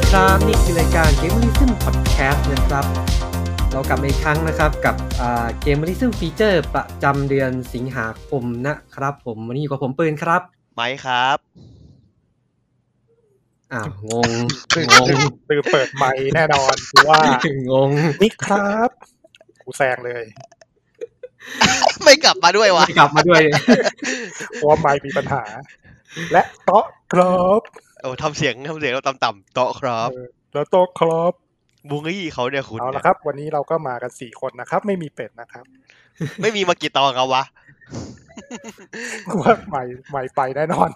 การ g a m e r i s m Podcast นะครับ เรากลับมาอีกครั้งนะครับกับ g a m e r i s m Feature ประจำเดือนสิงหาคมนะครับ ผมวันนี้อยู่กับผมปืนครับ ไมค์ครับ อ้าวงง ตื่น งง ตื่นเปิดไมค์แน่นอนคือว่าง ง นี่ครับกูแซงเลย ไม่กลับมาด้วยวะ ไม่กลับมาด้วย เพราะว่าไมค์มีปัญหา และโต๊ะครับ โอ้ทำเสียงทำเสียงเราต่ำๆโตะครับ เออแล้วโต๊ะครับ บูงยี่เขาเนี่ยคุณ เอาละครับ วันนี้เราก็มากันสี่คนนะครับ ไม่มีเป็ดนะครับ ไม่มีมากี่ตอนครับวะ ว่าไมค์ไมค์ไปแน่นอน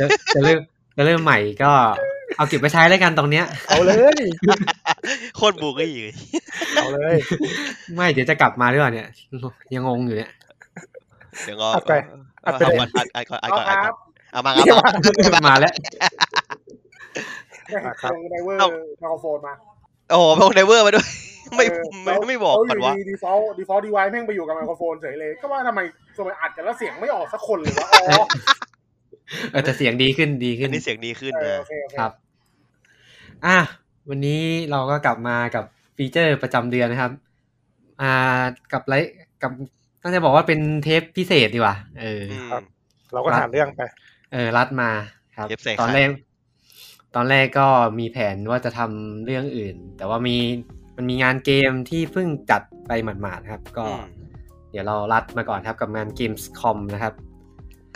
จะจะเริ่มจะเริ่มใหม่ก็เอาเก็บไปใช้แล้วกันตรงเนี้ย เอาเลย โคตรบูงยี่เลย เอาเลย ไม่เดี๋ยวจะกลับมาหรือเปล่าเนี่ย ยังงงอยู่เนี่ย เดี๋ยวก็ อัดไปอัดไป เอา เลย ก่อนอัดอัดก่อนอัดก่อน เอา อัด ค ก่อนรับ เอามาครับ เดี๋ยว มาแล้ว นะครับ ไดเวอร์ไมโครโฟนมา โอ้โหพงไดเวอร์มาด้วย ไม่ เออ ไม่ แล้ว ไม่บอกก่อนวะ แล้วยู่ดีฟอลดีฟอลดีไวแม่งไปอยู่กับไมโครโฟนเฉยเลย ก็ว่าทำไมทำไมอัดกันแล้วเสียงไม่ออกสักคนเลยวะอ๋อ เออแต่เสียงดีขึ้นดีขึ้นอันนี้เสียงดีขึ้น เออ นะ โอเคโอเค ครับ อ่ะวันนี้เราก็กลับมากับฟีเจอร์ประจำเดือนนะครับ อ่ากับไลฟ์กับต้องจะบอกว่าเป็นเทปพิเศษดีกว่าเอออ อืม ครับ เราก็หาเรื่องไป เออรัดมาครับ เทปใส่ไข่ ตอนแรก ตอนแรกก็มีแผนว่าจะทำเรื่องอื่น แต่ว่ามีมันมีงานเกมที่เพิ่งจัดไปหมาดๆครับ ก็ อืม เดี๋ยวเรารัดมาก่อนครับกับงาน Gamescom นะครับ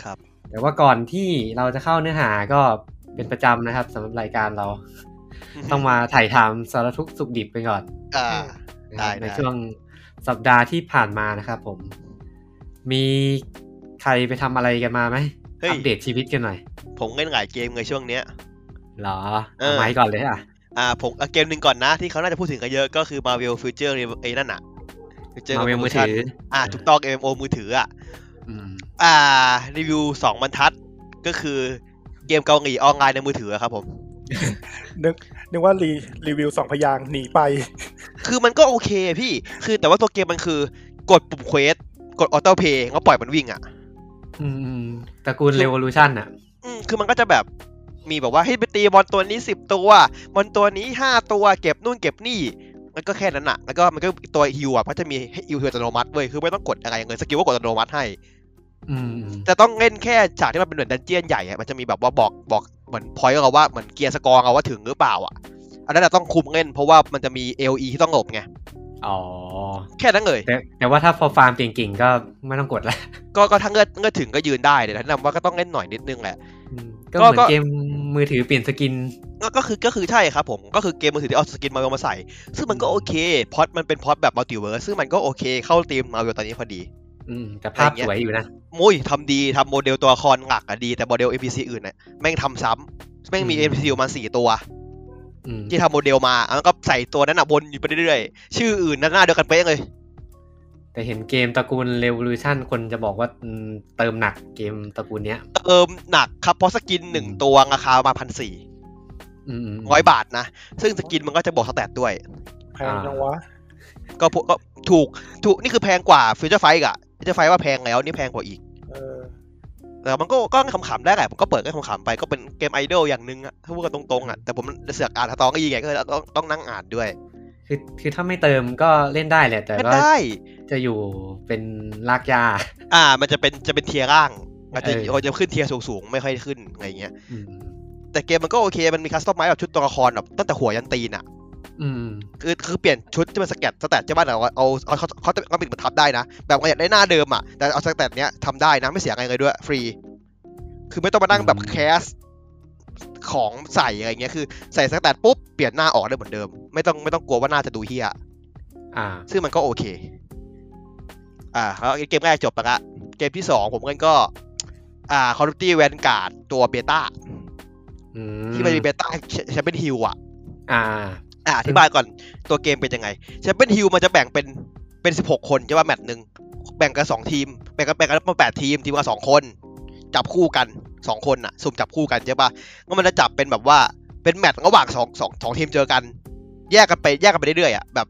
ครับ แต่ว่าก่อนที่เราจะเข้าเนื้อหาก็เป็นประจำนะครับสำหรับรายการเรา ต้องมาถ่ายทำสารทุกข์สุขดิบไปก่อน อ่า นะครับ ได้ได้ ในช่วงสัปดาห์ที่ผ่านมานะครับผม มีใครไปทำอะไรกันมาไหม เฮ้ย อัปเดตชีวิตกันหน่อย ผมเล่นหลายเกมไงช่วงเนี้ย เหรอ เอ เอา อ ไม้ก่อนเลยอ่ะ อ่าผมเอาเกมหนึ่งก่อนนะที่เขาน่าจะพูดถึงกันเยอะก็คือ Marvel Future ไอ้นั่นอะ Future มาเวลมือ Revolution ถือ อ่าถูกต้อง MMO มือถืออ่ะ อืม อ่า รีวิวสองบรรทัดก็คือเกมเกาหลีออนไลน์ในมือถือครับผม นึกนึกว่ารีรีวิวสองพยางค์หนีไป คือมันก็โอเคพี่ คือแต่ว่าตัวเกมมันคือกดปุ่มเควส กดออโต้เพย์แล้วปล่อยมันวิ่งอ่ะ อืมอืมตระกูล Revolution อ่ะ อืมคือมันก็จะแบบมีแบบว่าให้ไปตีบอลตัวนี้สิบตัวบอลตัวนี้ห้าตัวเก็บนู่นเก็บนี่ มันก็แค่นั้นอะแล้วก็มันก็ตัวฮิวอ่ะก็จะมีให้ฮิวอัตโนมัติเว้ยคือไม่ต้องกดอะไรเลยสกิลก็กดอัตโนมัติให้ อืมอืม จะต้องเล่นแค่ฉากที่มันเป็นเหมือนดันเจียนใหญ่อะมันจะมีแบบว่าบอกบอกเหมือนพอยต์เราว่าเหมือนเกียร์สกอร์เราว่าถึงหรือเปล่าอะอันนั้นอะต้องคุมเล่นเพราะว่ามันจะมี LE ที่ต้องหลบไง อ๋อ แค่นั้นเลย แต่แต่ว่าถ้าพอฟาร์มเก่งๆ ก็ไม่ต้องกดละ ก็ก็ถ้าเงือเงือถึงก็ยืนได้เดี๋ยวแนะนำว่าก็ต้องเล่นหน่อยนิดนึงแหละ อืมก็เหมือ ก็ก็ นเกมมือถือเปลี่ยนสกิน ก็ก็คือก็คือใช่ครับผม ก็คือเกมมือถือที่เอาสกินมาเอามาใส่ ซึ่งมันก็โอเคพล็อดมันเป็นพล็อดแบบมัลติเวิร์สซึ่งมันก็โอเคเข้าธีมมาอยู่ตอนนี้พอดี อืมแต่ภาพ อะไรเงี้ ส ย วยอยู่นะ มุ้ยทำดีทำโมเดลตัวละครหลักอะดีแต่โมเดล NPC อื่นเนี่ยแม่งทำซ้ำแม่งมี อืม NPC อยู่มาสี่ตัว อืม ที่ทำโมเดลมาแล้วก็ใส่ตัวนั้นอะวนอยู่ไปเรื่อยๆ ชื่ออื่นนั้นหน้าเดียวกันเป๊ะเลย แต่เห็นเกมตระกูล Revolution คนจะบอกว่าอืมเติมหนักเกมตระกูลเนี้ย เติมหนักครับ เพราะสกินหนึ่งตัวราคาประมาพันสี่ อืมม ร้อยบาทนะ ซึ่งสกินมันก็จะบอกสแตทด้วย แพงจังวะ ก็พวกก็ถูกถูก นี่คือแพงกว่าฟิวเจอร์ไฟอะฟิวเจอร์ไฟว่าแพงแล้ว นี่แพงกว่าอีก เออ แต่มันก็ก็ขำๆได้แหละผมก็เปิดก็ขำๆไปก็เป็นเกมไอดอลอย่างหนึ่งอะถ้าพูดกันตรงๆอะแต่ผมเสือกอ่านสตองก็ยีไงก็เลยต้องต้องนั่งอ่านด้วย คือคือถ้าไม่เติมก็เล่นได้แหละ แต่ ไม่ ก็ ได้ จะอยู่เป็นลากย า อ่า มันจะเป็นจะเป็นเทียร์ล่างมันจะ เออ คนจะขึ้นเทียร์สูงๆไม่ค่อยขึ้นอะไรเงี้ย อืม แต่เกมมันก็โอเค มันมีคัสตอมไมซ์แบบชุดตัวละครแบบตั้งแต่หัวยันตีนอะ อืม คือคือเปลี่ยนชุดที่มันสแกตสแตทใช่ป่ะแต่ว่าเอาเอาเขาเขาเขาปิดบรรทับได้นะ แบบว่าอยากได้หน้าเดิมอ่ะ แต่เอาสแตทเนี้ยทำได้นะ ไม่เสียอะไรเลยด้วย ฟรี คือไม่ต้องมานั่งแบบ อืม แคส ของใส่อะไรเงี้ยคือใส่สแตทปุ๊บ เปลี่ยนหน้าออกได้เหมือนเดิม ไม่ต้องไม่ต้องกลัวว่าหน้าจะดูเฮีย อ่า ซึ่งมันก็โอเค อ่าแล้วเกมแรกจบไปละเกมที่สองผมกันก็ อ่าคอร์ตี้แวนการ์ดตัวเบต้า อื ที่มันมีเบต้าแชมเปี้ยนฮิลอ่ะ อ่า อ่ะอธิบายก่อนตัวเกมเป็นยังไงแชมเปี้ยนฮิลมันจะแบ่งเป็นเป็นสิบหกคนใช่ป่ะแมตช์หนึ่งแบ่งกันสองทีม แบ่งกันแบ่งกันมาแปดทีมทีมละสองคน จับคู่กันสองคนอ่ะ สุ่มจับคู่กันใช่ป่ะก็มันจะจับเป็นแบบว่าเป็นแมตช์ระหว่างสองสองสองทีมเจอกัน แยกกันไปแยกกันไปเรื่อยๆอ่ะแบบ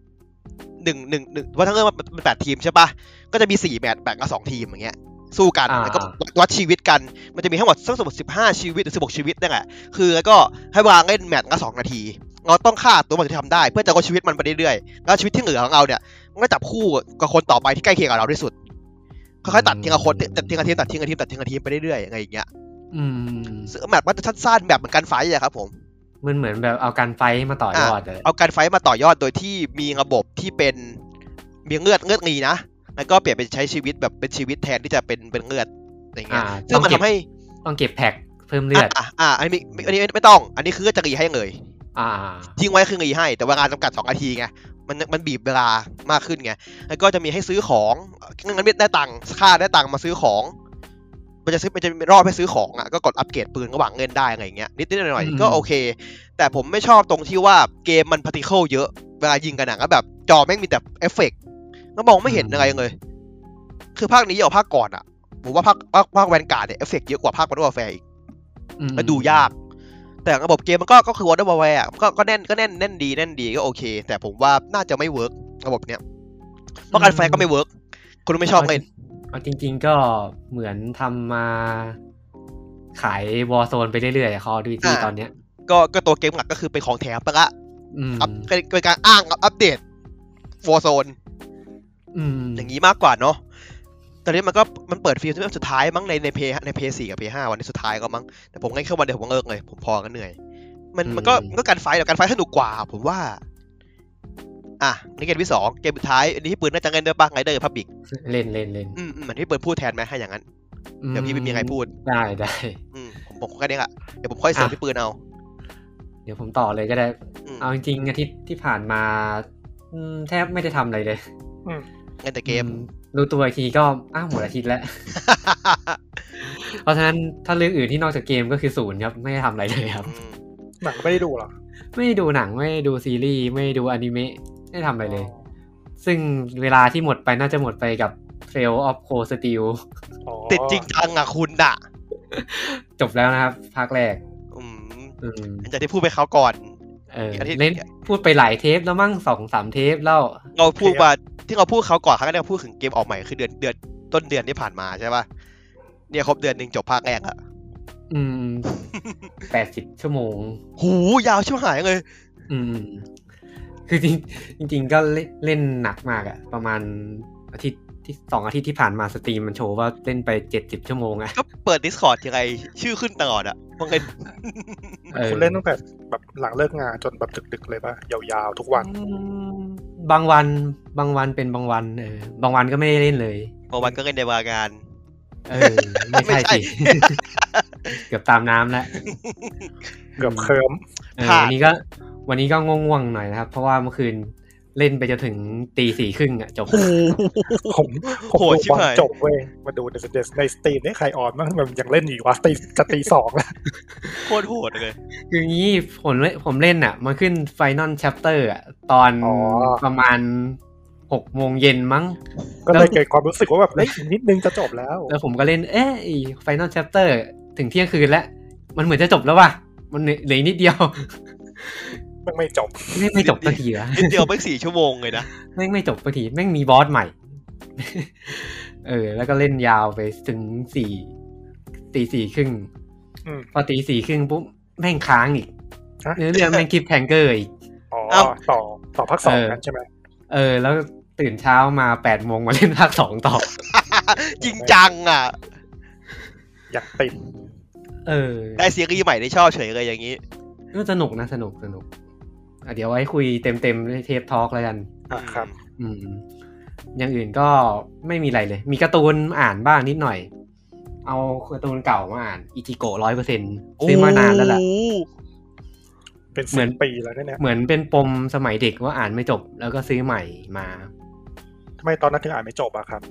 หนึ่งหนึ่งหนึ่งว่าะทั้งเรื่องมันมันแปดทีมใช่ป่ะก็จะมีสี่แมตช์แบ่งกันสองทีมอย่างเงี้ย สู้กัน อ่า แล้วก็วัดวัดชีวิตกัน มันจะมีทั้งหมดทั้งหมดสิบห้าชีวิตหรือสิบหกชีวิตนั่นแหละคือแล้วก็ให้เวลาเล่นแมตช์ละสองนาที เราต้องฆ่าตัวมันถึงจะทำได้เพื่อจะเอาชีวิตมันไปเรื่อยๆแล้วชีวิตที่เหลือของเราเนี่ยมันก็จับคู่กับคนต่อไปที่ใกล้เคียงกับเราที่สุดค่อยๆตัดทิ้งละคนตัดทิ้งละทีมตัดทิ้งละทีมตัดทิ้งละทีมไปเรื่อยๆอะไรอย่างเงี้ย อืม ซึ่งแมปมันจะสั้นๆแบบเหมือนการไฟท์อะครับผม มันเหมือนแบบเอาการไฟท์มาต่อยอดเลย เอาการไฟท์มาต่อยอดโดยที่มีระบบที่เป็นมีเงือดเงือดงีนะ แล้วก็เปลี่ยนเป็นใช้ชีวิตแบบเป็นชีวิตแทนที่จะเป็นเป็นเงือดอย่างเงี้ย อ่า ซึ่งมัน ต้องทำเก็บ ให้ ต้องเก็บแพ็คเพิ่มเลือด อ่าอ่าอันนี้ไม่อันนี้ไม่ต้อง อันนี้คือจะรีให้เลย อ่า ทิ้งไว้คือรีให้ แต่เวลาจำกัดสองนาทีไงมันมันบีบเวลามากขึ้นไงแล้วก็จะมีให้ซื้อของงั้นได้ตังค์ค่าได้ตังค์มาซื้อของ มันจะซื้อมันจะมีรอบให้ซื้อของอ่ะก็กดอัปเกรดปืนระหว่างเงินได้อะไรอย่างเงี้ยนิดๆหน่อย อืม ๆก็โอเค แต่ผมไม่ชอบตรงที่ว่าเกมมันพาร์ติเคิลเยอะเวลายิงกันหนังก็แบบ จอแม่งมีแต่เอฟเฟกต์ก็มองไม่เห็นอะไรเลย คือภาคนี้กับภาคก่อนอ่ะผมว่าภาคภาคภาคแวนการ์ดเนี่ยเอฟเฟกต์เยอะกว่าภาคมอร์แฟร์อีก อืม ก็ดูยาก แต่ระบบเกมมันก็ก็คือวอร์แวร์ก็ก็แน่นก็แน่นแน่นดีแน่นดีก็โอเค แต่ผมว่าน่าจะไม่เวิร์กระบบเนี้ยเพราะการแฟร์ก็ไม่เวิร์กคุณไม่ชอบเล่น เอาจริง ๆ ก็เหมือนทำมาขาย w อ r z โซนไปเรื่อยๆคอดูที อ่า ตอนเนี้ย ก็ก็ตัวเกมหลักก็คือเป็นของแถมไปละ อืม อัพเป็นเป็นการอ้างกับอัปเดตฟอร์โซน อืม อย่างนี้มากกว่าเนาะตอนนี้มันก็มันเปิดฟิลที่สุดท้ายมั้งในในเพย์ในเพย์สี่กับเพย์ห้าวันที่สุดท้ายก็มั้งแต่ผมง่ายแค่วันเดียวผมก็เลิกเลย ผมพอก็เหนื่อย มันมันก็มันก็การไฟท์แต่การไฟท์สนุกกว่า ผมว่า อ่ะนี่เกมที่สองเกมสุดท้ายอันนี้พี่ปืนน่าจะเล่นด้วยปะไงเดอร์พับบิก เล่นเล่นเล่น อืมอืมเหมือนที่ปืนพูดแทนไหมถ้าอย่างนั้น เดี๋ยวพี่ไม่มีใครพูด ได้ได้ อืมผมผมแค่นี้แหละเดี๋ยวผมค่อยเสริมพี่ปืนเอา เดี๋ยวผมต่อเลยก็ได้ อืม เอาจริงๆอาทิตย์ที่ผ่านมาอืมแทบไม่ได้ทำอะไรเลย เล่นแต่เกม อืรู้ตัวอีกทีก็อ้าวหมดอาทิตย์แล้ว เพราะฉะนั้นถ้าเรื่องอื่นที่นอกจากเกมก็คือศูนย์ครับไม่ได้ทำอะไรเลยครับ อืม หนังไม่ได้ดูเหรอ ไม่ได้ดูหนังไม่ได้ดูซีรีส์ไม่ได้ดูอนิเมะไม่ได้ทำอะไรเลย ซึ่งเวลาที่หมดไปน่าจะหมดไปกับ t r a i l of Cold Steel อ๋อ ติดจริงจังอ่ะคุณน่ะ จบแล้วนะครับ ภาคแรก อืม อืม หลังจากที่พูดไปเขาวก่อน เออ อีกอาทิตย์ เล่นพูดไปหลายเทปแล้วมั้งสองสามเทปแล้ว เราพูดมาที่เราพูดเขาวก่อนครั้งแรกเราพูดถึงเกมออกใหม่คือเดือนเดือนต้นเดือนที่ผ่านมาใช่ป่ะเนี่ยครบเดือนหนึ่งจบภาคแรกอะ อืมแปดสิบชั่วโมง หูยาวชิบหายเลย อืม คือจริงจริง ๆ ก็เล่นเล่นหนักมากอะประมาณอาทิตย์ที่สองอาทิตย์ที่ผ่านมาสตรีมมันโชว์ว่าเล่นไปเจ็ดสิบชั่วโมงอะ ก็เปิด Discord ยังไงชื่อขึ้นตลอดอะบังเอิญ ออ คุณเล่นตั้งแต่แบบหลังเลิกงานจนแบบดึกๆเลยป่ะยาวๆทุกวัน อืมบางวันบางวันเป็นบางวันเออบางวันก็ไม่ได้เล่นเลย บางวันก็เล่นในวางาน เออ ไม่ใช่สิ เกือบตามน้ำแล้ว เกือบเคิม เออ ขาด วันนี้ก็ วันนี้ก็ง่วงๆหน่อยนะครับ เพราะว่าเมื่อคืนเล่นไปจนถึงตีสี่ครึ่งอะจบ ผมผม โหด ดู ชิบบ อล หาย จบเว้ยมาดูในสเตสในสตรีมนี่ใครออนบ้างมันยังเล่นอยู่วะตีจะตีสอง แล้ว โคตรโหดเลย คืองี้ผมเล่นผมเล่นอ่ะ มันขึ้น Final Chapter อ่ะ ตอน อ๋อ ประมาณหกโมงเย็นมั้ง ก็เลยเกิดความรู้สึกว่าแบบเฮ้ยอีกนิดนึงจะจบแล้ว แล้วผมก็เล่น เอ๊ะไอ้ Final Chapter ถึงเที่ยงคืนแล้ว มันเหมือนจะจบแล้วว่ะ มันเหลืออีกนิดเดียว มันไม่จบ แม่งไม่จบสักทีนะ นิดเดียวไม่สี่ชั่วโมงเลยนะ แม่งไม่จบสักทีแม่งมีบอสใหม่ เออ แล้วก็เล่นยาวไปถึงสี่ตีสี่ครึ่ง อืม พอตีสี่ครึ่งปุ๊บแม่งค้างอีก ฮะ เนื้อเรื่องแม่งคลิปแพงเกอร์อีก อ๋อต่อต่อภาคสองนั้นใช่ไหม เออ แล้วตื่นเช้ามาแปดโมงมาเล่นภาคสองต่อ จริงจังอ่ะ อยากติด เออ ได้ซีรีส์ใหม่ได้ชอบเฉยเลยอย่างนี้ ก็สนุกนะสนุกสนุกอ่ะเดี๋ยวไว้คุยเต็มเต็มๆในเทปทอล์กแล้วกัน อ่ะครับ อืม อย่างอื่นก็ไม่มีอะไรเลย มีการ์ตูนอ่านบ้างนิดหน่อย เอาการ์ตูนเก่ามาอ่านอิจิโกร้อยเปอร์เซ็นซื้อมานานแล้วล่ะ โอ้โห เป็น เหมื สิ อน บปีแล้วเนี่ย เหมือนเป็นปมสมัยเด็กว่าอ่านไม่จบ แล้วก็ซื้อใหม่มา ทำไมตอนนั้นถึงอ่านไม่จบอะครับ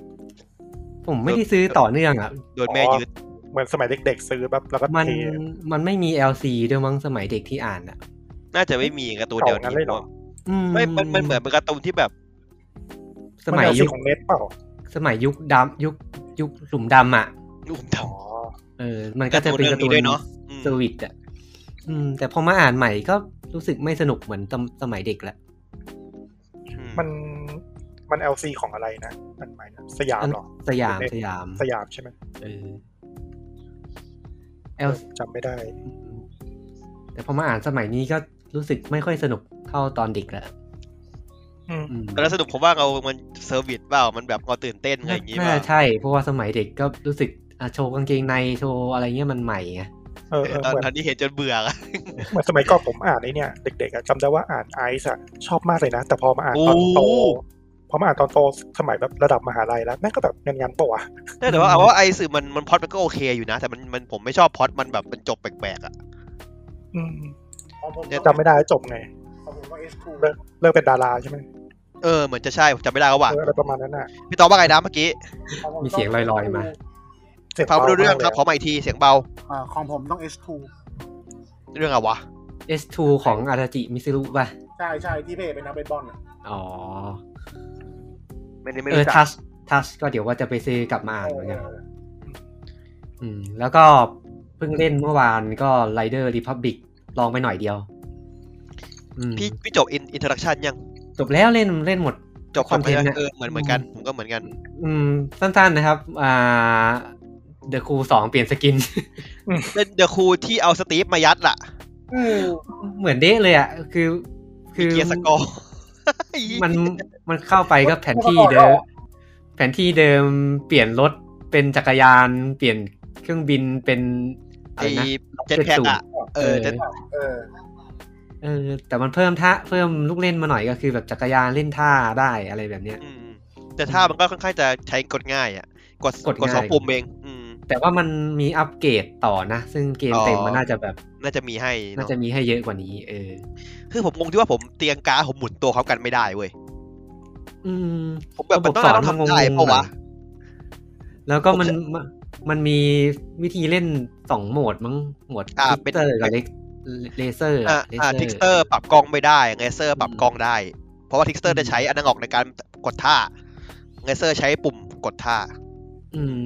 ผมไม่ได้ซื้อต่อเนื่องอ่ะ โดนแม่ยืด เหมือนสมัยเด็กๆ ซื้อแบบแล้วก็ มัน เท มันไม่มี LC ด้วยมั้งสมัยเด็กที่อ่านอ่ะ น่าจะไม่มีการ์ตูน เก่า เดียว งั้ นี้ นเลยเหรอ อื ไม่มันมันเหมือนเป็นการ์ตูนที่แบบ สมัย นเอา ยุ สี ค ของเน็ตเปล่า สมัยยุคดำยุคยุคหลุมดำอ่ะ ดูผมท อ๋อ เออ มัน ำ ก็ การ์ จะ ตูน เป็เรื่อกนาง ร์ตูนนี้ด้วยเนาะอืม สวิตอ่ะอืม แต่พอมาอ่านใหม่ก็รู้สึกไม่สนุกเหมือนตอนสมัยเด็กแล้ว อืม มันมัน LC ของอะไรนะอันใหม่นะสยามเหรอ สยาม เด็ก สยาม สยามใช่ไหม เออ เอ เอล อจำไม่ได้ แต่พอมาอ่านสมัยนี้ก็ รู้สึกไม่ค่อยสนุกเท่าตอนเด็กแล้ว อืม อืม แต่แล้วสรุปผมว่าเรามันเซอร์วิสเปล่ามันแบบเราตื่นเต้นอะไรอย่างงี้ น่า เปล่า จะใช่ เพราะว่าสมัยเด็กก็รู้สึกอ่ะโชว์กางเกงในโชว์อะไรเงี้ยมันใหม่ไง เออเออ ตอน เหมือน ตอนที่เห็นจนเบื่ออะ เหมือนสมัยก่อนผมอ่านไอ้เนี่ยเด็กๆอะจำได้ว่าอ่านไอซ์อะชอบมากเลยนะ แต่พอมาอ่านตอนโตพอมาอ่านตอนโตสมัยแบบระดับมหาลัยแล้วแม่งก็แบบงันๆปะวะ แต่ว่าเอาว่าไอสื่อมันมันพล็อดมันก็โอเคอยู่นะ แต่มันมันผมไม่ชอบพล็อดมันแบบมันจบแปลกๆอ่ะ อืม ของผม จำไม่ได้ว่าจบไง ของผมก็เอสทู เลิกเลิกเป็นดาราใช่ไหม เออเหมือนจะใช่ผมจำไม่ได้แล้วว่ะ เอออะไรประมาณนั้นอ่ะ พี่ตอบว่าไงนะเมื่อกี้ มีเสียงลอยๆมา จ็บ ฟังไม่รู้เรื่อง มากลย ครับขอใหม่อีกทีเสียงเบา ของผมต้อง S2 เรื่องอะไรวะ S2 ของอาราจิมิซึรุป่ะ ใช่ใช่ที่เพจเป็นนักเบสบอลน่ะ อ๋อ ไม่ได้ไม่ เออ รู้จัก ทัชทัชก็เดี๋ยวว่าจะไปซื้อกลับมาอ่านเหมือนกันอืม แล้วก็เพิ่งเล่นเมื่อวานก็ Rider Republic ลองไปหน่อยเดียว อืม พี่พี่จบอินอินเทอร์แอคชั่นยัง จบแล้วเล่นเล่นหมด จบคอนเทน content ต์ นะ เออเหมือนเหมือนกัน ผมก็เหมือนกัน อืม สั้นๆนะครับ อ่าเดอะคูสองเปลี่ยนสกิน เป็นเดอะคูที่เอาสตีฟมายัดล่ะ อืม เหมือนเด้เลยอ่ะ คือ มี คือ เกียร์สกอร์ มันมันเข้าไปก็แผนที่เดิม แผนที่เดิมเปลี่ยนรถเป็นจักรยาน เปลี่ยนเครื่องบินเป็นอะไร ไอ้ นะ เจ็ตแพ็กอะเออเจ็ต เออ เออ แต่มันเพิ่มท่าเพิ่มลูกเล่นมาหน่อยก็คือแบบจักรยานเล่นท่าได้อะไรแบบเนี้ย อืมแต่ถ้ามันก็ค่อนข้างจะใช้กดง่ายอ่ะ กด กดง่าย กดสองปุ่มเองอืม แต่ว่ามันมีอัปเกรดต่อนะ ซึ่งเกมเต็ม อ๋อ มันน่าจะแบบ น่าจะมีให้เน น่า อะ จะมีให้เยอะกว่านี้ เออ คือผมงงที่ว่าผมเตียงกาผมหมุนตัวเขากันไม่ได้เว้ย อืม ผมแบบมันต้อง ระบบสอน ต้อง มัน ทำได้ งงๆ เพราะ หน่ วะ อย แล้วก็มัน ผม มันมันมีวิธีเล่นสองโหมดมั้งโหมด อ่า ทิกเตอร์ เป็น กับเลเซอร์ อ่า เล อ่า เซอ ทิ ร์ กเตอร์ปรับกล้องไม่ได้เงเซอร์ปรับกล้องได้ เพราะว่าทิกเตอ อื ร์ ม จะใช้อันนั้นออกในการกดท่าเงเซอร์ใช้ปุ่มกดท่า อืม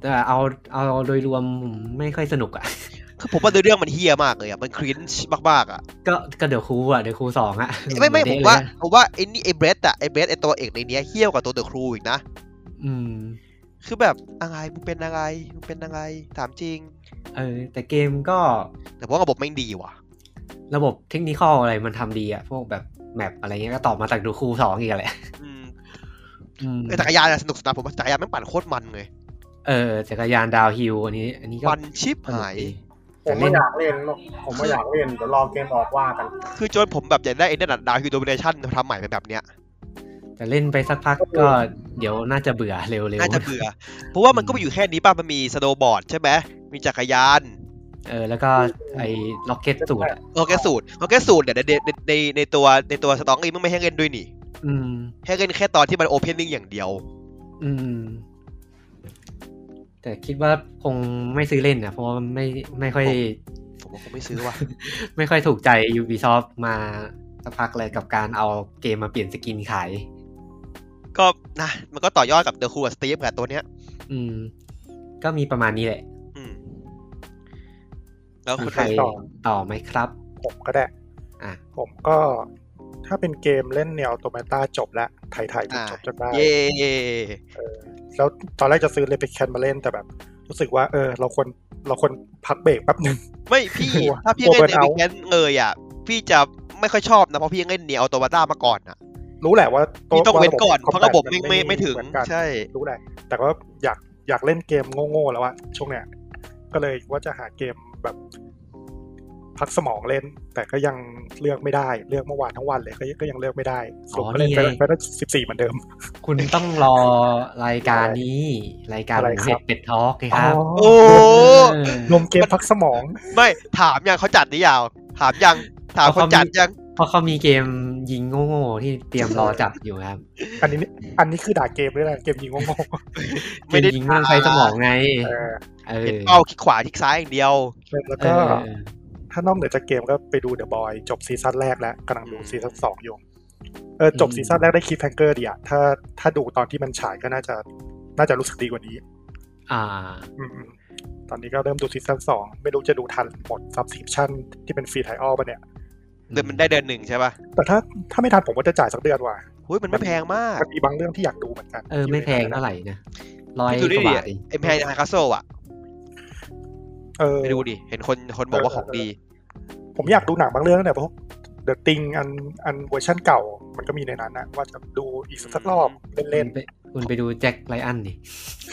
แต่เอาเอาโดยรวมผมไม่ค่อยสนุกอะ่ะ คือผมว่าเรื่องมันเฮี้ยมากเลยอ่ะ มันครินช์มากๆอ่ะ ก็ก็เดี๋ยวครูอะ่ะเดี๋ยวครูสองอะ่ะ ไม่ไม่ เห ผ น ม เดะ ว่า เลยอะ ผมว่าไอ้นี่ไอ้เบรดอะไอ้เบรดไอ้ตัวเอกในเนี้ยเฮี้ยวกว่าตัวเดอะครูอีกนะ อืม คือแบบอะไรมึงเป็นอะไรมึงเป็นอะไรถามจริง เออ แต่เกมก็ แต่ว่าระบบแม่งดีว่ะ ระบบเทคนิคอลอะไรมันทำดีอะ่ะ พวกแบบแมปอะไรเงี้ยก็ตอบมาจากดูครูสองอีกแหละ อืม อืม ไอ้จักรยานอะสนุกสนานผมว่าจักรยานแม่งปั่นโคตรมันเลย เออจักรยานดาวฮิลอันนี้ อันนี้ก็ มันชิบ สนุก หาย ดี ผม แต่ ไม่ เล่น อยากเล่นหรอกผมไม่อยากเล่นเดี๋ยวรอเกมออกว่ากัน คือจนผมแบบอยากได้ไอ้นั่นอะดาวฮิวโดมิเนชั่นทำใหม่เป็นแบบเนี้ย แต่เล่นไปสักพักก็เดี๋ยวน่าจะเบื่อ เร็วๆ น่าจะเบื่อ เพราะว่ามันก็มีอยู่แค่นี้ป่ะ มันมีสโนว์บอร์ดใช่ไหมมีจักรยาน เออ แล้วก็ไอ้ล็อกเก็ตสูตรอะ โอเคสูตรโอเคสูตรเนี่ยในในในในตัวในตัวสตองกี้มันไม่ให้เล่นด้วยนี่ อืม ให้เล่นแค่ตอนที่มันโอเพนนิ่งอย่างเดียว อืม แต่คิดว่าคงไม่ซื้อเล่นนะเพราะว่าไม่ไม่ค่อย ผมว่าผมไม่ซื้อว่ะ ไม่ค่อยถูกใจ Ubisoft มาสักพักเลยกับการเอาเกมมาเปลี่ยนสกินขาย ก็นะมันก็ต่อยอดกับเดอะคูกับสตีฟกับตัวเนี้ย อืม ก็มีประมาณนี้แหละ อืม แล้ว มี คุณ ใคร ไทย ต่อ ต่อไหมครับ ผมก็ได้ อ่ะ ผมก็ถ้าเป็นเกมเล่นแนวตัวเมตาจบแล้วถ่ายถ่ายๆจนจบจนได้ เย่ เออแล้วตอนแรกจะซื้อเลยไปแคนมาเล่นแต่แบบ รู้สึกว่าเออ เราควรเราควรพักเบรกแป๊บหนึ่ง ไม่พี่ กลัว ถ้าพี่ กลัว เล่นใน burnout วิกแอนเลยอ่ะ พี่จะไม่ค่อยชอบนะ เพราะพี่ยังเล่นเนียออโตมาต้ามาก่อนอ่ะ รู้แหละว่า พี่ต้อง า เว้นก่อน คม เพราะระบบไม่ไม่ไม่ถึง เหอนกัน ใช่ รู้แหละแต่ว่าอยากอยากเล่นเกมโง่ๆแล้วอะช่วงเนี้ยก็เลยว่าจะหาเกมแบบ พักสมองเล่น แต่ก็ยังเลือกไม่ได้เลือกเมื่อวานทั้งวันเลยก็ยังก็ยังเลือกไม่ได้สรุป อ๋อ ก็เล่นไป นี่ไง ไปได้สิบสี่เหมือนเดิม คุณต้องรอรายการนี้ รายการ อะไรครับ เห็ดเป็ดทอล์กไงครับ โอ้ เออ รวมเกมพักสมอง ไม่ถามยังเขาจัดหรือยังถามยังถาม เอา คเขานมี จัดยัง เพราะเขามีเกมยิงโง่ๆที่เตรียมรอจับอยู่ครับ อันนี้อันนี้คือด่าเกมด้วยแหละเกมยิงโง่ เก ไม่ ม ได้ ยิงไม่ต้องใช้สมองไง ๆเออ เออ เห็นเป้าคลิกขวาคลิกซ้ายอย่างเดียว แล้ว เอ ก็ อ ถ้านอกเหนือจากเกมก็ไปดูเดอะบอยจบซีซั่นแรกแล้วกำลังดู อืม ซีซั่นสองอยู่เออจบ อืม ซีซั่นแรกได้คลิปแพงเกอร์ดีอะถ้าถ้าดูตอนที่มันฉายก็น่าจะน่าจะรู้สึกดีกว่านี้ อ่า อืมๆตอนนี้ก็เริ่มดูซีซั่นสองไม่รู้จะดูทันหมดซับสคริปชั่นที่เป็นฟรีไทออลป่ะเนี่ย เดือนมันได้เดือนหนึ่งใช่ป่ะ แต่ถ้าถ้าไม่ทันผมว่าจะจ่ายสักเดือนว่ะ หุ้ยมันไม่แพงมาก มันมีบางเรื่องที่อยากดูเหมือนกัน เออ ไม่แพงเท่าไหร่นะร้อย พี่ดู ก ดิ ว่า ดิ บาทเอง เอ็มแพงฮาคาโซอ่ะ เออ ไปดูดิ เห็นคนคนบอกว่าของดี ผมอยากดูหนังบางเรื่องเนี่ยพวก The Thing อันอันเวอร์ชันเก่า มันก็มีในนั้นนะว่าจะดูอีกสักรอบเล่น คุณไปคุณไปดูแจ็คไลอันดิ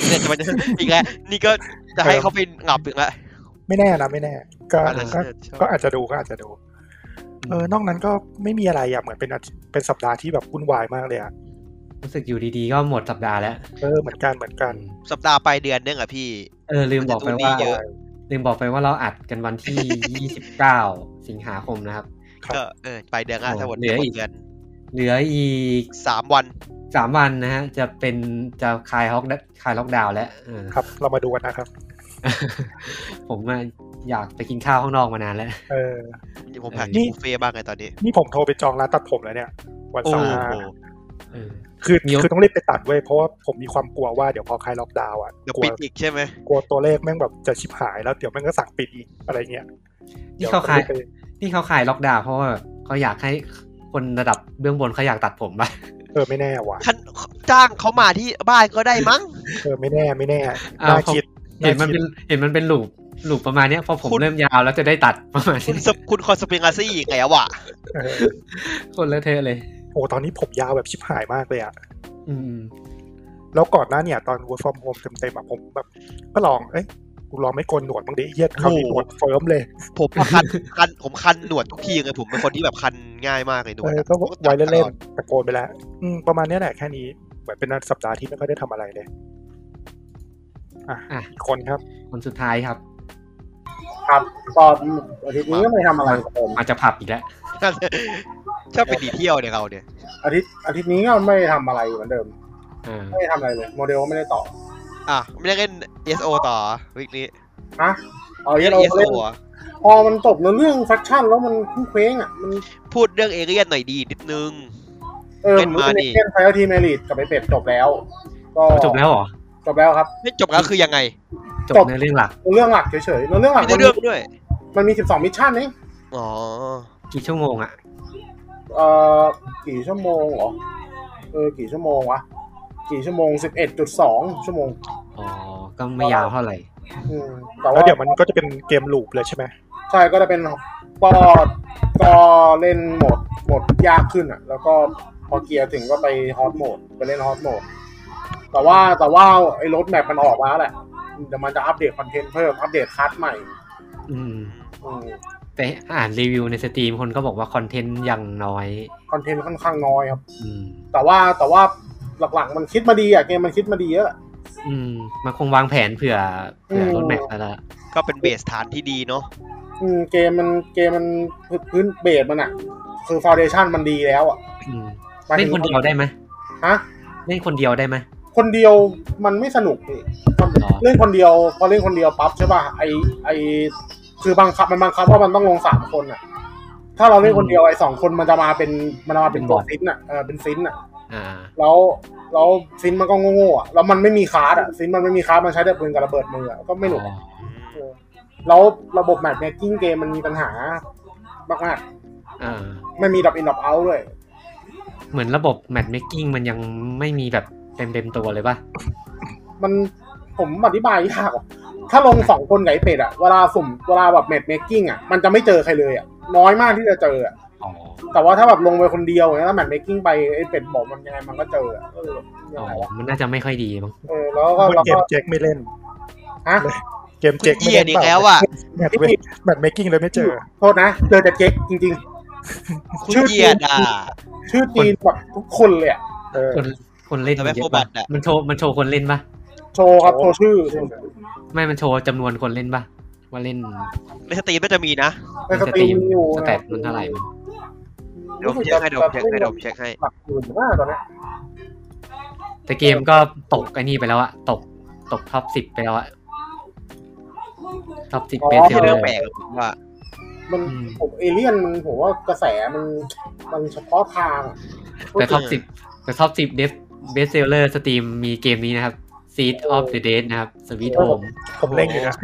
เนี่ย จะมันจะอีกแล้วนี่ก็จะให้เขาไปงับอีกแล้ว ๆ ไม่แน่นะไม่แน่ ก็ อันนั้น ก็ ใช่ ก็อาจจะดูก็อาจจะดู เออนอกนั้นก็ไม่มีอะไรอ่ะเหมือนเป็นอาทิเป็นสัปดาห์ที่แบบวุ่นวายมากเลยอ่ะ รู้สึกอยู่ดีๆ ก็หมดสัปดาห์แล้ว เออเหมือนกันเหมือนกัน สัปดาห์ไปเดือนนึงอะพี่ เออลืมบอกไปว่า เยอะ ลืมบอกไปว่าเราอัดกันวันที่ 29 สิงหาคมนะครับ ครับ ก็เออไปเดือนก็ทั้งหมด เหลืออีก เดือน เหลืออีก สามวัน สามวันนะฮะ จะเป็นจะคลายฮอกคลายล็อกดาวน์แล้วเออ ครับ เรามาดูกันนะครับ ผมอะอยากไปกินข้าวข้างนอกมานานแล้ว เออ ผมแพ็ก นี่ บุฟเฟ่บ้างไงตอนนี้ นี่ผมโทรไปจองร้านตัดผมแล้วเนี่ย วัน โอ้ เสา โ ร์หน้า ห เออ คือ มีโอ คือต้องรีบไปตัดเว้ยเพราะว่าผมมีความกลัวว่าเดี๋ยวพอคลายล็อกดาวน์อ่ะ เดี๋ยว กลั ปิ ว ดอีกใช่ไหม กลัวตัวเลขแม่งแบบจะชิบหายแล้วเดี๋ยวแม่งก็สั่งปิดอีกอะไรเงี้ย นี่เขาคลาย ดี๋วผมรีบไป นี่เขาคลายล็อกดาวน์เพราะว่าเขาอยากให้คนระดับเบื้องบนเขาอยากตัดผมบ้าง เออไม่แน่ว่ะ ขั้นจ้างเขามาที่บ้านก็ได้มั้ง เออไม่แน่ไม่แน่ อ้าว น่าคิด เห็นมันเป็นเห็นมันเป็นหลูปหลูปประมาณเนี้ยพอผม คุณ เริ่มยาวแล้วจะได้ตัด ประมาณ คุ นี้ ณสปคุณคอนสปริงอาซี่ไงอะวะ เออ คนละเทอะเลย โอ้ตอนนี้ผมยาวแบบชิบหายมากเลยอ่ะ อืม แล้วก่อนหน้าเนี่ยตอน work from home เต็มๆอะผมแบบ ก็ลอง เอ้ยกูลองไม่โกนหนวดบ้างดิเยียดเขาวนี้หนวดเฟิร์มเลย ผมว่าคันคันผมคันหนวดทุกทีไงผมเป็นคนที่แบบคันง่ายมากเลยหน เอ วด อ อะ ก็ไว้เล่นๆแต่โกนไปแล้วอืมประมาณเนี้ยแหละแค่นี้เหมือนเป็นสัปดาห์ที่ไม่ค่อยได้ทำอะไรเลยอ่ะ อ่ะ อีกคนครับ คนสุดท้ายครับ ครับตอนอาทิตย์นี้ก็ไม่ทำอะไรครับผม มาจะผับอีกแล้ว ชอบไปดีเที่ยวเนี่ยเราเนี่ย อาทิตย์อาทิตย์นี้ก็ไม่ทำอะไรเหมือนเดิม อ่า ไม่ได้ทำอะไรเลย โมเดลก็ไม่ได้ต่อ อ่ะไม่ได้เล่น ESO ต่อวิกนี้ ฮะเอาเย เล่นอะเรา ESO เล่น อ่ะ พอมันจบแล้วเรื่องแฟคชั่นแล้วมันเคว้งอ่ะมัน พูดเรื่องเอเลี่ยนหน่อยดีนิดนึง เออ เล่นมาดิ เล่นไฟทีเมลิตกับไปเป็ดจบแล้ว ก็ จบแล้วเหรอ จบแล้วครับ ไม่จบแล้วคือยังไง จบ จบ ในเรื่องหลัก เรื่องหลักเฉยๆแล้วเรื่องหลัก ไม่ได้ มัน เรื่องด้วย มันมี 12 มิชชั่นนี่ อ๋อ กี่ชั่วโมงอ่ะ เอ่อกี่ชั่วโมงเหรอเออกี่ชั่วโมงวะกี่ชั่วโมง 11.2 ชั่วโมง อ๋อ ก็ไม่ยาวเท่าไหร่ อืมแต่ แล้ว ว่า เดี๋ยวมันก็จะเป็นเกมลูปเลยใช่ไหม ใช่ก็จะเป็นปอดก็เล่นโหมดโหมดยากขึ้นอ่ะ แล้วก็พอเกียร์ถึงก็ไปฮอตโหมดไปเล่นฮอตโหมดแต่ว่าแต่ว่าไอ้รถแมปมันออกมาแล้วแหละเดี๋ยวมันจะอัปเดตคอนเทนต์เพิ่มอัปเดตคัสใหม่ อืม อืม ไปอ่านรีวิวในสตรีมคนก็บอกว่าคอนเทนต์ยังน้อย คอนเทนต์ค่อนข้างน้อยครับ อืม แต่ว่าแต่ว่าหลักๆ มันคิดมาดีอ่ะเกมมันคิดมาดีเยอะ อืม มันคงวางแผนเผื่อเผื่อรถแมพแล้วล่ะ ก็เป็นเบสฐานที่ดีเนาะ อืมเกมมันเกมมันพื้นพื้นเบสมันอะคือฟาวเดชันมันดีแล้วอะ อืม หมาย เล่ ถึ น ง คนเดียวได้ไหม ฮะ เล่นคนเดียวได้ไหม คนเดียวมันไม่สนุกนี่มัน หรอ เล่นคนเดียว พอเล่นคนเดียวปั๊บใช่ป่ะไอไอคือบังคับมันบังคับว่ามันต้องลงสามคนอะถ้าเราเล่นคนเดียวไอสองคนมันจะมาเป็นมันจะมาเป็นตัวซินอะเออเป็นซินอะ อ่า แล้วแล้วซินมันก็โง่ๆอะแล้วมันไม่มีคาร์ดอะซินมันไม่มีคาร์ดมันใช้แต่ปืนกับระเบิดมืออะก็ไม่หนุก อืม แล้วระบบแมทแมกกิ้งเกมมันมีปัญหามาก อ่า ๆไม่มีดับอินดับเอาด้วย เหมือนระบบแมท m ม k กิ้งมันยังไม่มีแบบเต็มเต็มๆตัวเลยป่ะ มันผมอธิบายยากอะถ้าลงสองคนไก่เป็ดอะเวลาสุ่มเวลาแบบแมทเมคกิ้งอะมันจะไม่เจอใครเลยอะน้อยมากที่จะเจออะ อ๋อ แต่ว่าถ้าแบบลงไปคนเดียวอย่างเงี้ยแล้วแมทเมคกิ้งไปไอ้เป็ดบอกมันยังไงมันก็เจออะเออยั อ๋องไงวะ มันน่าจะไม่ค่อยดีมั้ง เออแล้วก็ เพราะ เรา เก ก็ มเจ๊กไม่เล่น ฮะ เกมเจ๊กไม่ เยี่ย เล่น ดีกแล้วอ่ะ แมทแมทเมคกิ้งเลยไม่เจอ โทษนะเจอแต่เจ๊กจริง คุณ ชื่อ เยียดอ่ะ ๆ ชื่อจีนแบบทุกคนเลยอะ เออ คนคนเล่น แต่ไม่ เยอะ โฟบั ป่ะ ตอะ มันโชว์มันโชว์คนเล่นป่ะ โชว์ครับโช โชว์ ว์ชื่อ ไม่ มันโชว์จำนวนคนเล่นป่ะ ว่าเล่น ในสตรีมก็จะมีนะ ในสตรีมอยู่ สแตทมันเท่าไหร่มัน เดี๋ยวผมเช็คให้เดี๋ยวผมเช็คให้เดี๋ยวผมเช็คให้ หลักหมื่นห้าตอนเนี้ย แต่เกมก็ตกไอ้นี่ไปแล้วอะตกตกท็อปสิบไปแล้วอะท็อปสิบ อ๋อ เบส ไม่ เซอ ใช่เรื่อง ร์ แปลกหรอกผมว่า มัน อืม ผมเอเลี่ยนมันผมว่ากระแสมันมันเฉพาะทางอะ แต่ท็อป เอ สิ อ บแต่ท็อปสิบเดฟเบสเซลเลอร์สตรีมมีเกมนี้นะครับ Seed of the Dead นะครับ Sweet Home ผมเล่นอยู่นะ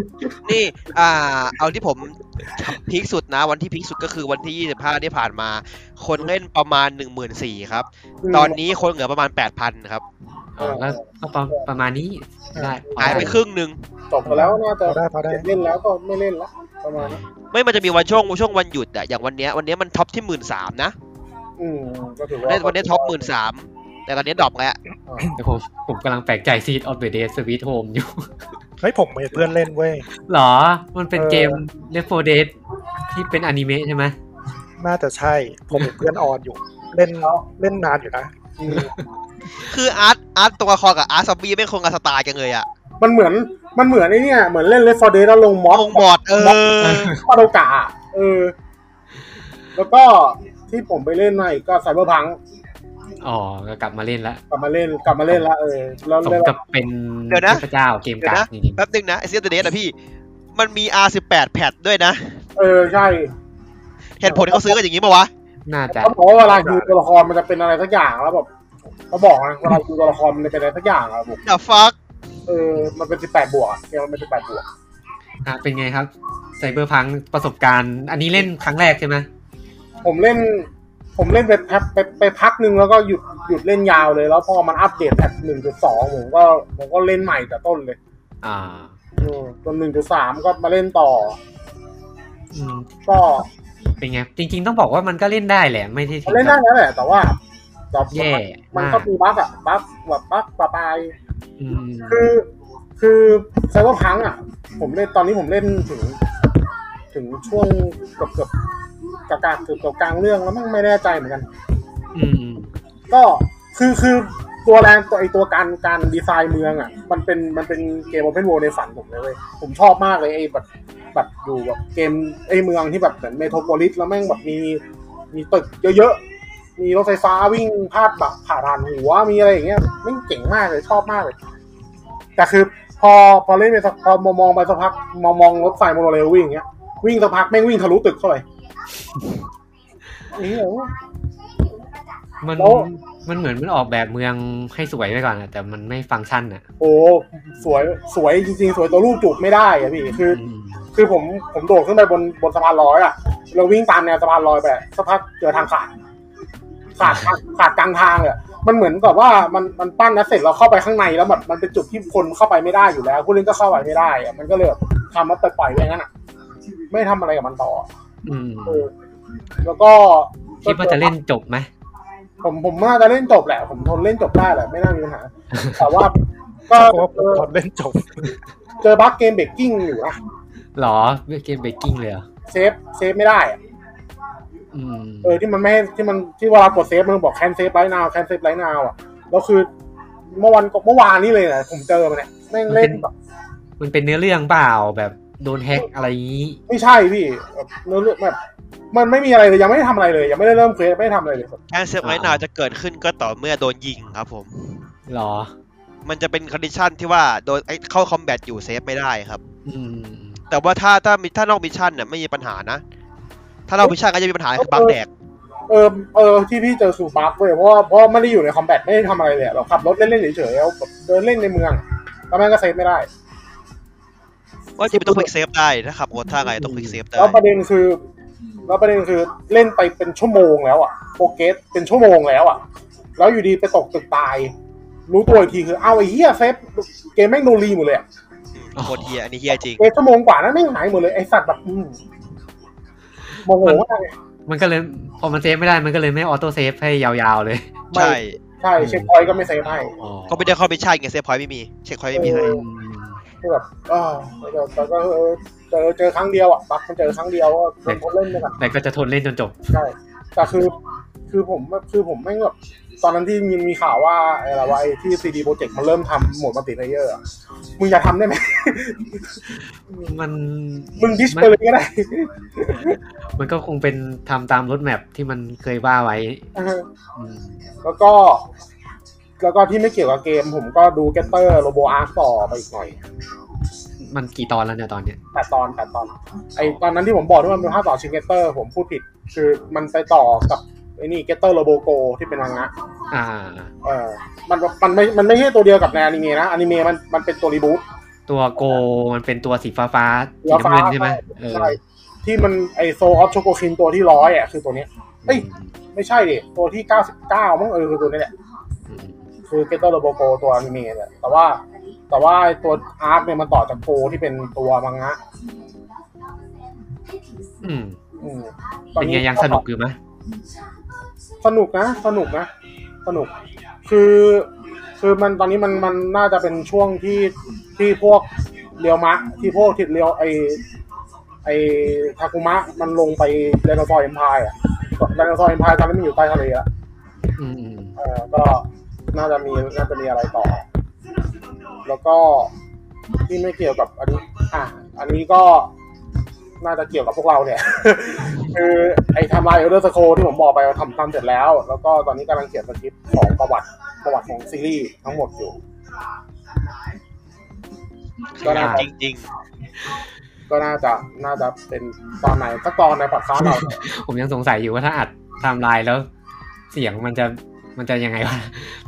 นี่อ่า เอาที่ผมพีคสุดนะ วันที่พีคสุดก็คือวันที่ 25 ที่ผ่านมา คนเล่นประมาณ 14,000ครับ ม ตอนนี้คนเหลือประมาณ 8,000ครับ อ๋อก็ก็ประประมาณนี้ได้ หายไปครึ่งหนึ่ง จบไปแล้วน่าจะ พอได้พอได้ เล่นแล้วก็ไม่เล่นละประมาณนั้น ไม่มันจะมีวันช่วงช่วงวันหยุดอะอย่างวันเนี้ยวันเนี้ยมันท็อปที่หมื่นสามนะ อืมก็ถือว่า วันเนี้ยวันเนี้ยท็อปหมื่นสามแต่ตอนนี้ดรอปแล้ว อ่า แต่ผมผมกำลังแปลกใจซีดออฟเดอะเดย์สวีทโฮมอยู่ เฮ้ยผมเห็นเพื่อนเล่นเว้ย เหรอ มันเป็น เออ เกมเลฟโฟเดสที่เป็นอนิเมะใช่ไหม น่าจะใช่ ผมเห็นเพื่อนออนอยู่ เล่นเล่นนานอยู่นะ อืม คืออาร์ตอาร์ตตัวละครกับอาร์ตซอมบี้ไม่คงกับสไตล์กันเลยอะ มันเหมือนมันเหมือนไอ้เนี่ยเหมือนเล่นเลฟฟอร์เดแล้วลงม็อด องค์บอดเออ ปาโดกะเออ แล้วก็ที่ผมไปเล่นใหม่ก็ไซเบอร์พัง อ๋อก็กลับมาเล่นละ กลับมาเล่นกลับมาเล่นละเออ แล้ว สม เล่น กับเป็น เดี๋ยวนะ เทพเจ้าเกมการ์ดจริง แป๊บนึงนะไอเซียนเดสอะพี่ มันมี R18 แพดด้วยนะ เออใช่ เหตุผลที่เขาซื้อกันอย่างนี้ปะวะ ๆ น่าจะ เขาบอกว่าเวลาดูตัวละครมันจะเป็นอะไรสักอย่างแล้วแบบเขาบอกนะเวลาดูตัวละครมันจะเป็นอะไรสักอย่างอะบุก The fuck เออมันเป็นสิบแปดบวกอะเกมมันเป็นสิบแปดบวก อ่ะเป็นไงครับไซเบอร์พังประสบการณ์ อันนี้เล่นครั้งแรกใช่ไหม ผมเล่น ผมเล่นไปพักไปไปพักหนึ่งแล้วก็หยุดหยุดเล่นยาวเลย แล้วพอมันอัปเดตแพทหนึ่งจุดสองผมก็ผมก็เล่นใหม่แต่ต้นเลย อ่า เออจนหนึ่งจุดสามก็มาเล่นต่อ อืม ก็ เป็นไง จริง ๆ ต้องบอกว่ามันก็เล่นได้แหละ ไม่ได้ถึง เล่นได้ กับ แล้วแหละ แต่ว่าแต่ แย่ มัน มาก ก็มีบัฟอะบัฟแบบบัฟปะปลาย อืม คือ คือไซเบอร์พังอะผมเล่นตอนนี้ผมเล่นถึง ถึงช่วงเกือบเกือบกลางๆเกือบเกือบกลางเรื่องแล้วมันไม่แน่ใจเหมือนกัน อืม ก็คือคือตัวแรงตัวไอตัวการการดีไซน์เมืองอ่ะ มันเป็นมันเป็นเกมโอเพน o ว l d ในฝันผมเลยเว้ยผมชอบมากเลยไอแบบแบบอยู่แบบเกมไอเมืองที่แบบเหมือนเมโทรโพลิสแล้วแม่งแบบมีมีตึกเยอะๆ มีรถไฟฟ้าวิ่งพาดแบบผ่าทานหัวมีอะไรอย่างเงี้ยแม่งเจ๋งมากเลยชอบมากเลย แต่คือพอพอเล่นไปสักพอมองมองไปสักพักมองมองรถไฟโมโนเรลวิ่งอย่างเงี้ยวิ่งสักพักแม่งวิ่งทะลุตึกเข้าไปนี่เหรอ มัน แล้ว มันเหมือนมันออกแบบเมืองให้สวยไว้ก่อนอะแต่มันไม่ฟังก์ชันอะ โอ้สวยสวยจริงๆ สวยตัวรูปจูบไม่ได้อะพี่คือ อืม คือผมผมโดดขึ้นไปบนบนสะพานลอยอะเราวิ่งตามแนวสะพานลอยไปสักพักเจอทางขาดขาดขาดขาดกลางทางเลยมันเหมือนกับว่ามันมันปั้นนะเสร็จเราเข้าไปข้างในแล้วมันมันเป็นจุดที่คนเข้าไปไม่ได้อยู่แล้ว ผู้เล่นก็เข้าไปไม่ได้อะมันก็เลยแบบทำแล้วปล่อยๆไว้อย่างนั้นอะไม่ทำอะไรกับมันต่อ อืม เออแล้วก็ คิดว่าจะเล่นจบไหม ผมผมน่าจะเล่นจบแหละ ผมทนเล่นจบได้แหละไม่น่ามีปัญหาแต่ว่าก็ เพราะว่าผมตอนเล่นจบ เจอบั๊กเกมเบรกกิ้งอยู่นะ หรอเกมเบรกกิ้งเลยเหรอ เซฟเซฟไม่ได้อะ อืม เออที่มันไม่ให้ที่มันที่เวลากดเซฟมันบอกแคนเซฟไ i นาวแคนเซฟไ i นาวอ่ะแล้วคือเมื่อวันเมื่อวานนี้เลยนะผมเจอมันเนี่ยแม่งเล่นแบบ มันเป็นเนื้อเรื่องเปล่าแบบโดนแฮ็กอะไรอย่างนี้ ไม่ใช่พี่แบบเนื้อเรื่องแบบมันไม่มีอะไรเลยยังไม่ได้ทำอะไรเลย ยังไม่ได้เริ่มเควสไม่ได้ทำอะไรเลย แอนเซฟไว้นาจะเกิดขึ้นก็ต่อเมื่อโดนยิงครับผม หรอ มันจะเป็นค n d i t i o n ที่ว่าโดนไอ้เข้าคอมแบทอยู่เซฟไม่ได้ครับ อืม แต่ว่าถ้าถ้ามีถ้านอกมิชชั่นเนี่ยไม่มีปัญหานะ ถ้านอกมิชชั่นก็จะมีปัญหาคือบัฟแดก เออเออที่พี่เจอสูบั๊กเว้ยเพราะว่าเพราะว่าไม่ได้อยู่ในคอมแบทไม่ได้ทำอะไรเลยอะเราขับรถเล่นๆเฉยๆแล้วแบบเดินเล่นในเมืองแล้วแม่งก็เซฟไม่ได้ ว่าจะเป็นต้องควิกเซฟได้ถ้าขับรถท่าไงต้องควิกเซฟได้ แล้วประเด็นคือแล้วประเด็นคือเล่นไปเป็นชั่วโมงแล้วอ่ะโปรเกสเป็นชั่วโมงแล้วอ่ะ แล้วอยู่ดีไปตกตึกตาย รู้ตัวอีกทีคือ เอาไอ้เหี้ยเซฟเกมแม่งโดนรีหมดเลยอะ อืมโคตรเฮียอันนี้เฮียจริง เกมชั่วโมงกว่านั้นแม่งหายหมดเลยไอ้สัตว์แบบอืมโมโหมากเลย มันก็เลยพอมันเซฟไม่ได้มันก็เลยไม่ออโต้เซฟให้ยาวๆเลย ใช่ ใช่เช็คพอยต์ก็ไม่เซฟให้ อ๋อ ก็ไม่ได้คอมมิชชั่นไงเซฟพอยต์ไม่มี เช็คพอยต์ไม่มีให้ คือแบบอ้าวแต่ก็เออเจอเจอครั้งเดียวอ่ะบักมันเจอครั้งเดียวก็เล่นเล่นไปก่อน แต่ก็จะทนเล่นจนจบ ใช่แต่คือคือผมคือผมแม่งแบบตอนนั้นที่มีมีข่าวว่าไออะไรวะไอ้ที่ CD Projekt มันเริ่มทำโหมดมัลติเลเยอร์อะมึงอย่าทำได้ไหม มัน มึงดิส มั ไปเลยก็ได้ มันก็คงเป็นทำตามรถแมพที่มันเคยว่าไว้อืม แล้วก็ แล้วก็ที่ไม่เกี่ยวกับเกม ผมก็ดูเกตเตอร์โรโบอาร์ต่อไปอีกหน่อย มันกี่ตอนแล้วเนี่ยตอนเนี้ย แต่ตอนแต่ตอน ไอตอนนั้นที่ผมบอกที่มันเป็นภาคต่อชิงเกตเตอร์ผมพูดผิด คือมันไปต่อกับไอ้นี่เกตเตอร์โรโบโกที่เป็นมังงะ อ่า เออมันมันไม่มันไม่ใช่ตัวเดียวกับในอนิเมะนะอนิเมะมันมันเป็นตัวรีบูท ตัวโกมันเป็นตัวสีฟ้าฟ้าๆสี แล้ว น้ำ ฟ้า เงินใช่ไหมเออ ใช่ที่มันไอโซออฟโชโกคินตัวที่ร้อยอ่ะคือตัวเนี้ย เอ้ย ไม่ใช่ดิตัวที่เก้าสิบเก้ามั้งเออคือตัวนี้แหละ อืม คือเกตเตอร์โรโบโกตัวอนิเมะเนี่ยแต่ว่า แต่ว่าไอ้ตัวอาร์คเนี่ยมันต่อจากโปรที่เป็นตัวมังงะ อืม อืมตอ เป็นไงยังสนุกอยู่ไหม สนุกนะ สนุกนะ สนุก คือ คือมันตอนนี้มันมันน่าจะเป็นช่วงที่ที่พวกเรียวมะ ที่พวกทิดเรียวไอไอทาคุมะมันลงไปไดโนเสาร์เอ็มพายอะไดโนเสาร์เอ็มพายตอนนี้มันอยู่ใต้ทะเลละ อืมอืม เออก็น่าจะมีน่าจะมีอะไรต่อ แล้วก็ที่ไม่เกี่ยวกับอันนี้อ่ะอันนี้ก็น่าจะเกี่ยวกับพวกเราเนี่ย คือไอ้ไทำลายเอลเดอร์สโคที่ผมบอกไปว่าทำทำเสร็จแล้ว แล้วก็ตอนนี้กำลังเขียนสคริปต์ของประวัติประวัติของซีรีส์ทั้งหมดอยู่ ก็ได้ จริงจริง ก็น่าจะน่าจะเป็นตอนไหนสักตอนในพอดคาสต์ เราเนี่ย ผมยังสงสัยอยู่ว่าถ้าอัดไทม์ไลน์แล้ว เสียงมันจะมันจะยังไงวะ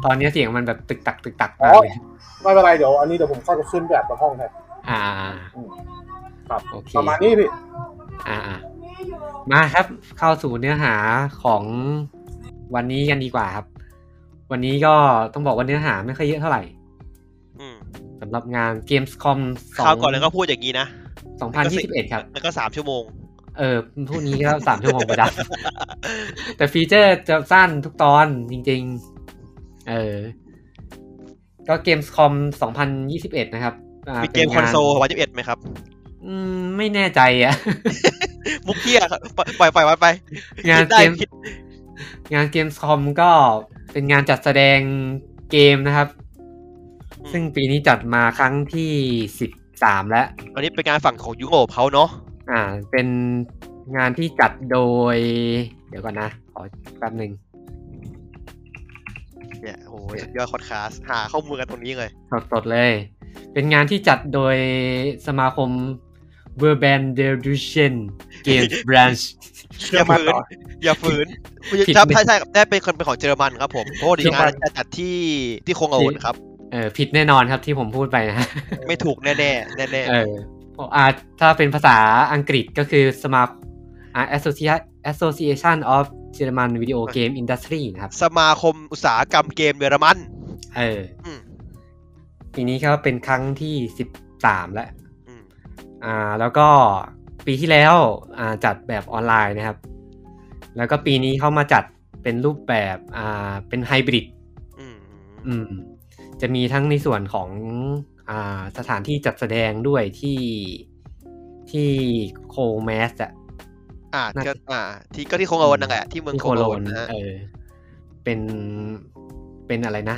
ตอนนี้เสียงมันแบบตึกตักตึกตักมากเลย ไม่เป็นไรเดี๋ยวอันนี้เดี๋ยวผมเข้าไปขึ้นแบบมาห้องแทน อ่า ครับ โอเค ประมาณนี้พี่ อ่าอ่ามาครับเข้าสู่เนื้อหาของวันนี้กันดีกว่าครับ วันนี้ก็ต้องบอกว่าเนื้อหาไม่ค่อยเยอะเท่าไหร่ ๆอืม สำหรับงาน Gamescom คราวก่อนเลยก็พูดอย่างนี้นะ 2021 ครับ แล้วก็สามชั่วโมง เออพวกนี้ก็ สามชั่วโมงประดับ แต่ฟีเจอร์จะสั้นทุกตอนจริงๆ เออ ก็เกมส์คอม2021 นะครับอ่า มีเกม ป็ คอนโซล งา วันที่เอ็ดไหมครับ อืมไม่แน่ใจอ่ะ มุกเที่ยครับปล่อยปล่อยมันไป งาน คิดได้ เกม คิด งานเกมส์คอมก็เป็นงานจัดแสดงเกมนะครับ ซึ่งปีนี้จัดมาครั้งที่ 13 แล้ว อันนี้เป็นงานฝั่งของยุโรปเขาเนาะ อ่า เป็นงานที่จัดโดย เดี๋ยวก่อนนะ ขอแป๊บหนึ่ง เนี่ยโอ้ยสุดยอดคอดคาสหาข้อมูลกันตรงนี้เลย สดๆเลย เป็นงานที่จัดโดยสมาคม b u r b a n d e r d u s h e n Games Branch เชื่อมั่นต่อ อย่าฝืน ผิด ครับ ไม่ ใช่ใช่ได้เป็นคนเป็นของเยอรมันครับผมเพราะว่าดี เยอรมั งาน นจะจัดที่ที่โคงอาวุธครับ เออผิดแน่นอนครับที่ผมพูดไปนะ ไม่ถูกแน่แน่แน่แน่ เอออาถ้าเป็นภาษาอังกฤษก็คือสมาคมอ่า Associa- Association of German Video Game Industry นะครับ ๆสมาคมอุตสาหกรรมเกมเยอรมัน เอออ ม ปีนี้ก็เป็นครั้งที่ 13 แล้ว อืม อ่าแล้วก็ปีที่แล้วอ่าจัดแบบออนไลน์นะครับ แล้วก็ปีนี้เขามาจัดเป็นรูปแบบอ่าเป็นไฮบริด อืม อืมจะมีทั้งในส่วนของอ่าสถานที่จัดแสดงด้วยที่ที่โคแมสอะ อ่า น่าจะ ก็อ่า ที่ก็ที่โคงอาวุธนั่นแหละที่เมือง ที่ โค โค ง โล อาวุธ น นะฮะ เออเป็นเป็นอะไรนะ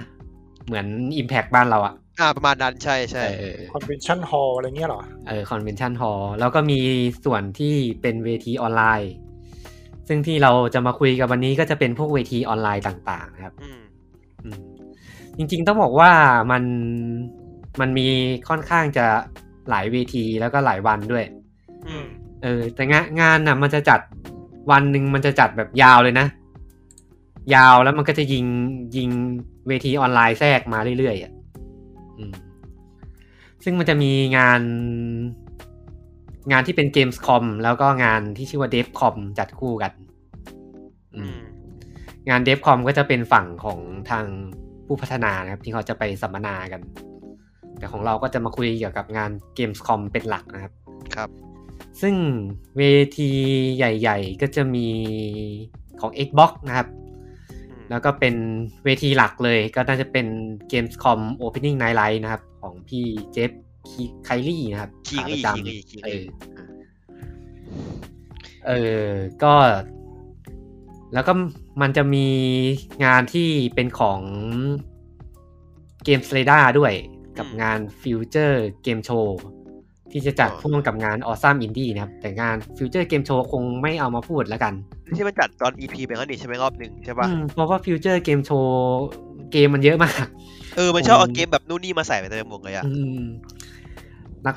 เหมือน Impact บ้านเราอะ อ่าประมาณนั้นใช่ เอ ใช่ อ convention hall อะไรเงี้ยเหรอ เออคอนเวนชันฮอลแล้วก็มีส่วนที่เป็นเวทีออนไลน์ ซึ่งที่เราจะมาคุยกันวันนี้ก็จะเป็นพวกเวทีออนไลน์ต่างๆนะครับ อืม อืมจริงๆต้องบอกว่ามันมันมีค่อนข้างจะหลายเวทีแล้วก็หลายวันด้วย อืม เออ แต่งานงานน่ะมันจะจัดวันหนึ่งมันจะจัดแบบยาวเลยนะ ยาวแล้วมันก็จะยิงยิงเวทีออนไลน์แทรกมาเรื่อยๆอ่ะอืมซึ่งมันจะมีงาน งานที่เป็นเกมส์คอมแล้วก็งานที่ชื่อว่าเดฟคอมจัดคู่กัน อื อื ม ม งานเดฟคอมก็จะเป็นฝั่งของทางผู้พัฒนานะครับ ที่เขาจะไปสัมมนากัน แต่ของเราก็จะมาคุยเกี่ยวกับงานเกมส์คอมเป็นหลักนะครับ ครับ ซึ่งเวทีใหญ่ๆ ก็จะมีของ Xbox นะครับ อืม แล้วก็เป็นเวทีหลักเลยก็น่าจะเป็น Gamescom Opening Night Live นะครับ ของพี่เจฟคีไคลี่นะครับ คิง ขาป อี ระ คิง จำ อีคิง เอ อี อ เออ ก็ แล้วก็มันจะมีงานที่เป็นของเกมสเลดาด้วยกับงานฟิวเจอร์เกมโชว์ที่จะจัดพ่วงกับงานออซัมอินดี้นะครับ แต่งานฟิวเจอร์เกมโชว์คงไม่เอามาพูดแล้วกัน ที่มันจัดตอน EP ไปแล้วนี่ใช่ไหมรอบหนึ่งใช่ป่ะ อืมเพราะว่าฟิวเจอร์เกมโชว์เกมมันเยอะมาก เออ มันชอบเอาเกมแบบนู่นนี่มาใส่ไปเต็มหมดเลยอ่ะ อืม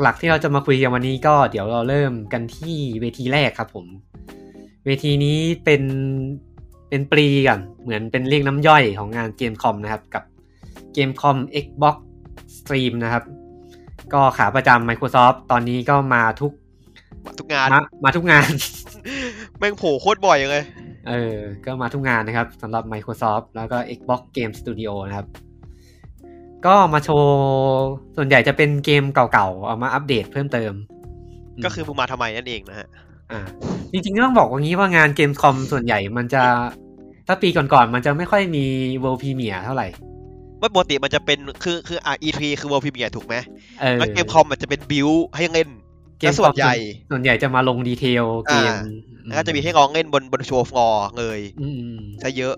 หลักๆที่เราจะมาคุยกันวันนี้ก็เดี๋ยวเราเริ่มกันที่เวทีแรกครับผม เวทีนี้เป็นเป็นปรีกัน เหมือนเป็นเรียกน้ำย่อยของงานเกมคอมนะครับ กับเกมคอม Xbox Stream นะครับ ก็ขาประจำ Microsoft ตอนนี้ก็มาทุก มาทุกงาน มามาทุกงาน แม่งโผล่โคตรบ่อยเลย เออ ก็มาทุกงานนะครับสำหรับ Microsoft แล้วก็ Xbox Game Studio นะครับ ก็มาโชว์ส่วนใหญ่จะเป็นเกมเก่าๆ เอามาอัปเดตเพิ่มเติม ก็คือมึงมาทำไมนั่นเองนะฮะ อ่าจริงๆต้องบอกว่างี้ว่างานเกมคอมส่วนใหญ่มันจะ ถ้าปีก่อนๆ มันจะไม่ค่อยมีเวลพีเมียเท่าไหร่ ว่าปกติมันจะเป็นคือคืออ่ะ E3 คือ World Premiere ถูกไหม เออ แล้วเกมคอมมันจะเป็นบิวให้เล่น และส่วนใหญ่ ส่วนใหญ่จะมาลงดีเทลเกม แล้วก็จะมีให้งองเล่นบนบนโชว์ฟลอร์เลย อืมๆ ซะเยอะ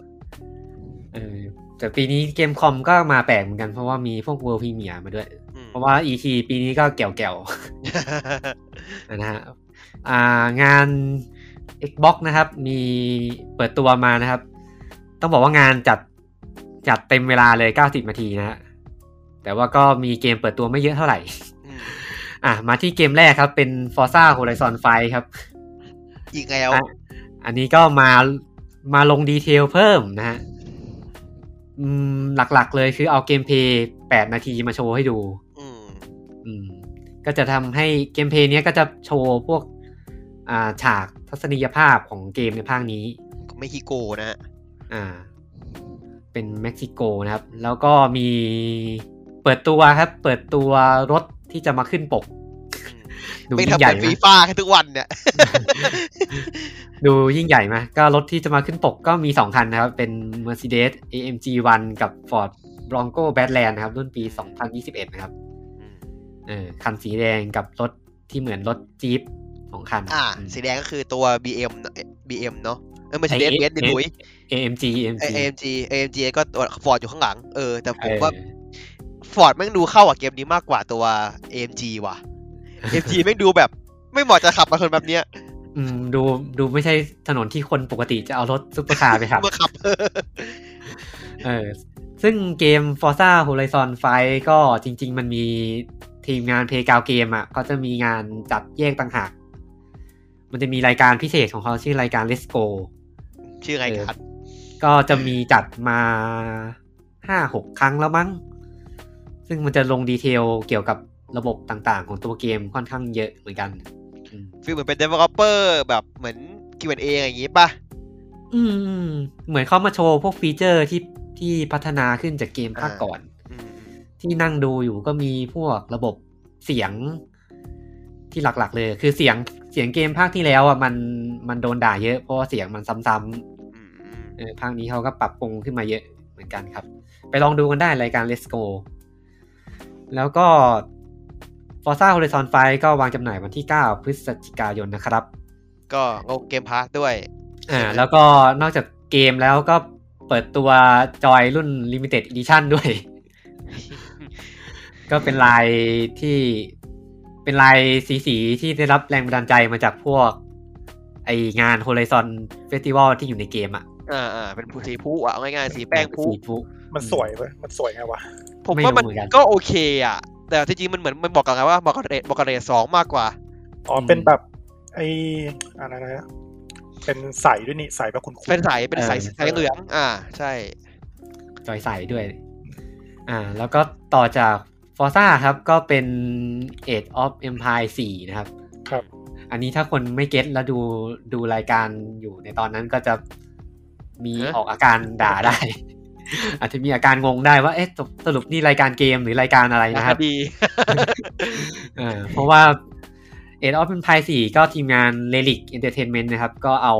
เออแต่ปีนี้เกมคอมก็มาแปลกเหมือนกันเพราะว่ามีพวกเว r ร์ p พ e เมียมาด้วย อืม เพราะว่า E3 ปีนี้ก็แก่วแก่วๆ นะฮะอ่างาน Xbox นะครับ มีเปิดตัวมานะครับ ต้องบอกว่างานจัดจัดเต็มเวลาเลย 90 นาทีนะฮะแต่ว่าก็มีเกมเปิดตัวไม่เยอะเท่าไหร่ อืม อ่ะมาที่เกมแรกครับ เป็น Forza Horizon 5 ครับ อีกแล้ว อ่ะ อันนี้ก็มามาลงดีเทลเพิ่มนะฮะอืมหลักๆเลยคือเอาเกมเพลย์8นาทีมาโชว์ให้ดู อืม อืม ก็จะทำให้เกมเพลย์เนี้ยก็จะโชว์พวก อ่าฉากทัศนียภาพของเกมในภาคนี้ ไม่ฮิโกนะฮะ อ่า เป็นเม็กซิโกนะครับ แล้วก็มีเปิดตัวครับ เปิดตัวรถที่จะมาขึ้นปก อืม ดู ไม่ ยิ่ ทำ งใหญ่ เป็น นะ ฟีฟ่าแค่ทุกวัน เนี่ย ดูยิ่งใหญ่ไหมก็รถที่จะมาขึ้นปกก็มี 2 คันนะครับ เป็น Mercedes AMG 1 กับ Ford Bronco Badland นะครับ รุ่นปี 2021 นะครับ อืม เออคันสีแดงกับรถที่เหมือนรถจี๊ปสองคัน อ่า ม สีแดงก็คือตัว BM เนอะ BM เนาะเออไม่ใช่ ไอ้ BM ดิ เอ๊ะ ลุย AMG AMG ไอ้ AMG AMG ก็ตัวฟอร์ดอยู่ข้างหลัง เออ แต่ผมว่า เออ ฟอร์ดแม่งดูเข้ากับเกมนี้มากกว่าตัว AMG ว่ะ AMG แม่งดูแบบ ไม่เหมาะจะขับมาคนแบบเนี้ย อืมดูดูไม่ใช่ถนนที่คนปกติจะเอารถซุปเปอร์คาร์ไปขั บ มาขับ เออซึ่งเกม Forza Horizon 5 ก็จริง ๆ มันมีทีมงาน Playground Game อ่ะเขาจะมีงานจัดแยกต่างหาก มันจะมีรายการพิเศษของเขาชื่อรายการ Let's Go ชื่อไงกัน ก็จะมีจัดมาห้าหกครั้งแล้วมั้ง ซึ่งมันจะลงดีเทลเกี่ยวกับระบบต่างๆ ของตัวเกมค่อนข้างเยอะเหมือนกัน อืม ฟีลเหมือนเป็น developer แบบเหมือน Q&A อย่างงี้ป่ะ อืมเหมือนเขามาโชว์พวกฟีเจอร์ที่ที่พัฒนาขึ้นจากเกมภาคก่อน อืม ที่นั่งดูอยู่ก็มีพวกระบบเสียงที่หลักๆ เลย คือเสียงเสียงเกมภาคที่แล้วอ่ะมันมันโดนด่าเยอะเพราะว่าเสียงมันซ้ำ อืมอืม ๆเออภาคนี้เขาก็ปรับปรุงขึ้นมาเยอะเหมือนกันครับ ไปลองดูกันได้รายการ Let's Go แล้วก็ Forza Horizon 5 ก็วางจำหน่ายวันที่ 9 พฤศจิกายนนะครับ ก็ลงเกมพาร์ด้วย อ่าแล้วก็นอกจากเกมแล้วก็เปิดตัวจอยรุ่น Limited Edition ด้วย ก็เป็นลายที่เป็นลายสีสีๆที่ได้รับแรงบันดาลใจมาจากพวก ไองาน Horizon Festival ที่อยู่ในเกมอ่ะ อ่าอ่าเป็นผู้สีผู้อ่ะเอาง่ายๆสีแป้งผู้ สีพุ มันสวยเว้ยมันสวยไงวะ ผม ไม่ ว่ามัน รู้เหมือนกัน ก็โอเคอ่ะ แต่จริงๆมันเหมือนมันบอกกันไงว่าบอกกับเรทบอกกับเรทสองมากกว่า อ๋ออ ม เป็นแบบไอ้อะไรนะเป็นใสด้วยนี่ใสแบบคุณคุ เป็นสายเป็นสาย เออ สายเหลือง อ่า ใช่ จอยใส่ด้วย อ่า แล้วก็ต่อจาก Forza ครับ ก็เป็น Age of Empire 4 นะครับ ครับ อันนี้ถ้าคนไม่เก็ตแล้วดูดูรายการอยู่ในตอนนั้นก็จะมี ฮะ ออกอาการด่าได้ อาจจะมีอาการงงได้ว่า เอ๊ะสรุปสรุปนี่รายการเกมหรือรายการอะไร นะ นะค ค รั รับ บดี เออเพราะว่า Age of Empire 4 ก็ทีมงาน Relic Entertainment นะครับ ก็เอา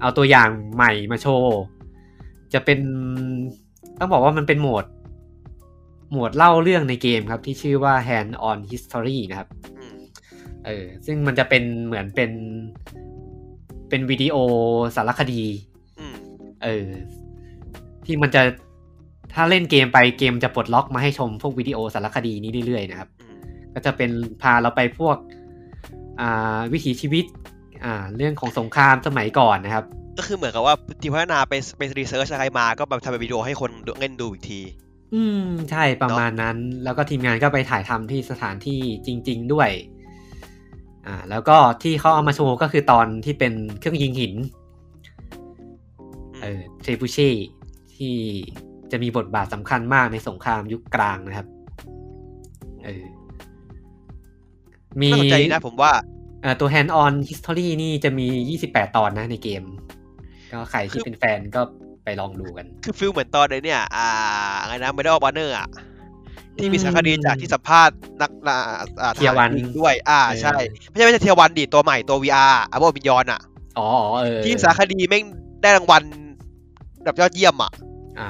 เอาตัวอย่างใหม่มาโชว์ จะเป็นต้องบอกว่ามันเป็นโหมด โหมดเล่าเรื่องในเกมครับที่ชื่อว่า Hand on History นะครับ อืม เออซึ่งมันจะเป็นเหมือนเป็น เป็นวิดีโอสารคดี อืม เออที่มันจะถ้าเล่นเกมไปเกมจะปลดล็อกมาให้ชมพวกวิดีโอสารคดีนี้เรื่อยๆนะครับ อืม ก็จะเป็นพาเราไปพวกอ่าวิถีชีวิตอ่าเรื่องของสงครามสมัยก่อนนะครับ ก็คือเหมือนกับว่าทีมพัฒนาไปไปรีเสิร์ชอะไรมาก็แบบทำเป็นวิดีโอให้คนดูเล่นดูอีกที อืมใช่ประมาณนั้น แล้วก็ทีมงานก็ไปถ่ายทำที่สถานที่จริง ๆด้วยอ่าแล้วก็ที่เขาเอามาโชว์ก็คือตอนที่เป็นเครื่องยิงหิน เออเทรบูเช่ที่จะมีบทบาทสำคัญมากในสงครามยุคกลางนะครับเออมี น่าสนใจนะผมว่า เอ่อตัว Hand on History นี่จะมี 28 ตอนนะในเกม ก็ใครที่เป็นแฟนก็ไปลองดูกัน คือฟิลเหมือนตอนเลยเนี่ย อ่าอะไรนะไม่ได้ออฟเนอร์อ่ะ ที่มีสารคดีจากที่สัมภาษณ์นักอ่าอ่า เทียวัน ด้วย อ่าใช่ ไม่ใช่ไม่ใช่เทียวันดิตัวใหม่ตัว VR อาโบบิยอนอ่ะ อ๋ออ๋อเออ ที่สารคดีแม่งได้รางวัลแบบยอดเยี่ยมอ่ะ อ่า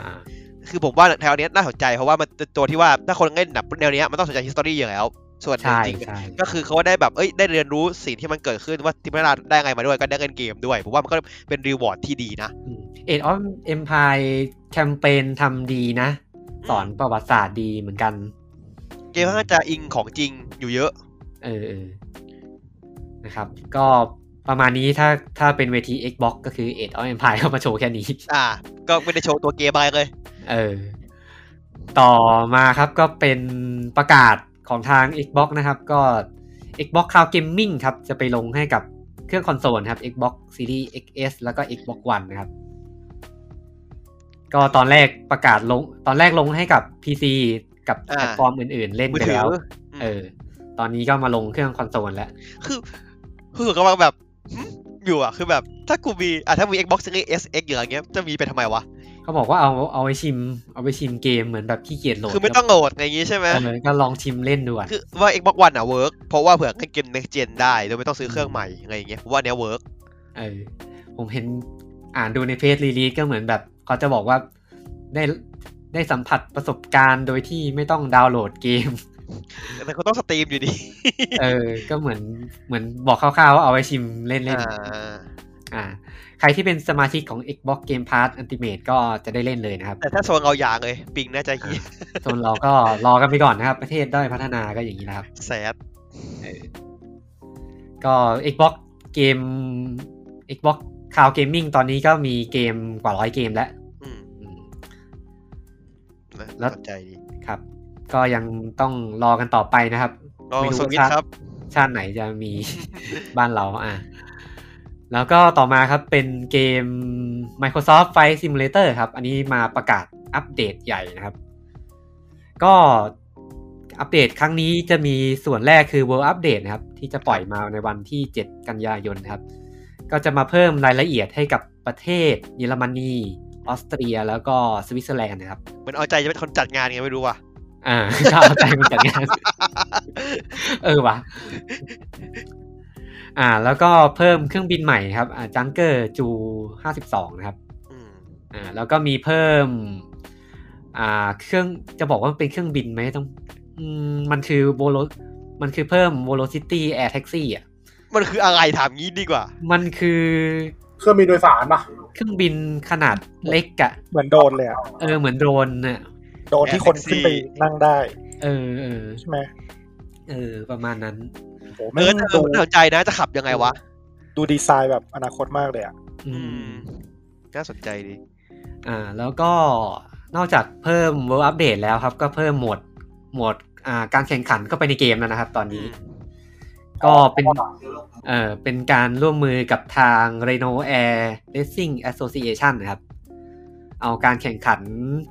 คือผมว่าแนวเนี้ยน่าสนใจเพราะว่ามันเป็นตัวที่ว่าถ้าคนเล่นแบบแนวเนี้ยมันต้องสนใจฮิสตอรี่อยู่แล้ว ส่วนหนึ่ง ใช่ จริงๆ ใช่ ก็คือเขาได้แบบเอ้ยได้เรียนรู้สิ่งที่มันเกิดขึ้นว่าทีมพัฒนาได้ไงมาด้วยก็ได้เงินเกมด้วยผมว่ามันก็เป็นรีวอร์ดที่ดีนะ เอ็ดออฟเอ็มพายแคมเปญทำดีนะ สอนประวัติศาสตร์ดีเหมือนกัน เกมค่อนข้างจะอิงของจริงอยู่เยอะ เออเออนะครับ ก็ประมาณนี้ถ้าถ้าเป็นเวที Xbox ก็คือ Age of Empire เข้ามาโชว์แค่นี้ อ่า ก็ไม่ได้โชว์ตัวเกมอะไรเลย เออ ต่อมาครับก็เป็นประกาศของทาง Xbox นะครับ ก็ Xbox Cloud Gaming ครับ จะไปลงให้กับเครื่องคอนโซลครับ Xbox Series XS แล้วก็ Xbox One นะครับ ก็ตอนแรกประกาศลง ตอนแรกลงให้กับ PC กับ อ่า แพลตฟอร์มอื่นๆ เล่น มือ ไป ถื แล้ว อ เออ ตอนนี้ก็มาลงเครื่องคอนโซลแล้ว คือคือผมกำลังแบบหึอยู่อ่ะ คือแบบถ้ากูมีอ่ะถ้ามี Xbox Series S X อยู่อย่างเงี้ยจะมีไปทำไมวะ เขาบอกว่าเอาเอาไปชิม เอาไปชิมเกมเหมือนแบบขี้เกียจโหลด คือไม่ต้องโหลดอะไรอย่างงี้ใช่ไหม เออก็ลองชิมเล่นดูอ่ะ คือว่า Xbox One อ่ะเวิร์กเพราะว่าเผื่อเล่นเกม Next Gen ได้โดยไม่ต้องซื้อเครื่องใหม่อะไรอย่างเงี้ยผมว่าเนี้ยเวิร์ก เออผมเห็นอ่านดูในเพจรีลีสก็เหมือนแบบเขาจะบอกว่าได้ได้สัมผัสประสบการณ์โดยที่ไม่ต้องดาวน์โหลดเกม แต่ก็ต้องสตรีมอยู่ดี เออ ก็เหมือนเหมือนบอกคร่าวๆว่าเอาไว้ชิมเล่น อ่า ๆอ่า ใครที่เป็นสมาชิกของ Xbox Game Pass Ultimate ก็จะได้เล่นเลยนะครับ แต่ถ้าโซนเอาอย่างเลย ปิงน่าจะเฮีย ส่วนเราก็รอกันไปก่อนนะครับ ประเทศด้อยพัฒนาก็อย่างนี้นะครับ แสบ ก็ Xbox เกม Xbox Cloud Gaming ตอนนี้ก็มีเกมกว่าร้อยเกมแล้ว อืม อืม น่า แล้ว สนใจดี ครับ ก็ยังต้องรอกันต่อไปนะครับ ลอง ไม่รู้ สวิต ว่า ช์ครับ ชาติไหนจะมี บ้านเราอ่ะ แล้วก็ต่อมาครับเป็นเกม Microsoft Flight Simulator ครับ อันนี้มาประกาศอัปเดตใหญ่นะครับ ก็อัปเดตครั้งนี้จะมีส่วนแรกคือ World Update นะครับ ที่จะปล่อยมาในวันที่ 7 กันยายนนะครับ ก็จะมาเพิ่มรายละเอียดให้กับประเทศ เยอรมนีออสเตรีย แล้วก็สวิตเซอร์แลนด์นะครับ เหมือนเอาใจจะเป็นคนจัดงานไงไม่รู้ว่ะ อ่า ก็เอาใจมันจัดงาน เออวะอ่า แล้วก็เพิ่มเครื่องบินใหม่ครับ อ่าจังเกอร์จูห้าสิบสองนะครับ อืม อ่า แล้วก็มีเพิ่ม อ่า เครื่อง จะบอกว่ามันเป็นเครื่องบินไหมต้อง อืม มันคือโวโลมันคือเพิ่ม velocity air taxi อ่ะ มันคืออะไรถามงี้ดีกว่า มันคือ เครื่องบินโดยสารปะ เครื่องบินขนาดเล็กอ่ะ เหมือนโดรนเลยอะ เออ เหมือนโดรนอ่ะ โดรนที่คนขึ้นไปนั่งได้ เออ เออ ใช่ไหม เออ ประมาณนั้น โห เอ แม่ อง น่า ดู สนใจนะจะขับยังไงวะ ดูดีไซน์แบบอนาคตมากเลยอะ อื อืม ม น่าสนใจดี อ่าแล้วก็นอกจากเพิ่ม World Update แล้วครับ ก็เพิ่มโหมดโหมดอ่าการแข่งขันเข้าไปในเกมแล้วนะครับ ตอนนี้ ก็เป็นเอ่อเป็นการร่วมมือกับทาง Reno Air Racing Association นะครับ เอาการแข่งขัน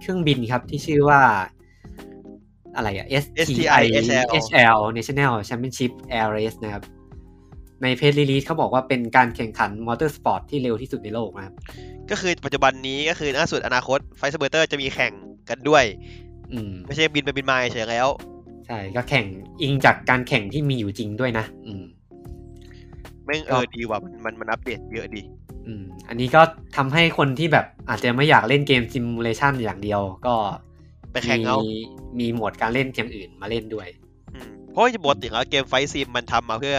เครื่องบินครับที่ชื่อว่า อะไรอะ STI STI HL National Championship Air Race นะครับ ในเพจรีลีสเขาบอกว่าเป็นการแข่งขันมอเตอร์สปอร์ตที่เร็วที่สุดในโลกนะครับ ก็คือปัจจุบันนี้ก็คือล่าสุดอนาคตไฟสเบอร์เตอร์จะมีแข่งกันด้วย อืม ไม่ใช่บินไปบินมาเฉยๆแล้ว ใช่ ก็แข่งอิงจากการแข่งที่มีอยู่จริงด้วยนะ อืม แม่งเออดีว่ะมันมันมันอัปเดตเยอะดี อืม อันนี้ก็ทำให้คนที่แบบอาจจะไม่อยากเล่นเกมซิมูเลชันอย่างเดียว ก็ ไปแข่งเอา มีมีโหมดการเล่นอย่างอื่นมาเล่นด้วย อืมเพราะว่าปกติแล้วเกมไฟท์ซีมมันทำมาเพื่อ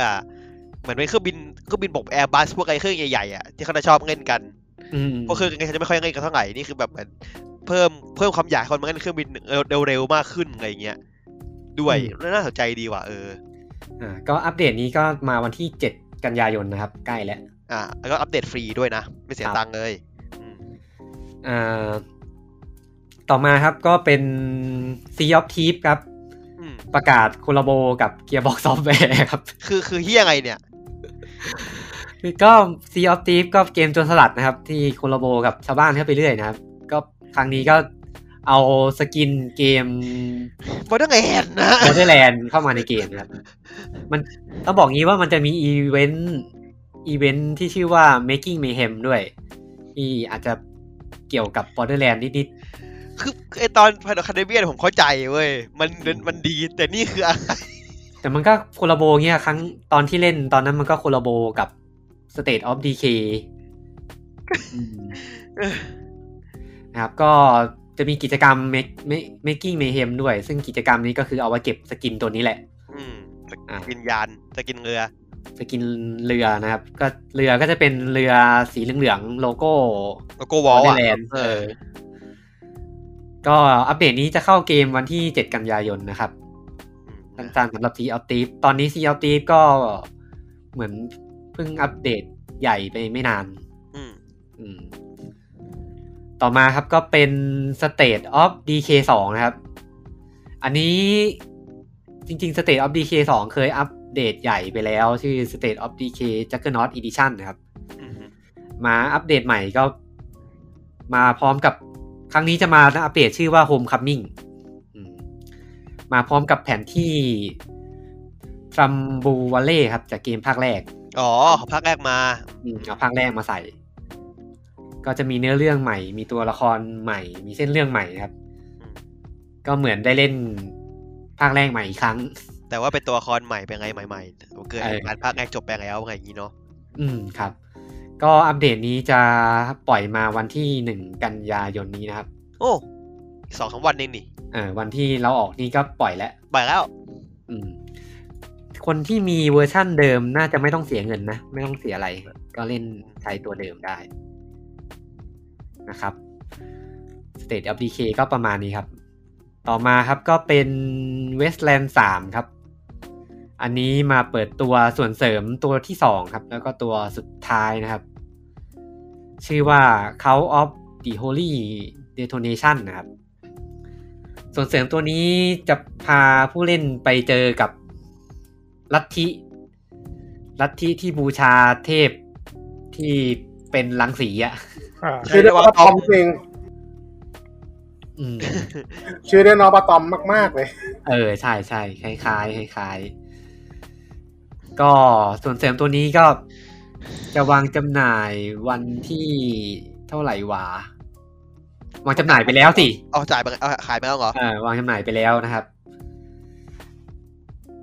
เหมือนเป็นเครื่องบินเครื่องบินบกแอร์บัสพวกไอ้เครื่องใหญ่ๆอ่ะที่เขาจะชอบเล่นกัน อืม เพราะเครื่องเล่นเขาจะไม่ค่อยเล่นกันเท่าไหร่นี่คือแบบเหมือนเพิ่มเพิ่มความอยากให้คนมาเล่นเครื่องบินเร็วๆมากขึ้นอะไรอย่างเงี้ยด้วยแล้วน่าสนใจดีว่ะเออ อ่าก็อัปเดตนี้ก็มาวันที่ 7 กันยายนนะครับ ใกล้แล้ว อ่ะแล้วก็อัปเดตฟรีด้วยนะ ไม่เสีย ครับ ตังค์เลยอืม อ่าต่อมาครับก็เป็น Sea of Thieves ครับ อืม ประกาศคอลลาโบกับ Gearbox Software ครับ คือคือเฮียไงเนี่ย ก็ Sea of Thieves ก็เกมโจรสลัดนะครับ ที่คอลลาโบกับชาวบ้านเข้าไปเรื่อยนะครับ ก็ครั้งนี้ก็เอาสกินเกม บอลต้องไงแอน นะ b o r d e r l a n d เข้ามาในเกมนะครับ มันต้องบอกงี้ว่ามันจะมีอีเวนต์อีเวนต์ที่ชื่อว่า making mayhem ด้วย ที่อาจจะเกี่ยวกับ Borderland นิด คือไอตอนพาร์คาเดเบียผมเข้าใจเว้ย มันมันดี แต่นี่คืออะไร แต่มันก็โคลาโบเงี้ยครั้งตอนที่เล่นตอนนั้นมันก็โคลาโบกับ State of Decay เออ นะครับก็จะมีกิจกรรม Make- Make- making mayhem ด้วย ซึ่งกิจกรรมนี้ก็คือเอาไว้เก็บสกินตัวนี้แหละ อืม อ่ะ จะกินยานจะกินเรือ สกินเรือนะครับ ก็เรือก็จะเป็นเรือสีเหลืองๆโลโก้ แล้วก็วอลอ่ะ Wonderland เออ ก็อัปเดตนี้จะเข้าเกมวันที่ 7 กันยายนนะครับสั้นๆสำหรับ t ีอ t ตีฟตอนนี้ t ีอ t ตีฟก็เหมือนเพิ่งอัปเดตใหญ่ไปไม่นาน อืม อืม ต่อมาครับก็เป็น State of DK 2นะครับ อันนี้จริง ๆ State of DK 2เคยอัปเดตใหญ่ไปแล้วชื่อ State of DK Juggernaut Edition นะครับ อืม มาอัปเดตใหม่ก็มาพร้อมกับครั้งนี้จะมาอัปเดตชื่อว่า Homecoming อืมมาพร้อมกับแผนที่ทรัมบูว a เล่ครับ จากเกมภาคแรก อ๋อภาคแรกมา อืมเอาภาคแรกมาใส่ ก็จะมีเนื้อเรื่องใหม่ มีตัวละครใหม่ มีเส้นเรื่องใหม่นะครับ อืม ก็เหมือนได้เล่นภาคแรกใหม่อีกครั้ง แต่ว่าเป็นตัวละครใหม่เป็นไงใหม่ๆผมเกิด เออ เหตุการณ์ภาคแรกจบไปแล้วไงอย่างนี้เนาะ อืมครับ ก็อัปเดตนี้จะปล่อยมาวันที่หนึ่งกันยายนนี้นะครับ โอ้อีกสองสามวันเองนี่ เออวันที่เราออกนี่ก็ปล่อยแล้ว ไปแล้ว อืม คนที่มีเวอร์ชั่นเดิมน่าจะไม่ต้องเสียเงินนะ ไม่ต้องเสียอะไร ก็เล่นใช้ตัวเดิมได้นะครับ State of Decay ก็ประมาณนี้ครับ ต่อมาครับก็เป็น Westland 3 ครับ อันนี้มาเปิดตัวส่วนเสริมตัวที่ 2 ครับ แล้วก็ตัวสุดท้ายนะครับ ชื่อว่า Call of the Holy Detonation นะครับ ส่วนเสริมตัวนี้จะพาผู้เล่นไปเจอกับลัทธิ ลัทธิที่บูชาเทพที่เป็นรังสีอะ อ่า ใช่ ชื่อ ได้ ได้ ว่า ว่า ต ต อ อ ม มจริง อืม ชื่อได้นอปตอมมาก ๆ เลย เออ ใช่ใช่คล้ายคล้ายๆคล้ายๆก็ส่วนเสริมตัวนี้ก็จะวางจำหน่ายวันที่เท่าไหร่วะวางจำหน่ายไปแล้วสิ เอาจ่ายไปเอาขายไปแล้วเหรอ เอ่อวางจำหน่ายไปแล้วนะครับ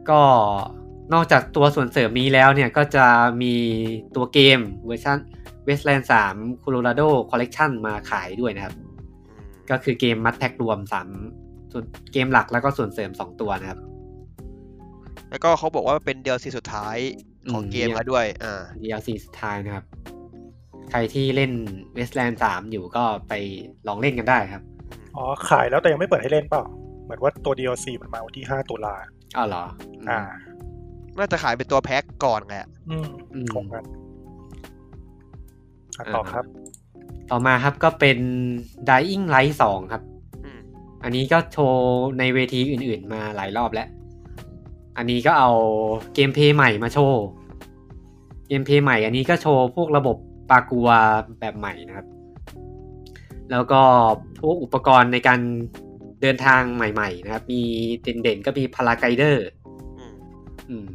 ก็นอกจากตัวส่วนเสริมนี้แล้วเนี่ยก็จะมีตัวเกมเวอร์ชัน Westland 3 Colorado Collection มาขายด้วยนะครับ ก็คือเกมมัดแพ็กรวมสามส่วนเกมหลักแล้วก็ส่วนเสริมสองตัวนะครับ แล้วก็เขาบอกว่าเป็นเดียวซีสุดท้ายของเกมแล้วด้วย อ่า เดียวซีสุดท้ายนะครับ ใครที่เล่น Westland 3 อยู่ก็ไปลองเล่นกันได้ครับ อ๋อขายแล้วแต่ยังไม่เปิดให้เล่นเปล่า เหมือนว่าตัว DLC มันมาวันที่ 5 ตุลา อ้าวเหรอ อ่า น่าจะขายเป็นตัวแพ็คก่อนแหละ อืม อืม ของกันอ่ะต่อครับ ต่อมาครับก็เป็น Dying Light 2 ครับ อืม อันนี้ก็โชว์ในเวทีอื่นๆมาหลายรอบแล้ว อันนี้ก็เอาเกมเพลย์ใหม่มาโชว์ เกมเพลย์ใหม่ อันนี้ก็โชว์พวกระบบปากัวแบบใหม่นะครับ แล้วก็พวกอุปกรณ์ในการเดินทางใหม่ๆนะครับ มีเด่นๆก็มีพาราไกเดอร์ อืม อืม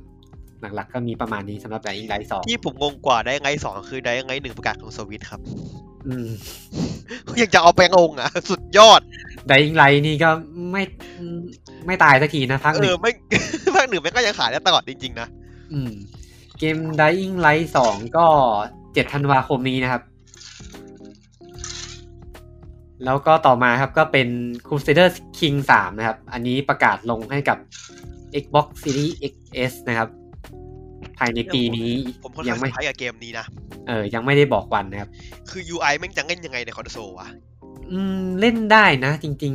หลักๆก็มีประมาณนี้สำหรับ Dying Light 2 ที่ผมงงกว่าได้ไงสองคือได้ไงหนึ่งประกาศของสวิตครับ อืม ยังจะเอาแปลงองค์อ่ะ สุดยอด Dying Light นี่ก็ไม่ไม่ตายสักทีนะพัก เอ หนึ่ อง ไม่ ภาคหนึ่งแม่งก็ยังขายได้ตลอดจริงๆนะ อืมเกม Dying Light 2 ก็7ธันวาคมนี้นะครับ แล้วก็ต่อมาครับก็เป็น Crusader King 3 นะครับ อันนี้ประกาศลงให้กับ Xbox Series XS นะครับ ภายในปีนี้ ผมค่อน ยั ข้าง ไม่ ใช้ายกับเกมนี้นะ เออยังไม่ได้บอกวันนะครับ คือ UI แม่งจะเล่นยังไงในคอนโซลวะ อืมเล่นได้นะ จริง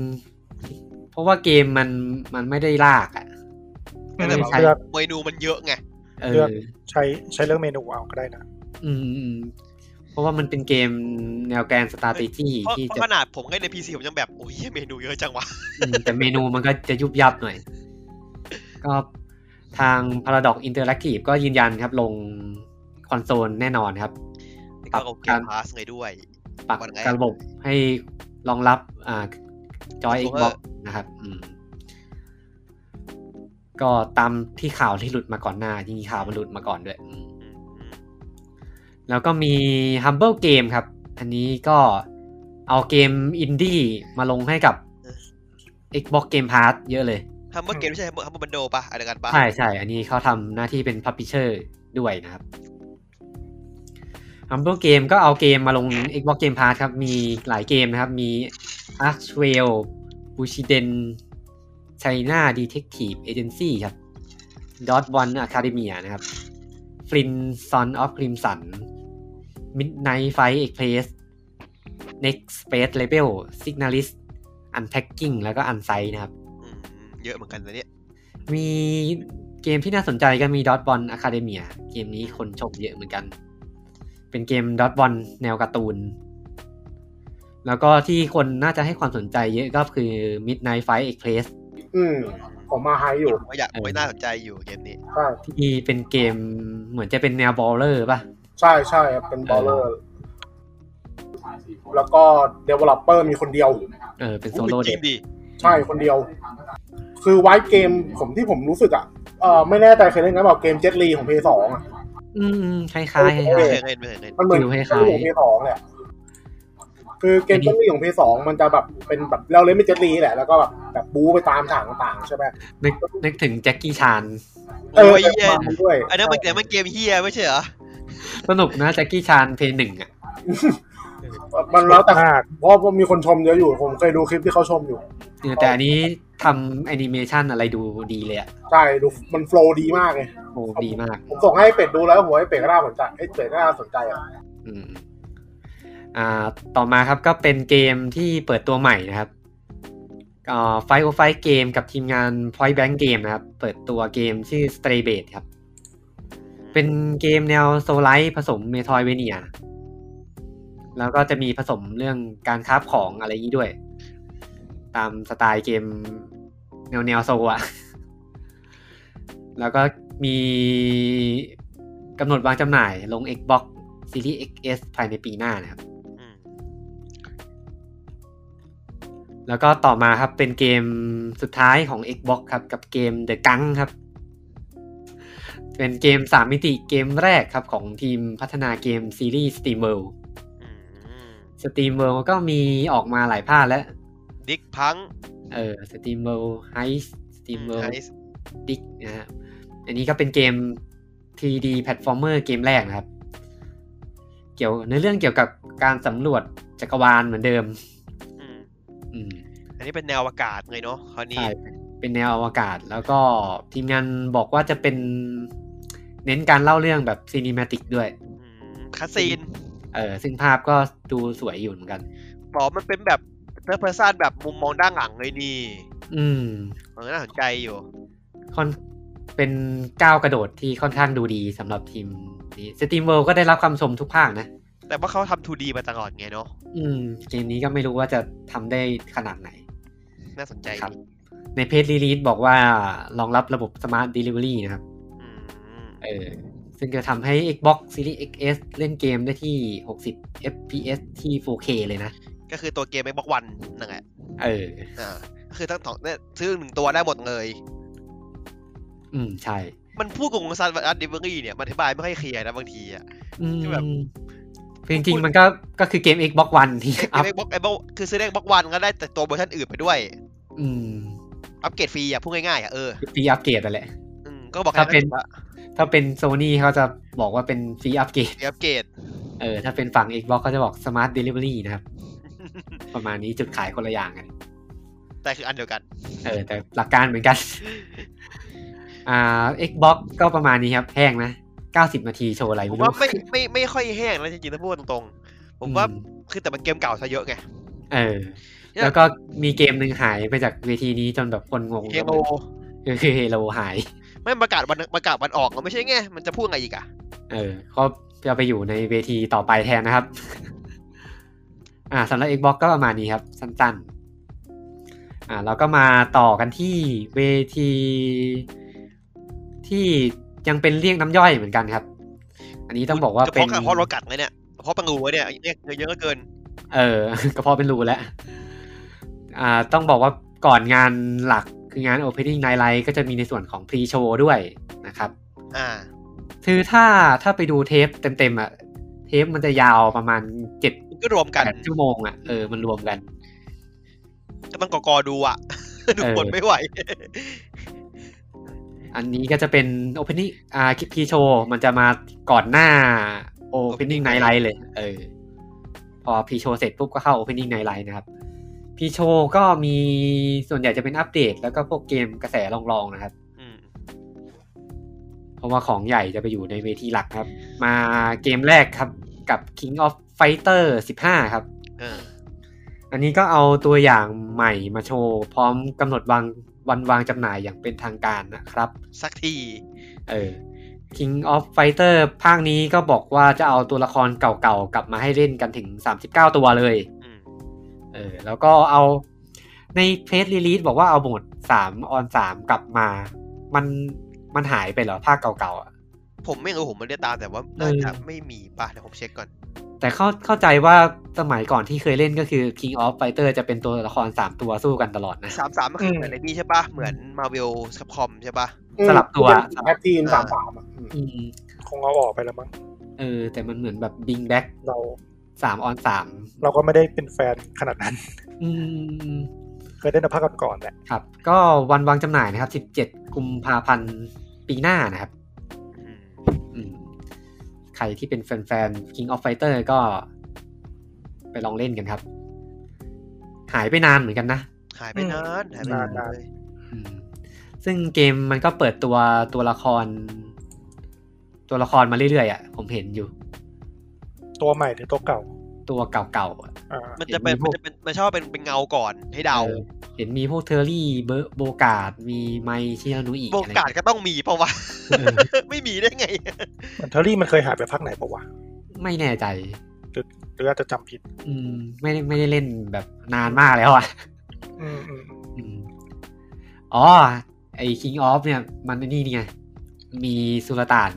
ๆ เพราะว่าเกมมันมันไม่ได้ลากอะ่ะ แต่แบบ ใช่ เลือก เมนูมันเยอะไง เอ เลือก อ ใช้ใช้เลือกเมนูเอาก็ได้นะ อืมอืมเพราะว่ามันเป็นเกมแนวแกน strategy เพราะ ที่ เพราะ จะ ขนาดผมเล่นในพีซีผมยังแบบ โอ้ยเหี้ยเมนูเยอะจังวะ อืมแต่เมนูมันก็จะยุบยับหน่อย ก็ทาง Paradox Interactive ก็ยืนยันครับลงคอนโซลแน่นอนครับ นี่ ปรั ก็ บ เอาเก กาม ร พาสไงด้วย ปรับ วันแรก การระบบให้รองรับอ่าจอย Controller Xbox นะครับอืมก็ตามที่ข่าวที่หลุดมาก่อนหน้าจริงๆข่าวมันหลุดมาก่อนด้วยอืม อืมอืม แล้วก็มี Humble Game ครับ อันนี้ก็ เอาเกมอินดี้มาลงให้กับ Xbox Game Pass เยอะเลย ฮัมเบอร์เกมไม่ใช่ฮัมเบอร์ฮัมเบอร์บันโดปะอะไรกันปะ ใช่ใช่อันนี้เขาทำหน้าที่เป็นพับ l ิเชอร์ด้วยนะครับ h u m b l e Game ก็เอาเกมมาลง Xbox Game Pass ครับ มีหลายเกมนะครับ มี Archwell Bushiden China Detective Agency ครับ Dot One Academia นะครับ Flynn Son of Crimson Midnight Fight Express Next Space Label Signalist Unpacking แล้วก็ Unsight นะครับ อืมเยอะเหมือนกันนะเนี่ย มีเกมที่น่าสนใจก็มี Dot Ball Academia เกมนี้คนชมเยอะเหมือนกัน เป็นเกม Dot Ball แนวการ์ตูน แล้วก็ที่คนน่าจะให้ความสนใจเยอะก็คือ Midnight Fight Express อืมผมมาไฮอยู่ ผมว่าอยากผมว่าน่าสนใจอยู่เกมนี้ ใช่ ที่เป็นเกมเหมือนจะเป็นแนวบอลเลอร์ป่ะ ใช่ใช่ครับเป็นบอลเลอร์แล้วก็ developer มีคนเดียว เออ เป็นโซโล่ จ เด็ ริ ก งดิ ใช่คนเดียว คือไวท์เกมผมที่ผมรู้สึกอ่ะเออไม่แน่ใจเคยเล่นกันเปล่าเกมเจ็ตลีของเพย์สองอ่ะ อืมๆคล้ายๆคล้าย เอ ไม่ อ เคย ๆ เล่นไม่เคยเล่น มันเหมือน ฟิลคล้ายๆ เกมของเพย์สองแหละคือเกมเจ็ตลีของเพย์สองมันจะแบบเป็นแบบเราเล่นเป็นเจ็ตลีแหละแล้วก็แบบแบบบู๊ไปตามฉากต่างๆใช่ไหม นึกนึกถึงแจ็คกี้ชาน เอ โอ้ อย เฮีย ประมาณด้วย อันนั้นมันแต่มันเกมเฮียไม่ใช่เหรอ สนุกนะแจ็คกี้ชานเพย์หนึ่งอ่ะ มันแล้วแต่ มาก เพราะว่ามีคนชมเยอะอยู่ผมเคยดูคลิปที่เขาชมอยู่ แต่อันนี้ทำแอนิเมชันอะไรดูดีเลยอ่ะ ใช่ดูมันโฟลว์ดีมากเลย โอ้ดีมาก ผมส่งให้เป็ดดูแล้วหัวให้เป็ดก็น่าสนใจไอ้ยเป็ดก็น่าสนใจอ่ะ อืมอ่า ต่อมาครับก็เป็นเกมที่เปิดตัวใหม่นะครับไฟโอไฟเกมกับทีมงาน Point Blank Game นะครับ เปิดตัวเกมชื่อ Stray b a t ครับ เป็นเกมแนวโซลไลท์ผสมเมทอยเวเนีย แล้วก็จะมีผสมเรื่องการคราฟของอะไรอย่างนี้ด้วย ตามสไตล์เกมแนวแนวโซลอะ แล้วก็มีกำหนดวางจำหน่ายลง Xbox Series XS ภายในปีหน้านะครับ อืม แล้วก็ต่อมาครับเป็นเกมสุดท้ายของ Xbox ครับ กับเกม The Gunk ครับ เป็นเกม 3 มิติเกมแรกครับ ของทีมพัฒนาเกมซีรีส์ SteamWorld อืม SteamWorld ก็มีออกมาหลายภาคแล้ว ดิกพัง เออ SteamWorld Heist ไฮ SteamWorld ส์ Dig นะฮะอันนี้ก็เป็นเกม 3D platformer เกมแรกนะครับ เกี่ยวเนื้อเรื่องเกี่ยวกับการสำรวจจักรวาลเหมือนเดิม อืม อืม อันนี้เป็นแนวอากาศเลยเนาะคราวนี้ ใช่เป็นแนวอวกาศแล้วก็ทีมงานบอกว่าจะเป็นเน้นการเล่าเรื่องแบบซีนิมาติกด้วย อืมคัสซีน เออซึ่งภาพก็ดูสวยอยู่เหมือนกัน บอกมันเป็นแบบเทอร์เพอร์ซันแบบมุมมองด้านหลังเลยนี่ อืม มันก็น่าสนใจอยู่ ค่อนเป็นก้าวกระโดดที่ค่อนข้างดูดีสำหรับทีมนี้สต e ีมเวิลก็ได้รับคำชมทุกภาคนะ แต่ว่าเขาทำ 2D มาตลอดไงเนาะ อืม เกมนี้ก็ไม่รู้ว่าจะทำได้ขนาดไหน น่าสนใจ ครับ ดี ในเพจรีลีสบอกว่ารองรับระบบสมาร์ทเดลิเวอรี่นะครับ อืม เออซึ่งจะทำให้ Xbox Series XS เล่นเกมได้ที่ 60 FPS ที่ 4K เลยนะ ก็คือตัวเกม Xbox One นั่นแหละ เออ อ่าก็คือทั้งสองเนี่ยซื้อหนึ่งตัวได้หมดเลย อืม ใช่ มันพูดกับวงซันวัตดิเวอรี่เนี่ย มันอธิบายไม่ค่อยเคลียร์นะบางทีอ่ะ อืม คือแบบ คือจริงๆ มันก็ ก็คือเกม Xbox One ที่ เก อั ม พ Xbox Xbox คือซื้อได้ Xbox One ก็ได้แต่ตัวเวอร์ชันอื่นไปด้วย อืม อัปเกรดฟรีอ่ะ พูดง่ายๆอ่ะ เออ ฟรีอัปเกรดนั่นแหละ อืมก็บอก ถ้าเป็น แค่ว่า ถ้าเป็น Sony เขาจะบอกว่าเป็นฟรีอัปเกรด เดี๋ยวอัปเกรด เออ ถ้าเป็นฝั่ง Xbox เขาจะบอก Smart Delivery นะครับ ประมาณนี้จุดขายคนละอย่างกัน แต่คืออันเดียวกัน เออ แต่หลักการเหมือนกัน อ่า Xbox ก็ประมาณนี้ครับ แห้งนะ 90 นาทีโชว์อะไร ผ ไม่ ม รู้ ว่าไม่ไม่ไม่ค่อยแห้งนะจริงๆถ้าพูดตรงๆ ผมว่า อื คือแต่มันเกมเก่าซะเยอะไง เออ แล้วก็มีเกมหนึ่งหายไปจากเวทีนี้จนแบบคนงง เฮโล ก็คือเฮโลหาย ไม่ประกาศวันประกาศวันออกแล้วไม่ใช่ไง มันจะพูดไงอีกอ่ะ เออ ก็จะไปอยู่ในเวทีต่อไปแทนนะครับ อ่าสำหรับ Xbox ก็ประมาณนี้ครับ สั้นๆ อ่าเราก็มาต่อกันที่เวที ที่ยังเป็นเรียกน้ำย่อยเหมือนกันครับ อันนี้ต้องบอกว่า จะ เป็ เพราะ น กับเพราะเรากัดเลยเนี่ยเพราะปังรูไว้เนี่ยเนี่ยเยอะเกิน เออ กระเพาะเป็นรูแล้ว อ่า ต้องบอกว่าก่อนงานหลักคืองาน Opening Night Live ก็จะมีในส่วนของ Pre-Show ด้วยนะครับ อ่า คือถ้าถ้าไปดูเทปเต็มๆอะเทปมันจะยาวประมาณเจ็ด ก็รวมกัน แปดชั่วโมงอ่ะเออมันรวมกัน ก็ต้องกอกอดูอ่ะ ดู เออ กดไม่ไหว อันนี้ก็จะเป็น opening อ่าพีโชว์มันจะมาก่อนหน้า opening night light เลย เออ พอพีโชว์เสร็จปุ๊บก็เข้า opening night light นะครับพีโชว์ก็มีส่วนใหญ่จะเป็นอัปเดต แล้วก็พวกเกมกระแสรองๆนะครับ อืม เพราะว่าของใหญ่จะไปอยู่ในเวทีหลักครับ มาเกมแรกครับกับ King of Fighter 15 ครับ เออ อันนี้ก็เอาตัวอย่างใหม่มาโชว์ พร้อมกำหนดวางวันวางจำหน่ายอย่างเป็นทางการนะครับ สักที เออ King of Fighter ภาคนี้ก็บอกว่าจะเอาตัวละครเก่าๆ กลับมาให้เล่นกันถึง 39 ตัวเลย อืม เออ แล้วก็เอาในเพจรีลีสบอกว่าเอาโหมด3 ออน 3 กลับมา มันมันหายไปเหรอ ภาคเก่าๆอะ ผมไม่รู้ผมไม่ได้ตามแต่ว่าน่าจะไม่มีป่ะเดี๋ยวผมเช็คก่อน แต่เข้าเข้าใจว่าสมัยก่อนที่เคยเล่นก็คือ King of Fighter จะเป็นตัวละคร 3 ตัวสู้กันตลอดนะ สามสามมันคือเหมือนในนี่ใช่ป่ะ เหมือนมาเวลสคอมใช่ป่ะ อืม สลับตัว แพ็กทีมสามสามอ่ะอืม อืม คงเอาออกไปแล้วมั้ง เออ แต่มันเหมือนแบบบิงแบ็ก เรา สามออนสาม เราก็ไม่ได้เป็นแฟนขนาด นั้น อืม เคยได้นภาคก่อนๆแหละ ครับ ก็วันวางจำหน่ายนะครับ 17 กุมภาพันธ์ปีหน้านะครับ อืม อืม ใครที่เป็นแฟนๆ King of Fighter ก็ไปลองเล่นกันครับ หายไปนานเหมือนกันนะ หายไปนานหายไปนานเลย อืม ซึ่งเกมมันก็เปิดตัวตัวละคร ตัวละครมาเรื่อยๆอ่ะ ผมเห็นอยู่ ตัวใหม่หรือตัวเก่า ตัวเก่าๆอะ อ่า มันจะเป็นมันจะเป็นมันชอบเป็นเป็นเงาก่อนให้เดา ออเห็นมีพวกเทอรี่เบอร์โบกาดมีไมชิรานุอิ โบกาส ก็ต้องมีปะวะ อะไรอย่างเงี้ย ไม่มีได้ไง มันเทอรี่มันเคยหายไปพักไหนปะวะ ไม่แน่ใจ หรืออาจจะจำผิด อืม ไม่ได้ไม่ได้เล่นแบบนานมากแล้วอ่ะ อืมอืม อืมอ๋อ ไอ้ King of เนี่ย มันไอ้นี่นี่ไง มีสุลต่าน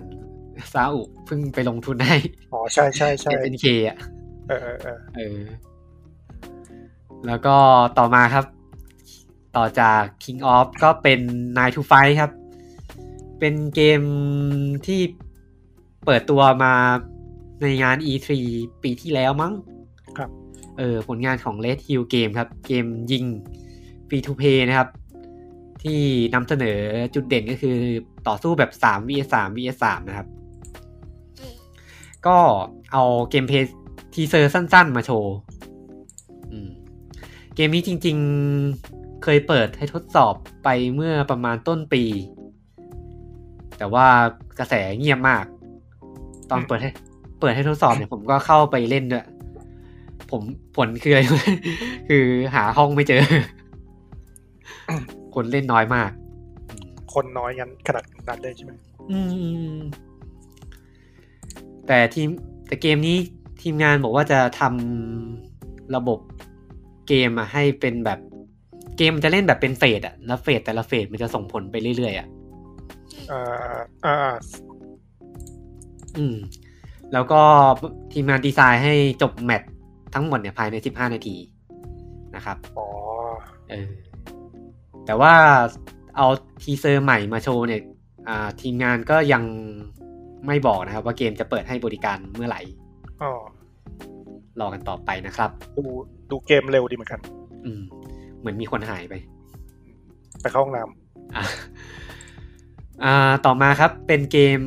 ซาอุเพิ่งไปลงทุนให้ อ๋อใช่ใช่ใช่ SNK อ่ะ เออเออเออ เออ แล้วก็ต่อมาครับ ต่อจาก King of ก็เป็น Nine to Five ครับ เป็นเกมที่เปิดตัวมาในงาน E3 ปีที่แล้วมั้ง ครับ เออผลงานของ Red Hill Game ครับ เกมยิง Free to Play นะครับ ที่นำเสนอจุดเด่นก็คือต่อสู้แบบ 3 vs 3 vs 3นะครับ ก็เอาเกมเพลย์ทีเซอร์สั้นๆ มาโชว์อืมเกมนี้จริงๆเคยเปิดให้ทดสอบไปเมื่อประมาณต้นปี แต่ว่ากระแสเงียบมาก ตอนเปิดให้ เปิดให้ทดสอบเนี่ยผมก็เข้าไปเล่นด้วย ผมผลคืออะไร รู้ไหม คือหาห้องไม่เจอ คนเล่นน้อยมาก คนน้อยงั้นขนาดนั้นเลยใช่ไหม อืม แต่ทีมแต่เกมนี้ทีมงานบอกว่าจะทำระบบเกมอะให้เป็นแบบเกมมันจะเล่นแบบเป็นเฟสอะแล้วเฟสแต่ละเฟสมันจะส่งผลไปเรื่อยๆอะ อ่าอ่าอ่า อืม แล้วก็ทีมงานดีไซน์ให้จบแมตช์ทั้งหมดเนี่ยภายใน 15 นาทีนะครับ อ๋อ เออ แต่ว่าเอาทีเซอร์ใหม่มาโชว์เนี่ยอ่าทีมงานก็ยังไม่บอกนะครับ ว่าเกมจะเปิดให้บริการเมื่อไหร่ อ๋อ รอกันต่อไปนะครับ ดูดูเกมเร็วดีเหมือนกัน อืม เหมือนมีคนหายไป ไปเข้าห้องน้ อ่ะอ่า ต่อมาครับเป็นเกม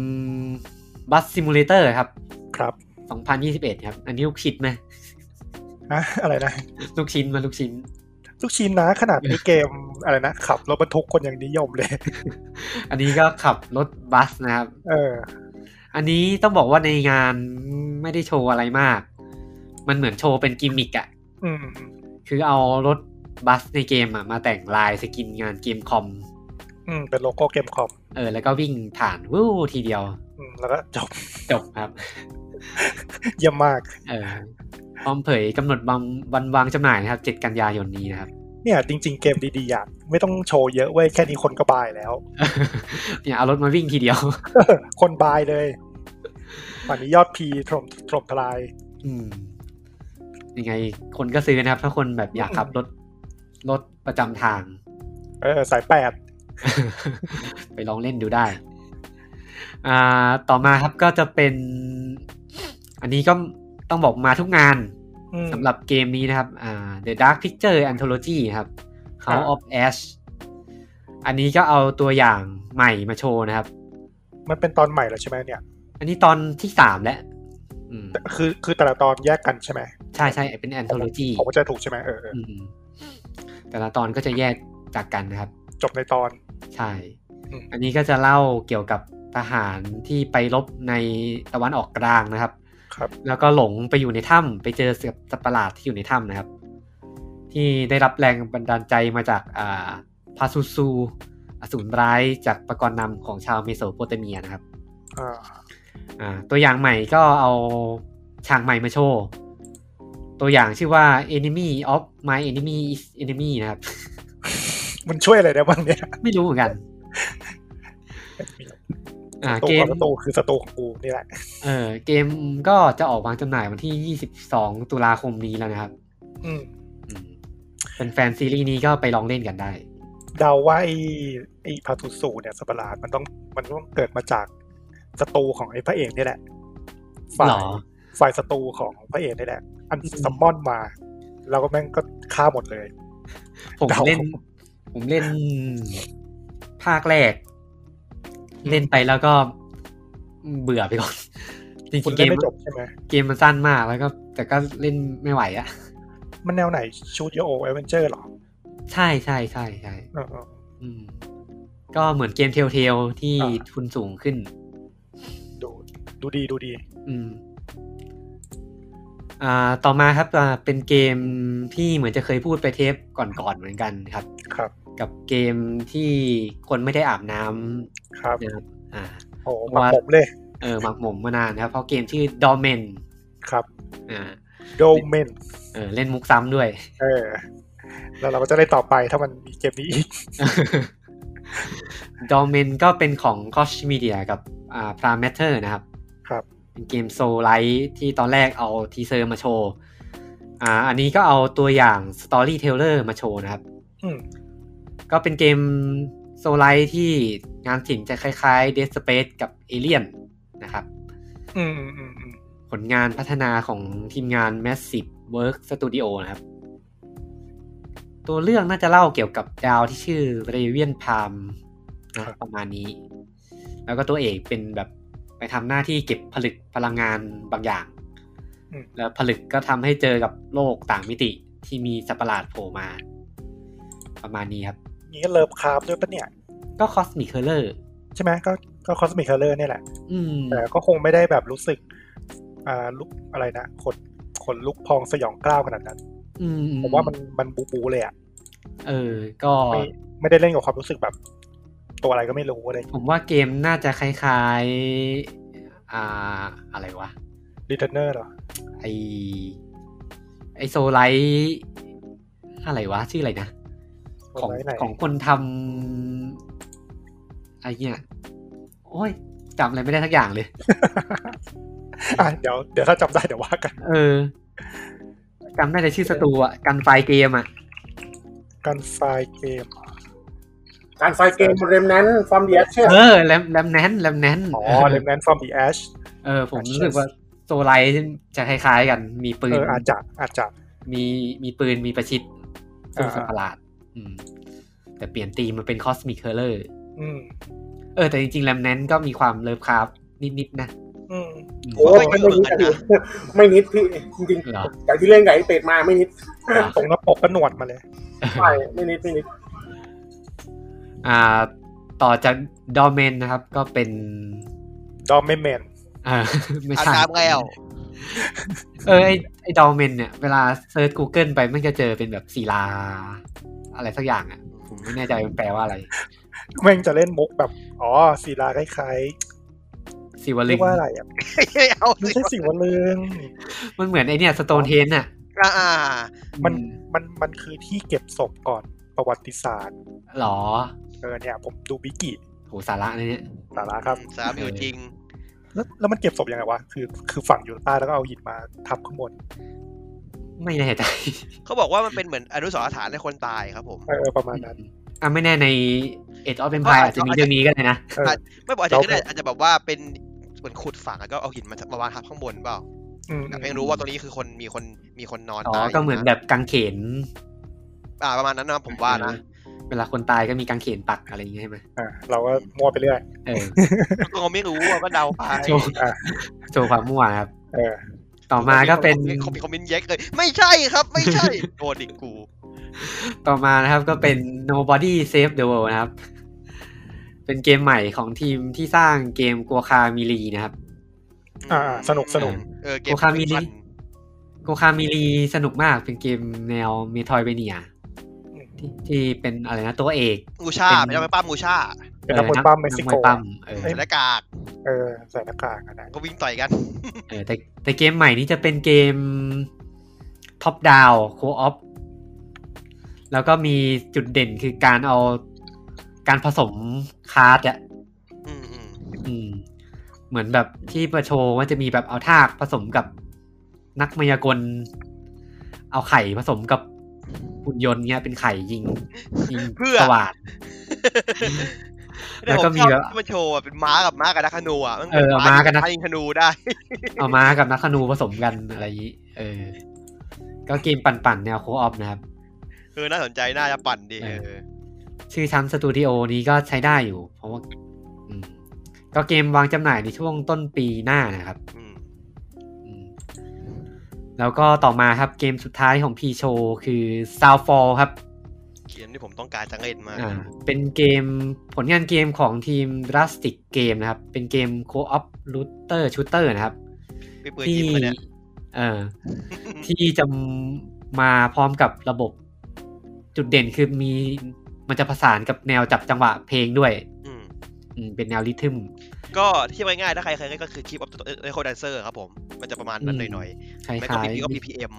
Bus Simulator ครับ ำครับ 2021 ครับ อันนี้ลูกชิ้นไหม อะ อะไรนะ ลูกชิ้นมาลูกชิ้น ลูกชิ้นนะขนาดนี้เกม อะไรนะขับรถบรรทุกคนยังนิยมเลย อันนี้ก็ขับรถบัสนะครับ เออ อันนี้ต้องบอกว่าในงานไม่ได้โชว์อะไรมาก มันเหมือนโชว์เป็นกิมมิกอะ อืม คือเอารถบัสในเกมอะมาแต่งลายสกินงานเกมคอม อืมเป็นโลโก้เกมคอม เออ แล้วก็วิ่งผ่านวู้ทีเดียว อืมแล้วก็จบ จบครับ เยี่ยมมาก เออพร้อมเผยกำหนดวันวันวางจำหน่ายนะครับ 7 กันยายนนี้นะครับ เนี่ย จริง ๆ เกมดีๆอย่างไม่ต้องโชว์เยอะเว้ยแค่นี้คนก็บายแล้ว เนี่ยเอารถมาวิ่งทีเดียว คนบายเลยป่านนี้ยอดพีถล่มถล่มทลาย อืม ยังไงคนก็ซื้อนะครับ ถ้าคนแบบอยากขับรถรถประจำทาง เออ สายแปด ไปลองเล่นดูได้ อ่า ต่อมาครับก็จะเป็น อันนี้ก็ต้องบอกมาทุกงาน อืม สำหรับเกมนี้นะครับ อ่า The Dark Picture Anthology ครับ House of Ash อันนี้ก็เอาตัวอย่างใหม่มาโชว์นะครับ มันเป็นตอนใหม่แล้วใช่ไหมเนี่ย อันนี้ตอนที่สามแล้วอืม คือคือแต่ละตอนแยกกันใช่ไหม ใช่ใช่เป็น Anthology ผมก็จะถูกใช่ไหมเออเออ อืมแต่ละตอนก็จะแยกจากกันนะครับ จบในตอน ใช่ อืม อันนี้ก็จะเล่าเกี่ยวกับทหารที่ไปรบในตะวันออกกลางนะครับ ครับ แล้วก็หลงไปอยู่ในถ้ำไปเจอเสือสัตว์ประหลาดที่อยู่ในถ้ำนะครับ ที่ได้รับแรงบันดาลใจมาจากอ่าพาซูซูอสูรร้ายจากประกรณ์นำของชาวเมโสโปเตเมียนะครับ อ่า อ่าตัวอย่างใหม่ก็เอาฉากใหม่มาโชว์ ตัวอย่างชื่อว่า enemy of my enemy is enemy นะครับ มันช่วยอะไรได้บ้างเนี่ย ไม่รู้เหมือนกัน อ่า ตัว เกมของศัตรูคือศัตรูของกูนี่แหละ เออเกมก็จะออกวางจำหน่ายวันที่ 22 ตุลาคมนี้แล้วนะครับ อืม อืมเป็นแฟนซีรีส์นี้ก็ไปลองเล่นกันได้ เดาว่าไอ้ไอ้พาทุสูเนี่ยสัตว์ประหลาดมันต้องมันต้องเกิดมาจากศัตรูของไอ้พระเอกนี่แหละ ฝ่า หร ย อ ฝ่ายศัตรูของพระเอกนี่แหละ อัน อืม ซัมมอนมา แล้วก็แม่งก็ฆ่าหมดเลย ผม เดา เล่น ผมเล่นภาคแรก เล่นไปแล้วก็เบื่อไปก่อน จ คุ ริงณๆเก เล่มนไม่จบใช่ไหม เกมมันสั้นมากแล้วก็ แต่ก็เล่นไม่ไหวอะ มันแนวไหนชูดโยโอเอเวนเจอร์หรอ ใช่ใช่ใช่ใช่ เออเออ อืม ก็เหมือนเกมเทลเทลที่ อ่า ทุนสูงขึ้น ดูดูดีดูดี อืม อ่า ต่อมาครับอ่าเป็นเกมที่เหมือนจะเคยพูดไปเทปก่อนๆเหมือนกันครับ ครับ กับเกมที่คนไม่ได้อาบน้ ครับ ำนะครับอ่า โอ้โห ว่า มาผมเลย เออหมักหมมมานานนะครับ เพราะเกมชื่อ Dormen ครับ อ่า โดเมน เออ เล่นมุกซ้ำด้วย เออแล้วเราก็จะเล่นต่อไปถ้ามันมีเกมนี้อีก Dormen ก็เป็นของ c o s m e d i a กับอ่า Parameter นะครับ ครับ เป็นเกมโซลไลท์ที่ตอนแรกเอาทีเซอร์มาโชว์ อ่า อันนี้ก็เอาตัวอย่าง Storyteller มาโชว์นะครับ อืม ก็เป็นเกมโซลไลท์ที่งานศิลป์จะคล้ายๆ Dead Space กับ Alien นะครับ อืมอืมอืมอืม ผลงานพัฒนาของทีมงาน Massive Work Studio นะครับ ตัวเรื่องน่าจะเล่าเกี่ยวกับดาวที่ชื่อ r a v i a n p a l m นะประมาณนี้ แล้วก็ตัวเอกเป็นแบบไปทำหน้าที่เก็บผลึกพลังงานบางอย่าง อืม แล้วผลึกก็ทำให้เจอกับโลกต่างมิติที่มีสัตว์ประหลาดโผล่มา ประมาณนี้ครับ นี้ก็เลิฟคราฟด้วยปะเนี่ย ก็ Cosmic Color ใช่ไหมก็ก็คอสมิคเคอร์เลอร์เนี่ยแหละ อืม แต่ก็คงไม่ได้แบบรู้สึกอ่าลุกอะไรนะขนขนลุกพองสยองกล้าวขนาดนั้น อืม ผมว่ามันมันบูบูเลยอ่ะ เออ ก็ ไม่ไม่ได้เล่นกับความรู้สึกแบบ ตัวอะไรก็ไม่รู้อะไร ผมว่าเกมน่าจะคล้ายๆ อ่า อะไรวะ รีเทนเนอร์หรอ ไอไอโซไลท์อะไรวะ ชื่ออะไรนะ ของ Soullight ไหน ของคนทำไอเนี่ยโอ้ยจำอะไรไม่ได้ทักอย่างเลย อ่ะเดี๋ยวเดี๋ยวถ้าจำได้เดี๋ยวว่ากัน เออจำได้แต่ชื่อสตูอะกันไฟเกมอะ การไฟล์เกม การไฟเกมเรมนั้นฟอร์มเดียเช่น เออแรมแรมแนนแรมแนน อ๋อเลมแนนฟอร์มดีแอช เออ ผมรู้สึกว่าโซไลท์จะคล้ายๆกันมีปื เอน ออาจจะอาจจะ มีมีปืนมีประชิดสู้ อ่า สัตว์ประหลาด อืม แต่เปลี่ยนธีมมันเป็นคอสมิคเคอร์เลอร์ อืม เออแต่จริงๆแลมแนนก็มีความเลิฟคราฟนิดๆนะ อืม โอ้ยไม่นิดพี่ไม่นิดพี่จริง เหรอ ๆจากที่เล่นไก่เป็ดมาไม่นิด ตรงหน้าปกก็หนวดมาเลย ใช่ไม่นิดไม่นิด อ่า ต่อจากดอมเมนนะครับ ก็เป็น ดอมไม่แมน อ่า ไม่ อา ใช่ ตามแล้ว เออไอไอดอมเมนเนี่ย เวลาเซิร์ช Google ไปมันจะเจอเป็นแบบศิลา อะไรสักอย่างอ่ะ ผมไม่แน่ใจมันแปลว่าอะไร แม่งจะเล่นมุกแบบ อ๋อศิลาคล้าย สิว ๆ ลึ เรีย ง กว่าอะไรอ่ะ เอา ไม่ สิ ใช่สิวลึง มันเหมือนไอเนี่ยสโตนเทนอ่ะ อ่า มัน อื มันมันคือที่เก็บศพก่อนประวัติศาสตร์ หรอ เออเนี่ยผมดูบิกิ โหสาระเลยเนี่ย สาระครับ สามอยู่จริง แล้วแล้วมันเก็บศพยังไงวะคือ คือฝังอยู่ใต้แล้วก็เอาหินมาทับข้างบน ไม่แน่ใจ เขาบอกว่ามันเป็นเหมือนอนุสรณ์สถานในคนตายครับผม เออเออประมาณนั้น อ่ะไม่แน่ใน Age of Empire อาจจะมีเรื่องนี้ก็ได้นะ เออ ไม่บอกอาจจะ เรา ก็ได้อาจจะแบบว่าเป็นเหมือนขุดฝังแล้วก็เอาหินมามาวางทับข้างบนเปล่า อืม แต่เพียงรู้ว่าตัวนี้คือคนมีคนมีคนนอน อ๋อ ตาย ก็เหมือนแบบกางเขน อ่าประมาณนั้นนะผมว่านะ เวลาคนตายก็มีกางเขนปักอะไรอย่างเงี้ยใช่ไหม อ่าเราก็มั่วไปเรื่อย เอ อ ก็ไม่รู้อะก็เดาไป โชว์ อ่า โชว์ความมั่วครับ เออ ต่อมาก็เป็น คอมเมนต์คอมเมนต์แยกเลย ไม่ใช่ครับ ไม่ใช่โดนดิกู ต่อมานะครับก็เป็น Nobody Save the World นะครับ เป็นเกมใหม่ของทีมที่สร้างเกมกัวคามิลีนะครับ อ่าสนุกสนุก เออเกม โอคามิลิ กัวคามิลีสนุกมากเป็นเกมแนวเมทอยเวเนียที่ที่เป็นอะไรนะตัวเอก มูชาไปแล้วไปป้ามูชา เป็นนักมวยปั้มเม็กซิโก นัวยปั้มเออ ใส่หน้ากาก เออใส่หน้ากากอะนะ ก็วิ่งต่อยกัน เออแต่แต่เกมใหม่นี้จะเป็นเกมท็อปดาวโคออฟแล้วก็มีจุดเด่นคือการเอาการผสมคาร์ดอะ อืมอืม อืมเหมือนแบบที่ประโชว์ว่าจะมีแบบเอาทากผสมกับนักมายากล เอาไข่ผสมกับหุ่นยนต์เนี้ยเป็นไข่ยิงยิงสว่าน แล้วก็มีแบบ ต่ผชอบที่มาโชว์อะเป็นม้ากับม้ากับนักขนูอ่ะมัน เออม้ากับนัก กยิงขนูได้ เอาม้ากับนักขนูผสมกันอะไรอย่างนี้เออ ก็เกมปั่นๆแนวโคออฟนะครับ เออน่าสนใจน่าจะปั่นดี เออ เออ ชื่อชั้นสตูดิโอนี้ก็ใช้ได้อยู่ เพราะว่าอืมก็เกมวางจำหน่ายในช่วงต้นปีหน้านะครับ อืม อืมแล้วก็ต่อมาครับเกมสุดท้ายของพีโชคือ Soundfall ครับ เขียนที่ผมต้องการจังเล่นมาก อ่าเป็นเกมผลงานเกมของทีม Rustic Game นะครับ เป็นเกม Co-op Looter Shooter นะครับ พี่ปืน ที่ ยิ้มมาเนี่ย เออ ที่จะมาพร้อมกับระบบ จุดเด่นคือมีมันจะผสานกับแนวจับจังหวะเพลงด้วย อืม อืมเป็นแนวริทึม ก็เที่ยวง่ายๆถ้าใครเคยเล่นก็คือคลิปออฟเรคคอร์ดนเซอร์ครับผม มันจะประมาณนั้น อืม หน่อย คล้า ๆแล้วก็ ย พีก็ ๆ BPM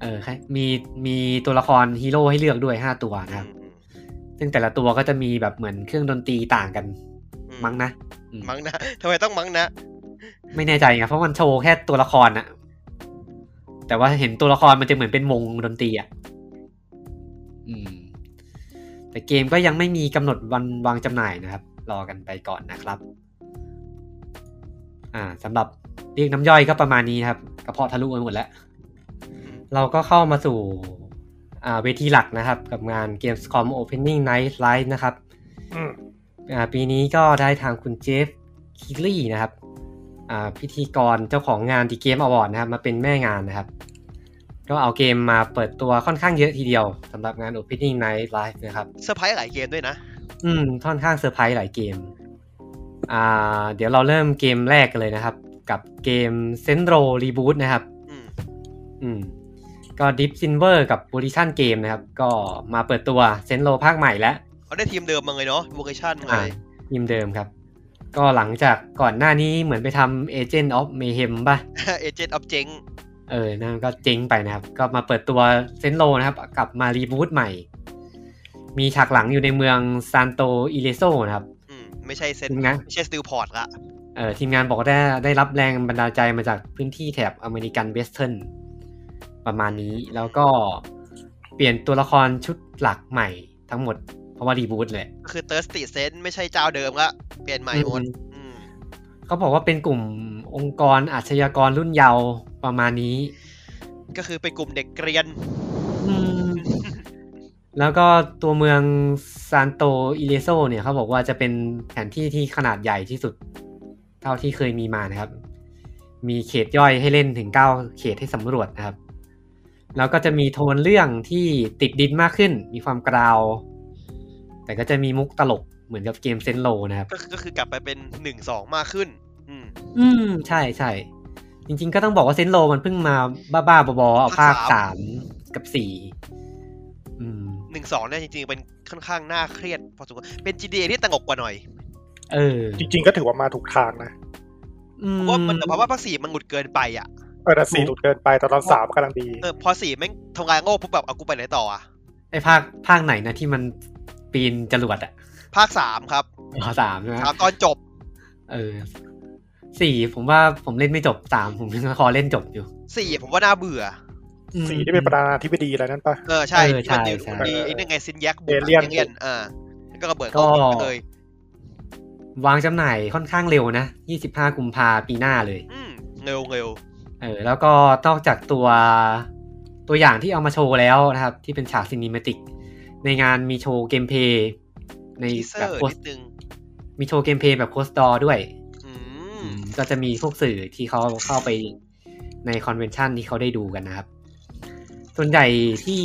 เออคล้ายมีมีตัวละครฮีโร่ให้เลือกด้วย 5 ตัวนะครับ อืม ซึ่งแต่ละตัวก็จะมีแบบเหมือนเครื่องดนตรีต่างกัน อื มั้งนะอืม มั้งนะทำไมต้องมั้งนะ ไม่แน่ใจไงเพราะมันโชว์แค่ตัวละครนะแต่ว่าเห็นตัวละครมันจะเหมือนเป็นวงดนตรีอ่ะอืม แต่เกมก็ยังไม่มีกำหนดวันวางจำหน่ายนะครับ รอกันไปก่อนนะครับ อ่าสำหรับเรียกน้ำย่อยก็ประมาณนี้นะครับกระเพาะทะลุไปหมดแล้ว เราก็เข้ามาสู่อ่าเวทีหลักนะครับ กับงาน Gamescom Opening Night Live นะครับ อืม อ่าปีนี้ก็ได้ทางคุณเจฟคิกลี่นะครับอ่าพิธีกรเจ้าของงานดีเกมอวอร์ดนะครับ มาเป็นแม่งานนะครับ ก็เอาเกมมาเปิดตัวค่อนข้างเยอะทีเดียวสำหรับงาน Opening Night Live นะครับ เซอร์ไพรส์หลายเกมด้วยนะ อืมค่อนข้างเซอร์ไพรส์หลายเกม อ่า เดี๋ยวเราเริ่มเกมแรกกันเลยนะครับ กับเกม s e n r o Reboot นะครับ อืม อืม ก็ดิฟซินเวอร์กับ b o l i t i o n Game นะครับ ก็มาเปิดตัว s e n r o ภาคใหม่แล้ว เขาได้ทีมเดิมมาเลยเนาะโวเคชั่นมา อ่า เลย ทีมเดิมครับ ก็หลังจากก่อนหน้านี้เหมือนไปทำ Agent of Mayhem ป่ะ เอเจนต์ออฟเจง เออนั่นก็เจ๊งไปนะครับ ก็มาเปิดตัวเซนโลนะครับ กลับมารีบูตใหม่ มีฉากหลังอยู่ในเมืองซานโตอิเลโซนะครับ ไม่ใช่เซน จริงนะ ไม่ใช่สติลพอร์ตละ เออทีมงานบอกว่าได้ได้รับแรงบันดาลใจมาจากพื้นที่แถบอเมริกันเวสเทิร์นประมาณนี้แล้วก็เปลี่ยนตัวละครชุดหลักใหม่ทั้งหมดเพราะว่ารีบูตแหละ ก็คือเตอร์สติเซนไม่ใช่เจ้าเดิมละ เปลี่ยนใหม่หมดอืม เขาบอกว่าเป็นกลุ่มองค์กรอาชญากรรุ่นเยาว์ประมาณนี้ ก็คือเป็นกลุ่มเด็กเกรียน อืม แล้วก็ตัวเมืองซานโตอิเลโซเนี่ยเขาบอกว่าจะเป็นแผนที่ที่ขนาดใหญ่ที่สุด เท่าที่เคยมีมานะครับ มีเขตย่อยให้เล่นถึง 9 เขตให้สำรวจนะครับ แล้วก็จะมีโทนเรื่องที่ติดดินมากขึ้น มีความกราว แต่ก็จะมีมุกตลกเหมือนกับเกมเซนโลนะครับ ก็ก็คือกลับไปเป็นหนึ่งสองมากขึ้น อืม อืม ใช่ใช่จริงๆก็ต้องบอกว่าเซนโลมันเพิ่งมาบ้าๆบอๆเอาภาค ภาคสา สาม มกับสี่อืม หนึ่งสองเนี่ยจริงๆ เป็นค่อนข้างน่าเครียดพอสมควรเป็น GTA ที่ตงกกว่าหน่อย เออ จริงๆก็ถือว่ามาถูกทางนะ อื เพ ม ราะว่ามันแต่ว่าภาคสี่มันหงุดเกินไปอ่ะ เออแต่สี่หลุดเกินไปแต่ตอนสามกำลังดี เออพอสี่แม่งทำงานโง่ปุ๊บแบบเอากูไปไหนต่ออ่ะ ไอภาคภาคไหนนะที่มันปีนจรวดอะ ภาคสามครับ อ๋อสามใช่ไหม สามตอนจบ เออสี่ผมว่าผมเล่นไม่จบสามผมยังคอเล่นจบอยู่ สี่ผมว่าน่าเบื่อ อืม สี่ที่เป็นประธานาธิบดีอะไรนั่นปะ เออใช่ เออ ที่มัน ใช่ ยืน ใช่ คนดีไอ้นี่ไงซินแยกบุก เอเลี่ยน เอเลียนอ่าแล้วก็ระเบิด ก็ เข้าไปเลย วางจำหน่ายค่อนข้างเร็วนะยี่สิบห้ากุมภาปีหน้าเลย อืมเร็วเร็ว เออแล้วก็นอกจากตัวตัวอย่างที่เอามาโชว์แล้วนะครับ ที่เป็นฉากซินิเมติก ในงานมีโชว์เกมเพลย์ใน ทีเซอ แบบ ร์ โคส นิดนึง มีโชว์เกมเพลย์แบบโคสตอด้วย อืม ก็จะมีพวกสื่อที่เขาเข้าไปในคอนเวนชันที่เขาได้ดูกันนะครับ ส่วนใหญ่ที่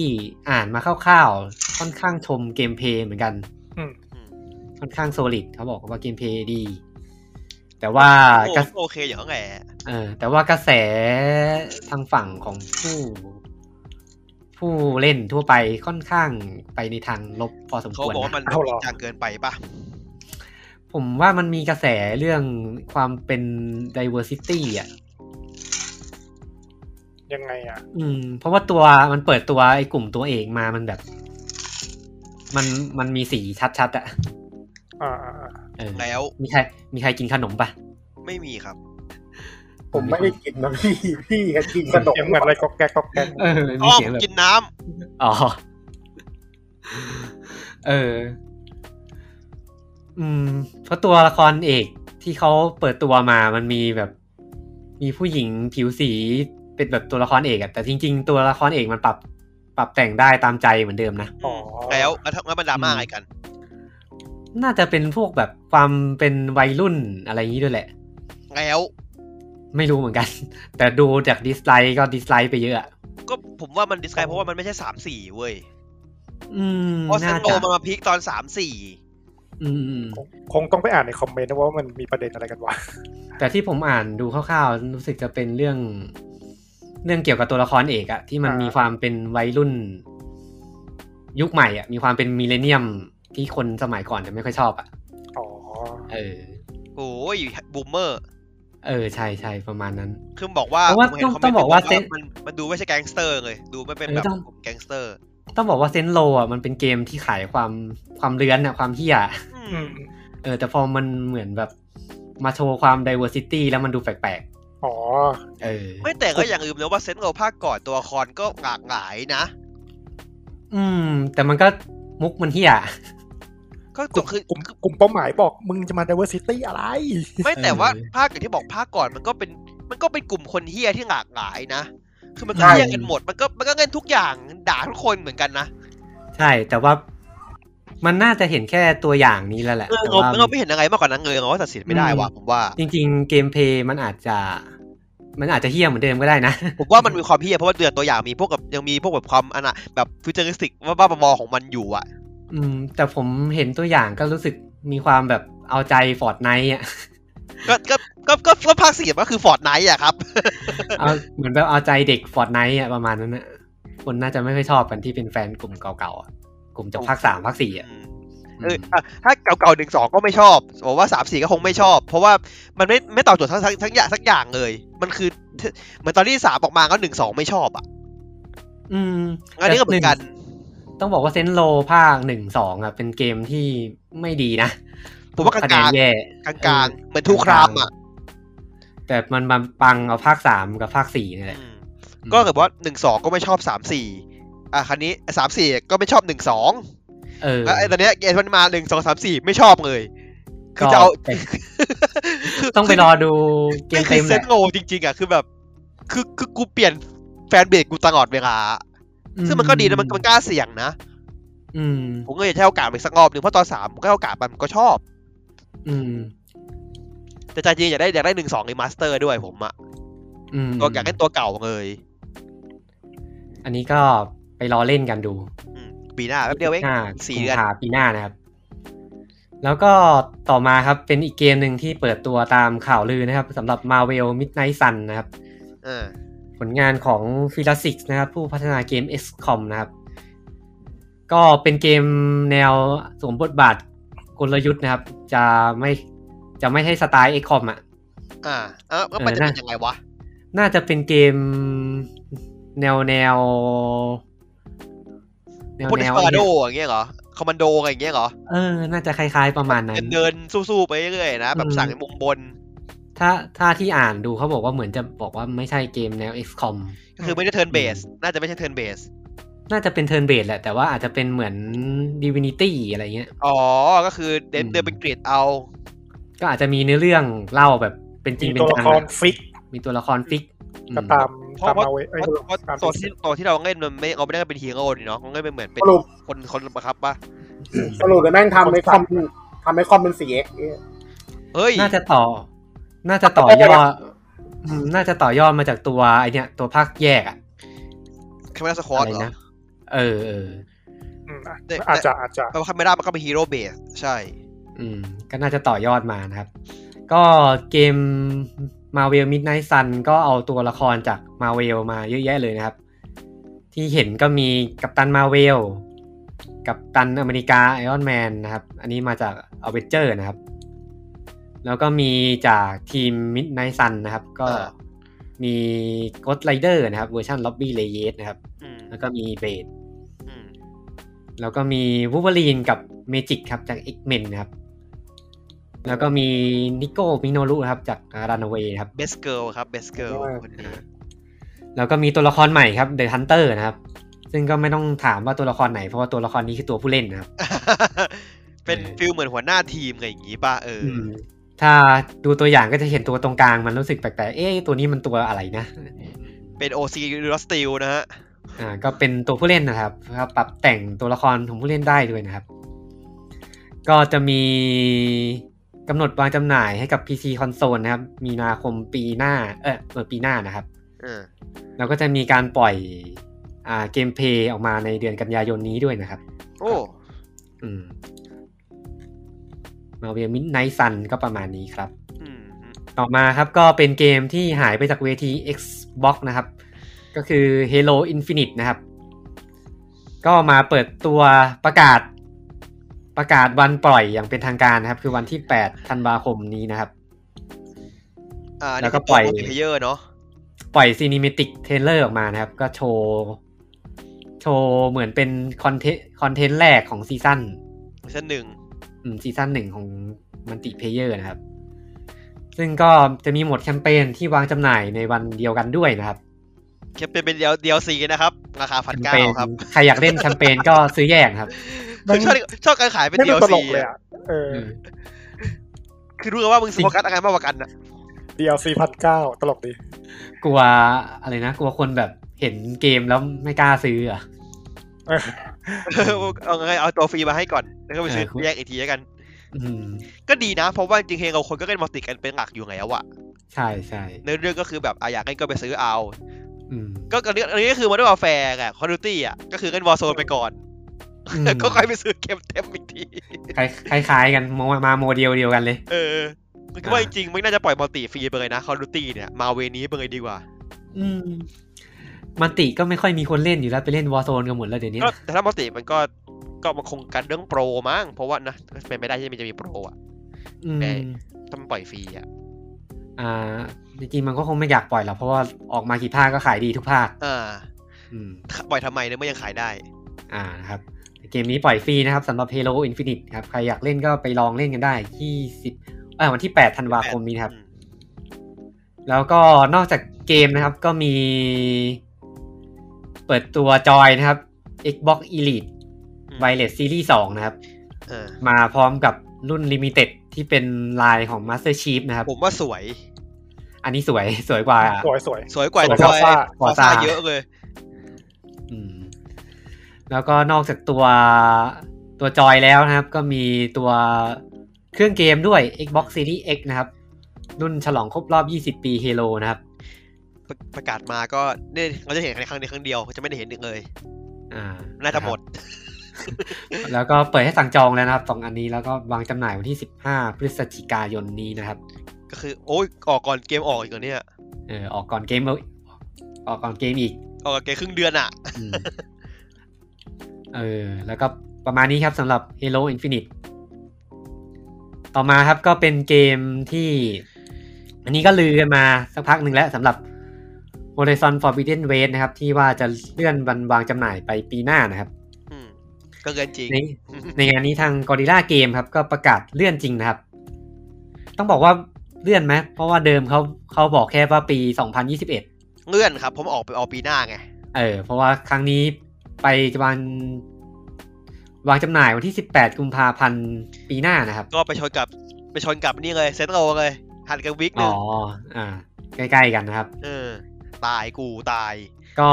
อ่านมาคร่าวๆ ค่อนข้างชมเกมเพลย์เหมือนกัน อืม ค่อนข้างโซลิดเขาบอกว่าเกมเพลย์ดี แต่ว่า โอ้ กระ โอเคอย่างนั้นแหละ เออแต่ว่ากระแสทางฝั่งของผู้ ผู้เล่นทั่วไปค่อนข้างไปในทางลบพอสมค เขา วร บอกว่ามั นะ น เอาหรอ จางเกินไปป่ะ ผมว่ามันมีกระแสเรื่องความเป็น diversity อ่ะ ยังไงอ่ะ อืมเพราะว่าตัวมันเปิดตัวไอ้กลุ่มตัวเอกมามันแบบ มันมันมีสีชัดๆอะ อ่าอ่าอ่า เออ แล้ว มีใครมีใครกินขนมปะ ไม่มีครับ ผมไม่ได้กินนะพี่ พี่แค่กินขนม เสียงเหมือนอะไรก็แก๊กก็แก๊ก เออมี อ้อม เสียงแบบ กินน้ำ อ๋อเออ อืม เพราะตัวละครเอกที่เขาเปิดตัวมามันมีแบบ มีผู้หญิงผิวสีเป็นแบบตัวละครเอกอะแต่จริง ๆ ตัวละครเอกมันปรับ ปรับแต่งได้ตามใจเหมือนเดิมนะ อ๋อ แล้วแล้วทั้งแล้วมันดราม่าอะไรกัน น่าจะเป็นพวกแบบความเป็นวัยรุ่นอะไรอย่างนี้ด้วยแหละ แล้ว ไม่รู้เหมือนกัน แต่ดูจากดิสไลค์ก็ดิสไลค์ไปเยอะอะ ก็ผมว่ามันดิสไกเพราะว่ามันไม่ใช่สามสี่เว้ย อืม เพราะเซ น่าน โน จะ มันมาพีคตอนสามสี่ อืมอืม คงคงต้องไปอ่านในคอมเมนต์นะว่ามันมีประเด็นอะไรกันวะ แต่ที่ผมอ่านดูคร่าวๆรู้สึกจะเป็นเรื่อง เรื่องเกี่ยวกับตัวละครเอกอะที่มัน อ่ามี มีความเป็นวัยรุ่น ยุคใหม่อะมีความเป็นมิเลเนียมที่คนสมัยก่อนจะไม่ค่อยชอบอะ อ๋อ เออ โอ้ยบูมเมอร์ เออใช่ใช่ประมาณนั้น คือบอกว่า เพราะว่า ผมเห็น ต้อง คมเมน ต้องบอกว่า ที่ เซ็น มันมันดูไม่ใช่แก๊งสเตอร์เลยดูไม่เป็น เออ แบบ ต้อง กลุ่มแก๊งสเตอร์ ต้องบอกว่าเซนโลอะมันเป็นเกมที่ขายความความเลื้อนอะความเฮี้ย อืม เออแต่พอมันเหมือนแบบมาโชว์ความ diversity แล้วมันดูแปลก อ๋อ ๆ เออ ไม่แต่ก็อย่างอื่นนะว่าเซนโนภาคก่อนตัวละครก็หลากหลายนะ อืม แต่มันก็มุกมันเฮีย ก็ก็คือก ลุ่มกลุ่มเป้าหมายบอกมึงจะมา diversity อะไร ไม่แต่ เออ ว่าภาคอย่างที่บอกภาคก่อนมันก็เป็นมันก็เป็นกลุ่มคนเฮี้ยที่หลากหลายนะ คือมันก็เฮี้ยกันหมดมันก็มันก็เงินทุกอย่างด่าทุกคนเหมือนกันนะ ใช่ แต่ว่ามันน่าจะเห็นแค่ตัวอย่างนี้แล้วแหละ เออ แต่ เรา ว่า เราไม่เห็นอะไรมากกว่านั้นเลยเราว่าตัดสินไม่ได้ว่ะ อืม ผมว่า จริง ๆ เกมเพลย์มันอาจจะ มันอาจจะเฮี้ยเหมือนเดิมก็ได้นะ ผมว่ามันมีความเฮี้ยเพราะว่าเดือนตัวอย่างมีพวกกับยังมีพวกแบบความอนาแบบฟิวเจอริสติกว่าบ้าบอๆของมันอยู่อะ อืม แต่ผมเห็นตัวอย่างก็รู้สึกมีความแบบเอาใจฟอร์ดไนท์อ่ะ ก็ก็ก็ก็ก็ภาคสี่มันก็คือฟอร์ดไนท์อะครับ เอาเหมือนแบบเอาใจเด็กฟอร์ดไนท์อ่ะประมาณนั้นนะคนน่าจะไม่ค่อยชอบกันที่เป็นแฟนกลุ่มเก่าๆอะกลุ่มจากภาคสามภาคสี่อ่ะ เอออ่ะถ้าเก่าๆหนึ่งสองก็ไม่ชอบบอกว่าสามสี่ก็คงไม่ชอบ เพราะว่ามันไม่ไม่ตอบโจทย์ทั้งทั้งทั้งอย่างสักอย่างเลย มันคือเหมือนตอนที่สามออกมาก็หนึ่งสองไม่ชอบอ่ะ อืม งั้นนี่ก็เหมือนกัน ต้องบอกว่าเซนโลภาคหนึ่งสองอ่ะเป็นเกมที่ไม่ดีนะ ผมว่ากลางๆ คะแนนแย่ กลางๆเหมือนทูครามอ่ะ แต่มันมาปังเอาภาคสามกับภาคสี่นี่แหละ อืมก็แบบว่าหนึ่งสองก็ไม่ชอบสามสี่อ่ะคันนี้สามสี่ก็ไม่ชอบหนึ่งสอง เออ แล้วไอ้ตอนเนี้ยเกมมันมาหนึ่งสองสามสี่ไม่ชอบเลย คือจะเอา แต่ ต้องไปรอ ดูเก นี่ ม คื เต็ อ ม เซ แห น ละ โงจริงๆอ่ะคือแบบ คือคือกูเปลี่ยนแฟนเบสกูตลอดเวลา ซึ่งมันก็ดีนะมันมันกล้าเสี่ยงนะ อืม ผมก็อยากจะให้โอกาสมันอีกสักรอบหนึ่งเพราะตอนสามผมก็ให้โอกาสมันผมก็ชอบ อืม แต่ใจจริงอยากได้อยากได้หนึ่งสองในมาสเตอร์ด้วยผมอะ อืม ตัวอยากได้ตัวเก่าเลย อันนี้ก็ไปรอเล่นกันดู อืมปีหน้าแป๊บเดียวเอง หน้า อีกสี่เดือน กุมภาปีหน้านะครับ แล้วก็ต่อมาครับเป็นอีกเกมหนึ่งที่เปิดตัวตามข่าวลือนะครับสำหรับ Marvel Midnight Sun นะครับ เออ ผลงานของฟิล a สิกนะครับ ผู้พัฒนาเกม XCOM นะครับ ก็เป็นเกมแนวสวมบทบาทกลยุทธ์นะครับ จะไม่จะไม่ใช่สไตล์ XCOM อ่ะ อ่าเออแล้วมันเอจะอน่ะเป็นยังไงวะ น่าจะเป็นเกมแนวแนวแนว พวกดิ แน ส ว ปาโดอย่างเงี้ยเหรอคอมมานโดอะไรอย่างเงี้ยเหรอ เออ น่าจะคล้ายๆประมาณนั้น เดินๆสู้ๆไปเรื่อยๆนะแบบ อืม สั่งในมุมบน ถ้าถ้าที่อ่านดูเขาบอกว่าเหมือนจะบอกว่าไม่ใช่เกมแนว XCOM ก็คือไม่ได้เทิร์นเบสน่าจะไม่ใช่เทิร์นเบส น่าจะเป็นเทิร์นเบสแหละ แต่ว่าอาจจะเป็นเหมือน Divinity อะไรเงี้ย อ๋อก็คือเดิน อืม เดินเป็นกริดเอา ก็อาจจะมีเนื้อเรื่องเล่าแบบเป็นจริ มี งเป็น ตัวละ จัง คร อะ ฟิก มีตัวละครฟิก อืม ก็ตาม เพราะ ตาม ว่า เอาไว้ไอ้ เพราะเพราะ ตาม ตัวที่ตัวที่เราเล่นมันไม่เอาไม่ได้เป็นฮีโร่ดิเนาะมันก็เป็นเหมือนเป็น สรุป คนคนบังคับปะ สรุปแต่แม่งทำไอ้คอมทำไอ้คอมเป็น 4x เฮ้ย น่าจะต่อ น่าจะต่อยอดอืมน่าจะต่อยอดมาจากตัวไอเนี่ย ตัวภาคแยกอะ แคมเมราสควอ อะ ต ไร เหรอ นะ เออเออ อืมอ่ะ แต่ อาจจะอาจจะ แปลว่าแคมเมรามันก็เป็นฮีโร่เบสใช่ อืมก็น่าจะต่อยอดมานะครับ ก็เกม Marvel Midnight Sun ก็เอาตัวละครจาก Marvel มาเยอะแยะเลยนะครับ ที่เห็นก็มีกัปตัน Marvel กับตันอเมริกาไอออนแมนนะครับ อันนี้มาจาก a v e n g e r นะครับ แล้วก็มีจากทีม Midnight Sun นะครับ ก็ อ่า มี Ghost Rider นะครับเวอร์ชัน Lobby l a y e t นะครับ อืม แล้วก็มีเบด อืม แล้วก็มีวูเวอรีนกับเมจิกครับจาก X-Men นะครับ แล้วก็มีนิโก้มิโนรุครับจากรันเวย์ครับ เบสเกิลครับเบสเกิลคนนี้ แล้วก็มีตัวละครใหม่ครับเดอะฮันเตอร์นะครับ ซึ่งก็ไม่ต้องถามว่าตัวละครไหน เพราะว่าตัวละครนี้คือตัวผู้เล่นนะครับ เป็นฟิลเหมือนหัวหน้าทีมอะไรอย่างงี้ป่ะเอออ ถ้าดูตัวอย่างก็จะเห็นตัวตรงกลางมันรู้สึกแปลกๆ เอ๊ะตัวนี้มันตัวอะไรนะ เป็นโอซีรอสติลนะฮะ อ่าก็เป็นตัวผู้เล่นนะครับครับปรับแต่งตัวละครของผู้เล่นได้ด้วยนะครับ ก็จะมีกำหนดวางจำหน่ายให้กับ PC คอนโซลนะครับ มีนาคมปีหน้า เออเปิดปีหน้านะครับ เออ แล้วก็จะมีการปล่อยอ่าเกมเพลย์ออกมาในเดือนกันยายนนี้ด้วยนะครับ โอ้ อืมมาเวียมิดไนท์ซันก็ประมาณนี้ครับ อืมอืม ต่อมาครับก็เป็นเกมที่หายไปจากเวที Xbox นะครับ ก็คือ Halo Infinite นะครับ ก็มาเปิดตัวประกาศประกาศวันปล่อยอย่างเป็นทางการนะครับ คือวันที่ 8 ธันวาคมนี้นะครับ อ่า แล้วก็ปล่อย เพลเยอร์เนาะ ปล่อยซีนิเมติกเทเลอร์ออกมานะครับ ก็โชว์ โชว์เหมือนเป็นคอนเทนต์คอนเทนต์แรกของซีซั่น เวอร์ชันหนึ่ง อืมซีซั่นหนึ่งของมันติเพเยอร์นะครับ ซึ่งก็จะมีโหมดแคมเปญที่วางจำหน่ายในวันเดียวกันด้วยนะครับ แคปเป็นเป็นเดียวเดียวซีนะครับ ราคาพัน แคม เก้า เปญ ครับ ใครอยากเล่นแคมเปญก็ซื้อแยกนะครับ มัน ชอบชอบการขายเป็น ไม่ เดี เป็ ยวนตล ซี กเลยอ่ะเออ อืม คือรู้กันว่ามึง จ ส ริง ปอกัสอะไรมากกว่ากัน อ่ะ DLC พันเก้าตลกดี กลัวอะไรนะ กลัวคนแบบเห็นเกมแล้วไม่กล้าซื้ออ่ะ เออ เอาไงเอาตัวฟรีมาให้ก่อน แล้วก็ไปซื้อ เออคุณ แยกอีกทีแล้วกัน อืม ก็ดีนะ เพราะว่าจริงๆเฮงเราคนก็เล่นมัลติกันเป็นหลักอยู่แล้วอะ ใช่ใช่ ในเรื่องก็คือแบบอ่ะอยากเล่นก็ไปซื้อเอา อืม ก็อันนี้อันนี้ก็คือมาด้วยวาแฟร์ไงคอร์ดูตี้อะก็คือเล่นวอร์โซนไปก่อน อืม แล้ว ก็ค่อยไปซื้อเกมเต็มอีกที คล้ายคล้ายๆกันโมมาโมเดลเดียวกันเลย เออมันก็ว่าจริงๆไม่น่าจะปล่อยมัลติฟรีไปเลยนะคอร์ดูตี้เนี่ย มาเวนี้ไปเลยดีกว่า อืม มันติก็ไม่ค่อยมีคนเล่นอยู่แล้วไปเล่นวอ r z โซนกันหมดแล้วเดี๋ยวนี้ ก็ นะ แต่ถ้ามัลติมันก็ก็มันคงกันเรื่องโปรมั้งเพราะว่านะเป็นไม่ได้ที่มันจะมีโปรอ่ะ อื ได้ ม ถ้ามันปล่อยฟรีอ่ะ อ่าจริงๆมันก็คงไม่อยากปล่อยหรอกเพราะว่าออกมากี่ภาคก็ขายดีทุกภาค อ่า อืม ปล่อยทำไมเนี่ยเมื่อยังขายได้ อ่านะครับเกมนี้ปล่อยฟรีนะครับสำหรับ Halo Infinite ครับใครอยากเล่นก็ไปลองเล่นกันได้ที่10เอ่อวันที่ 8 ธันวาคมนี้นะครับ อืม แล้วก็นอกจากเกมนะครับก็มี เปิดตัวจอยนะครับ Xbox Elite อืม Wireless Series 2 นะครับ เออ มาพร้อมกับรุ่น Limited ที่เป็นลายของ Master Chief นะครับ ผมว่าสวย อันนี้สวยสวยกว่า สวยสวย สวยกว่า สวย จ กอยฟอว่าฟ้าฟ้า ซ่าเยอะเลย อืมแล้วก็นอกจากตัวตัวจอยแล้วนะครับ ก็มีตัวเครื่องเกมด้วย Xbox Series X นะครับ รุ่นฉลองครบรอบ 20 ปี Halo นะครับ ประประกาศมาก็เนี่ยเราจะเห็นในครั้งนี้ครั้งเดียวจะไม่ได้เห็นอีกเลย อ่า น่าจะหมด นะครับแล้วก็เปิดให้สั่งจองแล้วนะครับสองอันนี้แล้วก็วางจำหน่ายวันที่ 15 พฤศจิกายนนี้นะครับ ก็คือ โอ้ยออกก่อนเกมออกอีกเหรอเนี่ย เออออกก่อนเกมออกก่อนเกมอีก ออกก่อนเกมครึ่งเดือนอ่ะ อืมเออ แล้วก็ประมาณนี้ครับสำหรับ Halo Infinite ต่อมาครับก็เป็นเกมที่ อันนี้ก็ลือกันมาสักพักหนึ่งแล้วสำหรับ Horizon Forbidden West นะครับ ที่ว่าจะเลื่อนวันวางจำหน่ายไปปีหน้านะครับ อืมก็เกินจริง ในในงานนี้ทาง Gorilla Game ครับ ก็ประกาศเลื่อนจริงนะครับ ต้องบอกว่าเลื่อนไหมเพราะว่าเดิมเขาเขาบอกแค่ว่าปี 2021 เลื่อนครับผมออกไปออกปีหน้าไง เออเพราะว่าครั้งนี้ไปวันวางจำหน่ายวันที่ 18 กุมภาพันธ์ปีหน้านะครับ ก็ไปชนกับไปชนกับนี่เลยเซนโรเลยหันกันวิกห อ๋ นึ่ อ ง อ่า ใกล้ๆกันนะครับ เออ ตายกูตาย ก็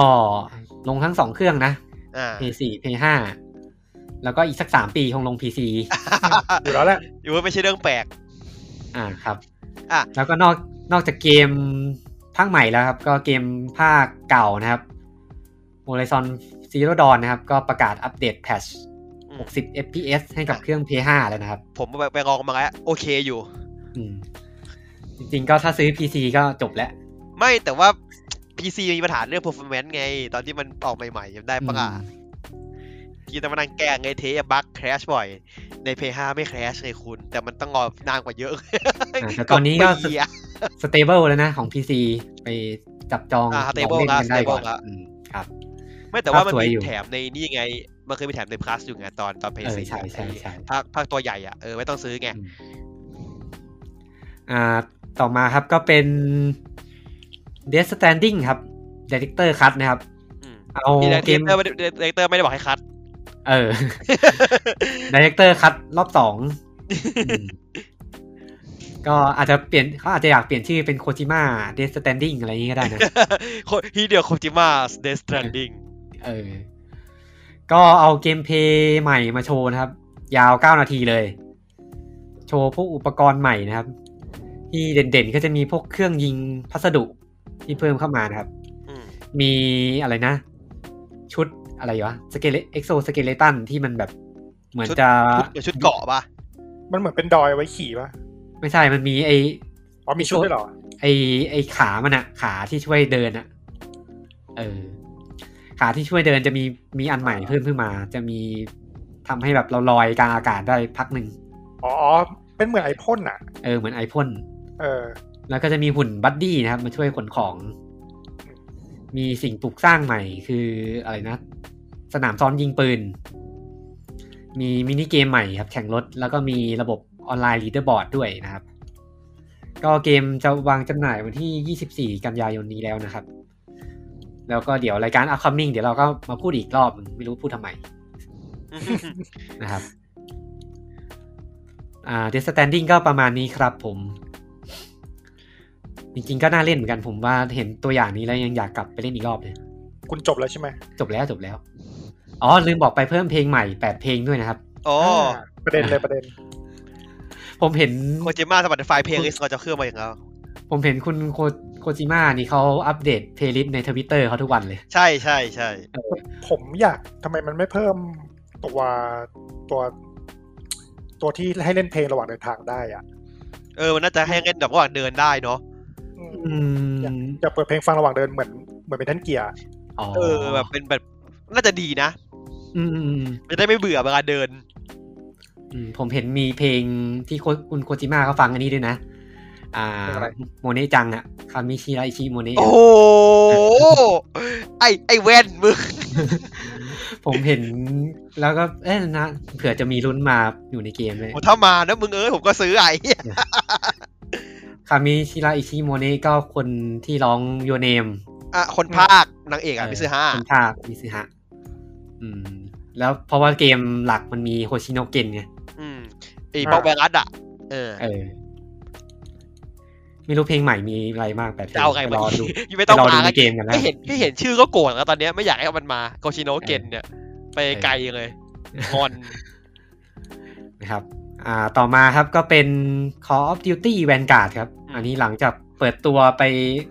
ลงทั้งสองเครื่องนะ อ่า P4 P5 แล้วก็อีกสักสามปีคงลง PC อยู่แล้วแหละ อยู่ว่าไม่ใช่เรื่องแปลก อ่าครับ อ่ะ แล้วก็นอกนอกจากเกมภาคใหม่แล้วครับ ก็เกมภาคเก่านะครับ Horizon Zero Dawn นะครับ ก็ประกาศอัปเดตแพทช อืม 10 FPS ให้กับเครื่อง P5 แล้วนะครับ ผมไปไปลองมาแล้วโอเคอยู่ อืม จริงๆก็ถ้าซื้อ PC ก็จบแล้ว ไม่แต่ว่า PC มีปัญหาเรื่อง performance ไง ตอนที่มันออกใหม่ๆยังได้ปะอ่ะ อืม ที่ต้องมานั่งแก้ไงเทบักแครชบ่อย ใน p 5ไม่แครชเลยคุณ แต่มันต้องรอนานกว่าเยอะ อ่าแต่ตอนนี้ก็ เสีย stable แล้วนะของ PC ไปจับจอง อ่า stable ลองเล่น ละ กันได้ก่อน stable ละ อืมครับ ไม่แต่ว่ามัน ภาพสวย มี อยู่ แถมในนี่ไง มันเคยมีแถมใน plus อยู่ไงตอนตอน p เออ s ใช่ใช่ใช่ ภาคภาคตัวใหญ่อ่ะเออไม่ต้องซื้อไง อืมอ่า ต่อมาครับก็เป็น Death Standing ครับ Director Cut นะครับ อืม เอา นี่เด เกม เตอร์ไม่ได้เดเตอร์ไม่ได้บอกให้คัด เออ Director Cut รอบสอง อืมก็อาจจะเปลี่ยนเขาอาจจะอยากเปลี่ยนชื่อเป็นโคจิม a Death Standing อะไรอย่างนี้ก็ได้นะ ฮีเดียโคจิมาสเดสแตรนดิ้ง เออ ก็เอาเกมเพลย์ใหม่มาโชว์นะครับ ยาว 9 นาทีเลย โชว์พวกอุปกรณ์ใหม่นะครับ ที่เด่นๆก็จะมีพวกเครื่องยิงพัสดุที่เพิ่มเข้ามานะครับ มีอะไรนะ ชุดอะไรวะสเกเลเอ็กโซสเกเลตันที่มันแบบ เหมือนจะ ชุดเกาะป่ะ มันเหมือนเป็นดอยไว้ขี่ป่ะ ไม่ใช่มันมีไอ อ๋อมีชุดด้วยเหรอ ไอไอขามันอะขาที่ช่วยเดินอะเออ ขาที่ช่วยเดินจะมีมีอันใหม่เพิ่มขึ้นมา จะมีทำให้แบบเราลอยกลางอากาศได้พักหนึ่ง อ๋ออ๋อเป็นเหมือนไอพ่นอ่ะ เออเหมือนไอพ่น เออ แล้วก็จะมีหุ่นบัดดี้นะครับ มาช่วยขนของ มีสิ่งปลูกสร้างใหม่คืออะไรนะ สนามซ้อมยิงปืน มีมินิเกมใหม่ครับ แข่งรถ แล้วก็มีระบบออนไลน์ลีดเดอร์บอร์ดด้วยนะครับ ก็เกมจะวางจำหน่ายวันที่ 24 กันยายนนี้แล้วนะครับ แล้วก็เดี๋ยวรายการอัพคัมมิ่งเดี๋ยวเราก็มาพูดอีกรอบหนึ่งไม่รู้พูดทำไม นะครับ อ่า d e s t a n d i n g ก็ประมาณนี้ครับผม จริงๆ ก็น่าเล่นเหมือนกันผมว่าเห็นตัวอย่างนี้แล้วยังอยากกลับไปเล่นอีกรอบเลย คุณจบแล้วใช่ไหม จบแล้วจบแล้ว อ๋อ ลืมบอกไปเพิ่มเพลงใหม่แปดเพลงด้วยนะครับ โอ้ าประเด็นเลยประเด็น ผมเห็น โคจิมาสมัครไฟล์เพลงลิสต์เราจะเครื่องมาอย่างเรา ผมเห็นคุณโคโคจิมานี่เขาอัปเดตเพลย์ลิสต์ในทวิตเตอร์เขาทุกวันเลย ใช่ใช่ใช่ ผมอยากทำไมมันไม่เพิ่มตัวตัว ตัวที่ให้เล่นเพลงระหว่างเดินทางได้อ่ะ เออ มันน่าจะให้เล่นแบบระหว่างเดินได้เนาะ อืม อืม อยากเปิดเพลงฟังระหว่างเดินเหมือนเหมือนเป็นท่านเกียร์ อ๋อ เออ แบบเป็นแบบ น่าจะดีนะ อืมอืมอืม จะได้ไม่เบื่อเวลาเดิน อืมผมเห็นมีเพลงที่โคคุณโคจิมาเขาฟังอันนี้ด้วยนะ อ่า เพลงอะไร โมเนจังอะคามิชิราอิชิโมเน โอ้โห ไอไอเวนมึง ผมเห็นแล้วก็เอ๊ะนะเผื่อจะมีลุ้นมาอยู่ในเกมเลย ผมถ้ามานะมึงเอ้ย ผมก็ซื้อไอ คามิชิระอิชิโมเนะก็คนที่ร้องโยเนม อ่ะคนภาคนางเอกอ่ะมิซึฮะ คนภาคมิซึฮะอืม แล้วเพราะว่าเกมหลักมันมีโฮชิโนเกนไง อืมไอบอกไวรัสอ่ะ เออ เออ ไม่รู้เพลงใหม่มีอะไรมากแต่ จะเอาไง ป วะ รอดู ยังไม่ต้อง ปรอ มา ดู กั ใน น เกมกันนะ ไม่เห็นไม่เห็นชื่อก็โกรธแล้วตอนเนี้ยไม่อยากให้เอามันมาโกชิโนเกนเนี่ย ไปไกลเลยงอน นะครับ อ่า ต่อมาครับก็เป็น Call of Duty Vanguard ครับ อืม อันนี้หลังจากเปิดตัวไป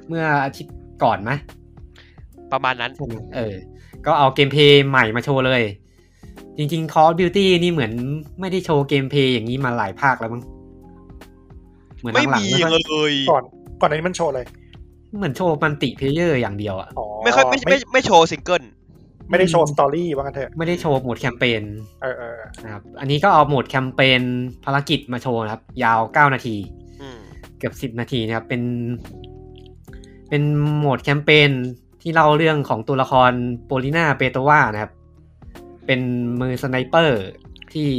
เมื่ออาทิตย์ก่อนไหม ประมาณนั้น ใช่ไหมเออ ก็เอาเกมเพลย์ใหม่มาโชว์เลย จริงๆ Call of Duty นี่เหมือนไม่ได้โชว์เกมเพลย์อย่างนี้มาหลายภาคแล้วมั้ง เหมือน ไม่ หลัง มี ๆไม่ค่อย เลย ก่อนก่อนอันนี้มันโชว์เลย เหมือนโชว์มันติเพลเยอร์อย่างเดียวอะ อ๋อ ไม่ค่อยไม่ไม่ไม่โชว์ซิงเกิล ไม่ได้โชว์สตอรี่ว่ากันเถอะ ไม่ได้โชว์โหมดแคมเปญ เออเออเออ นะครับ อันนี้ก็เอาโหมดแคมเปญภารกิจมาโชว์นะครับ ยาว 9 นาที อืม เกือบสิบนาทีนะครับ เป็น เป็นโหมดแคมเปญที่เล่าเรื่องของตัวละครโปลิน่าเปโตวานะครับ เป็นมือสไนเปอร์ที่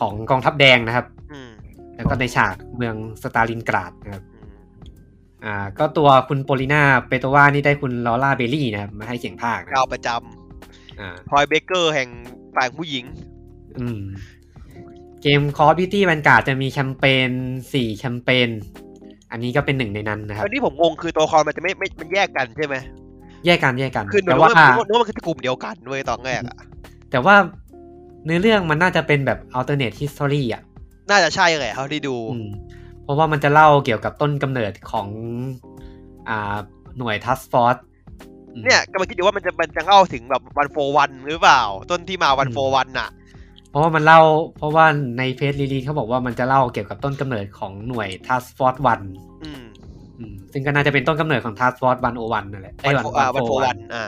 ของกองทัพแดงนะครับ อืม แล้วก็ในฉากเมืองสตาลินกราดนะครับ อืม อ่า ก็ตัวคุณโปลิน่าเปโตวานี่ได้คุณลอร่าเบลลี่นะครับ มาให้เสียงภาคนะค ดา รั ว บ ประจ อ่า ำพลอยเบเกอร์แห่งฝ่ายผู้หญิง อืม เกม Call of Duty Vanguard จะมีแคมเปญ4แคมเปญ อันนี้ก็เป็นหนึ่งในนั้นนะครับ อันนี้ผมงงคือตัวละครมันจะไม่ไม่มันแยกกันใช่ไหม แยกกันแยกกัน คือหนู แต่ นึก ว่า ว่าหนูนึกว่ามันคือกลุ่มเดียวกันเว้ยตอนแรกอะ แต่ว่าเนื้อเรื่องมันน่าจะเป็นแบบ alternate history อ่ะ น่าจะใช่เลยเท่าที่ดู อืมเพราะว่ามันจะเล่าเกี่ยวกับต้นกำเนิดของอ่าหน่วย task force อืม เนี่ยกำลังคิดอยู่ว่ามันจะมันจะเล่าถึงแบบวันโฟวันหรือเปล่า ต้นที่มาวัน อืม โฟวันน่ะ เพราะว่ามันเล่า เพราะว่าในเพจรีลีเขาบอกว่ามันจะเล่าเกี่ยวกับต้นกำเนิดของหน่วย task force 1 อืม อืมซึ่งก็น่าจะเป็นต้นกำเนิดของ task force 101นั่นแหละไอ้ วัน วัน โฟอ่าวันโฟ 401 วันอ่า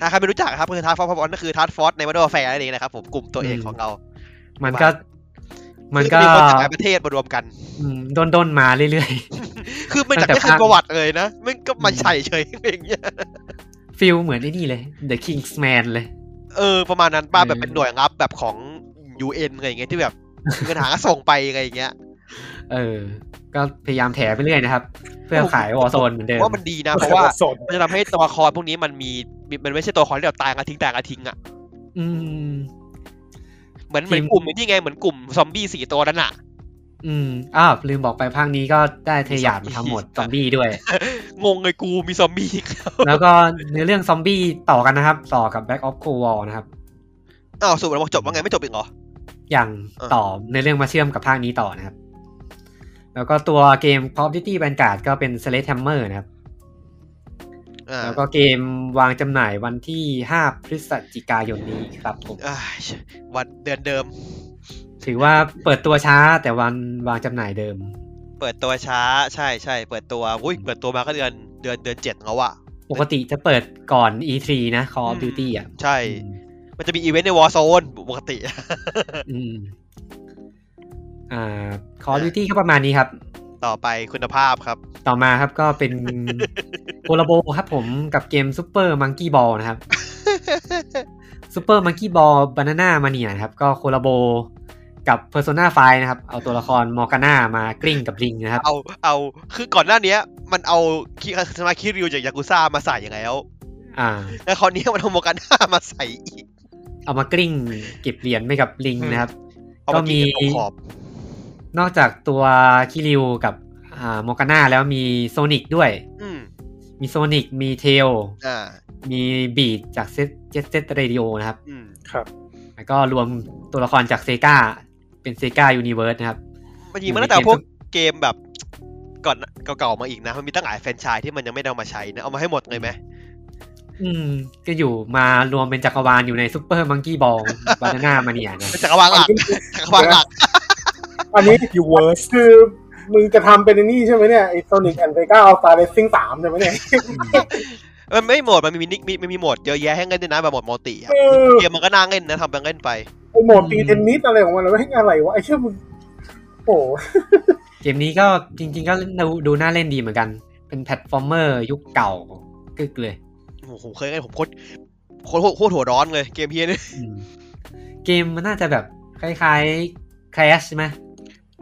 ถ้าใครไม่รู้จักนะครับก็คือทาร์ฟอร์ฟอนก็คือทาร์ฟอร์ในวันโดแฟร์นั่นเองนะครับผมกลุ่มตัวเอก อืม ของเรา มันก็ มันก็ ซึ่งมีคนจากหลายประเทศมารวมกัน ด้นด้นๆมาเรื่อย คือมันจาก ตั้งแต่ ไม่เคย ภาค ประวัติเลยนะมันก็มาใส่เฉยๆอย่างเงี้ย ๆ ฟิลเหมือนไอ้นี่เลย The Kingsman เลย เออประมาณนั้นป้าแบบ เออ เป็นหน่วยรับแบบของ UN อะไรอย่างเงี้ยที่ แบบมีปัญหาก็ส่งไปอะไรอย่างเงี้ย เออ ก็พยายามแถไปเรื่อยนะครับ เพื่อขายวอ r z โซนเหมือนเดิม ว่ามันดี นะเพราะว่า สน มันจะทำให้ตัวละครพวกนี้มันมีมีมันไม่ใช่ตัวละครที่แบบตายกันทิ้งตายกันทิ้งอ่ะ อืม เหมือน ทีม เหมือนกลุ่มนี่ไงเหมือนกลุ่มซอมบี้สี่ตัวนั่นน่ะ อืม อ้าว ลืมบอกไปภาคนี้ก็ได้เทยาดมาทำหมดซอมบี้ด้วย งงเลยกูมีซอมบี้อีกแล้ว แล้วก็เนื้อเรื่องซอมบี้ต่อกันนะครับ ต่อกับ Back of Cold War นะครับ อ้าวสรุปแล้วจบว่าไงไม่จบอีกเหรอ อย่าง เออ ต่อในเรื่องมาเชื่อมกับภาคนี้ต่อนะครับ แล้วก็ตัวเกม Call of Duty Vanguard ก็เป็น s l a g e Hammer นะครับ อ่า แล้วก็เกมวางจำหน่ายวันที่ 5 พฤศจิกายนนี้ครับผม อ่าวันเดือนเดิม ถือว่าเปิดตัวช้าแต่วันวางจำหน่ายเดิม เปิดตัวช้าใช่ใช่เปิดตัวอุ้ยเปิดตัวมาก็เดือนเดือนเดือนเจ็ดแล้วอะ ปกติจะเปิดก่อน E3 นะ Call of Duty อ่ะ ใช่ มันจะมีอีเวนต์ในวอร์โซนปกติ อืมอ่า Call of Duty ก็ประมาณนี้ครับ ต่อไปคุณภาพครับ ต่อมาครับก็เป็น โคลาโบครับผมกับเกม Super Monkey Ball นะครับ Super Monkey Ball Banana Mania นะครับ ก็โคลาโบกับ Persona 5 นะครับ เอาตัวละครมอร์กาน่ามากลิ้งกับลิงนะครับ เอาเอาคือก่อนหน้าเนี้ย มันเอาคิสมาคิริวจากยากุซ่ามาใส่อย่างแล้ว อ่า แล้วคราวนี้มันเอาโมกาน่ามาใส่อีก เอามากลิ้งเก็บเหรียญไปกับลิงนะครับ เอา ก็ มากิ มี นเป็นขอบ นอกจากตัวคิริวกับอ่าโมกาน่าแล้วมีโซนิกด้วย ๆอืม มีโซนิกมีเทล อ่า มีบีดจากเซเจสเซตเรดิโอนะครับ อืม ครับ แล้วก็รวมตัวละครจากเซกาเป็นเซกายูนิเวิร์สนะครับ มันยิงมาตั้งแต่พวกเกมแบบก่อนเก่าๆมาอีกนะ มันมีตั้งหลายแฟรนไชส์ที่มันยังไม่ได้เอามาใช้นะ เอามาให้หมดเลยไหม อืม ก็อยู่มารวมเป็นจักรวาลอยู่ในซุปเปอร์มังกี้บอล บานาน่ามาเนียนะ เป็นจักรวาลหลัก จักรวาลหลัก อันนี้ you worse คือมึงจะทำเป็นไอ้นี่ใช่ไหมเนี่ยไอโซนิกแอนเ e กาเอาตาเลสซิ่งสามใช่ไหมเนี่ย มันไม่โหมด มันมีนิกมีมันมีโหมดเยอะแยะให้เล่นด้วยนะแบบโหมดมัลติอะ เออ เกมมันก็น่าเล่นนะทำไปเล่นไป ไอโหมดตีเทนนิสอะไรของมันแล้วให้อะไรวะไอเชื่อมึงโอ้โห เกมนี้ก็จริง ๆ ก็ดูดูน่าเล่นดีเหมือนกัน เป็นแพลตฟอร์มเมอร์ยุคเก่ากึกเลย โอ้โหผมเคยเล่นผมโคตรโคตรโคตรหัวร้อนเลยเกมเฮียนี่ อืมเกมมันน่าจะแบบคล้ายๆ Crash ใช่ไหม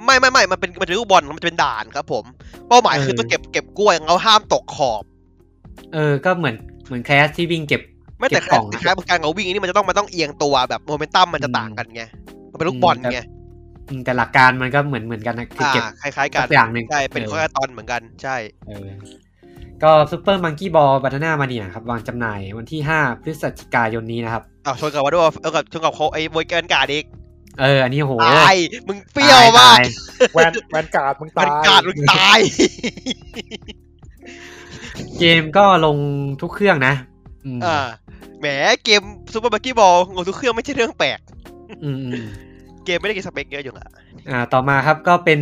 ไม่ไม่ไม่มันเป็นมันเป็นลูกบอลมันจะเป็นด่านครับผม เป้าหมายคือ เออ ต้องเก็บเก็บกล้วยเราห้ามตกขอบ เออ ก็เหมือนเหมือน Crash ที่วิ่งเก็บ ไม่แต่ เก็ ค บขอยล้าง คล้ายๆเหมือนกันเราวิ่งอันนี่มันจะต้องมันต้องเอียงตัวแบบโมเมนตัมมันจะต่างกันไง มันเป็นลูกบอล อืม ไง อืมแต่หลักการมันก็เหมือนเหมือนกันนะคือเก็บ อ่าคล้ายๆกัน สักอย่างหนึ่ง ใช่เป็น เออ ข้อตอนเหมือนกันใช่ เออก็ซุปเปอร์มังกี้บอลบานาน่ามาเนียครับ วางจำหน่ายวันที่ 5 พฤศจิกายนนี้นะครับ เอาชนกับว่าด้วยเออกับชนกับเขาไอ้บอยเกินการ์ดอีก เออ อันนี้โห ตายมึงเปรี้ยวมาก ตย แวน แวนการ์ดมึง มั ตาน ย การ์ดมึงตาย เกมก็ลงทุกเครื่องนะอืม อ่าแหมเกมซูเปอร์บักกี้บอลงงทุกเครื่องไม่ใช่เรื่องแปลก อืมอืม เกมไม่ได้กินสเปคเยอะอยู่ละ อ่าต่อมาครับก็เป็น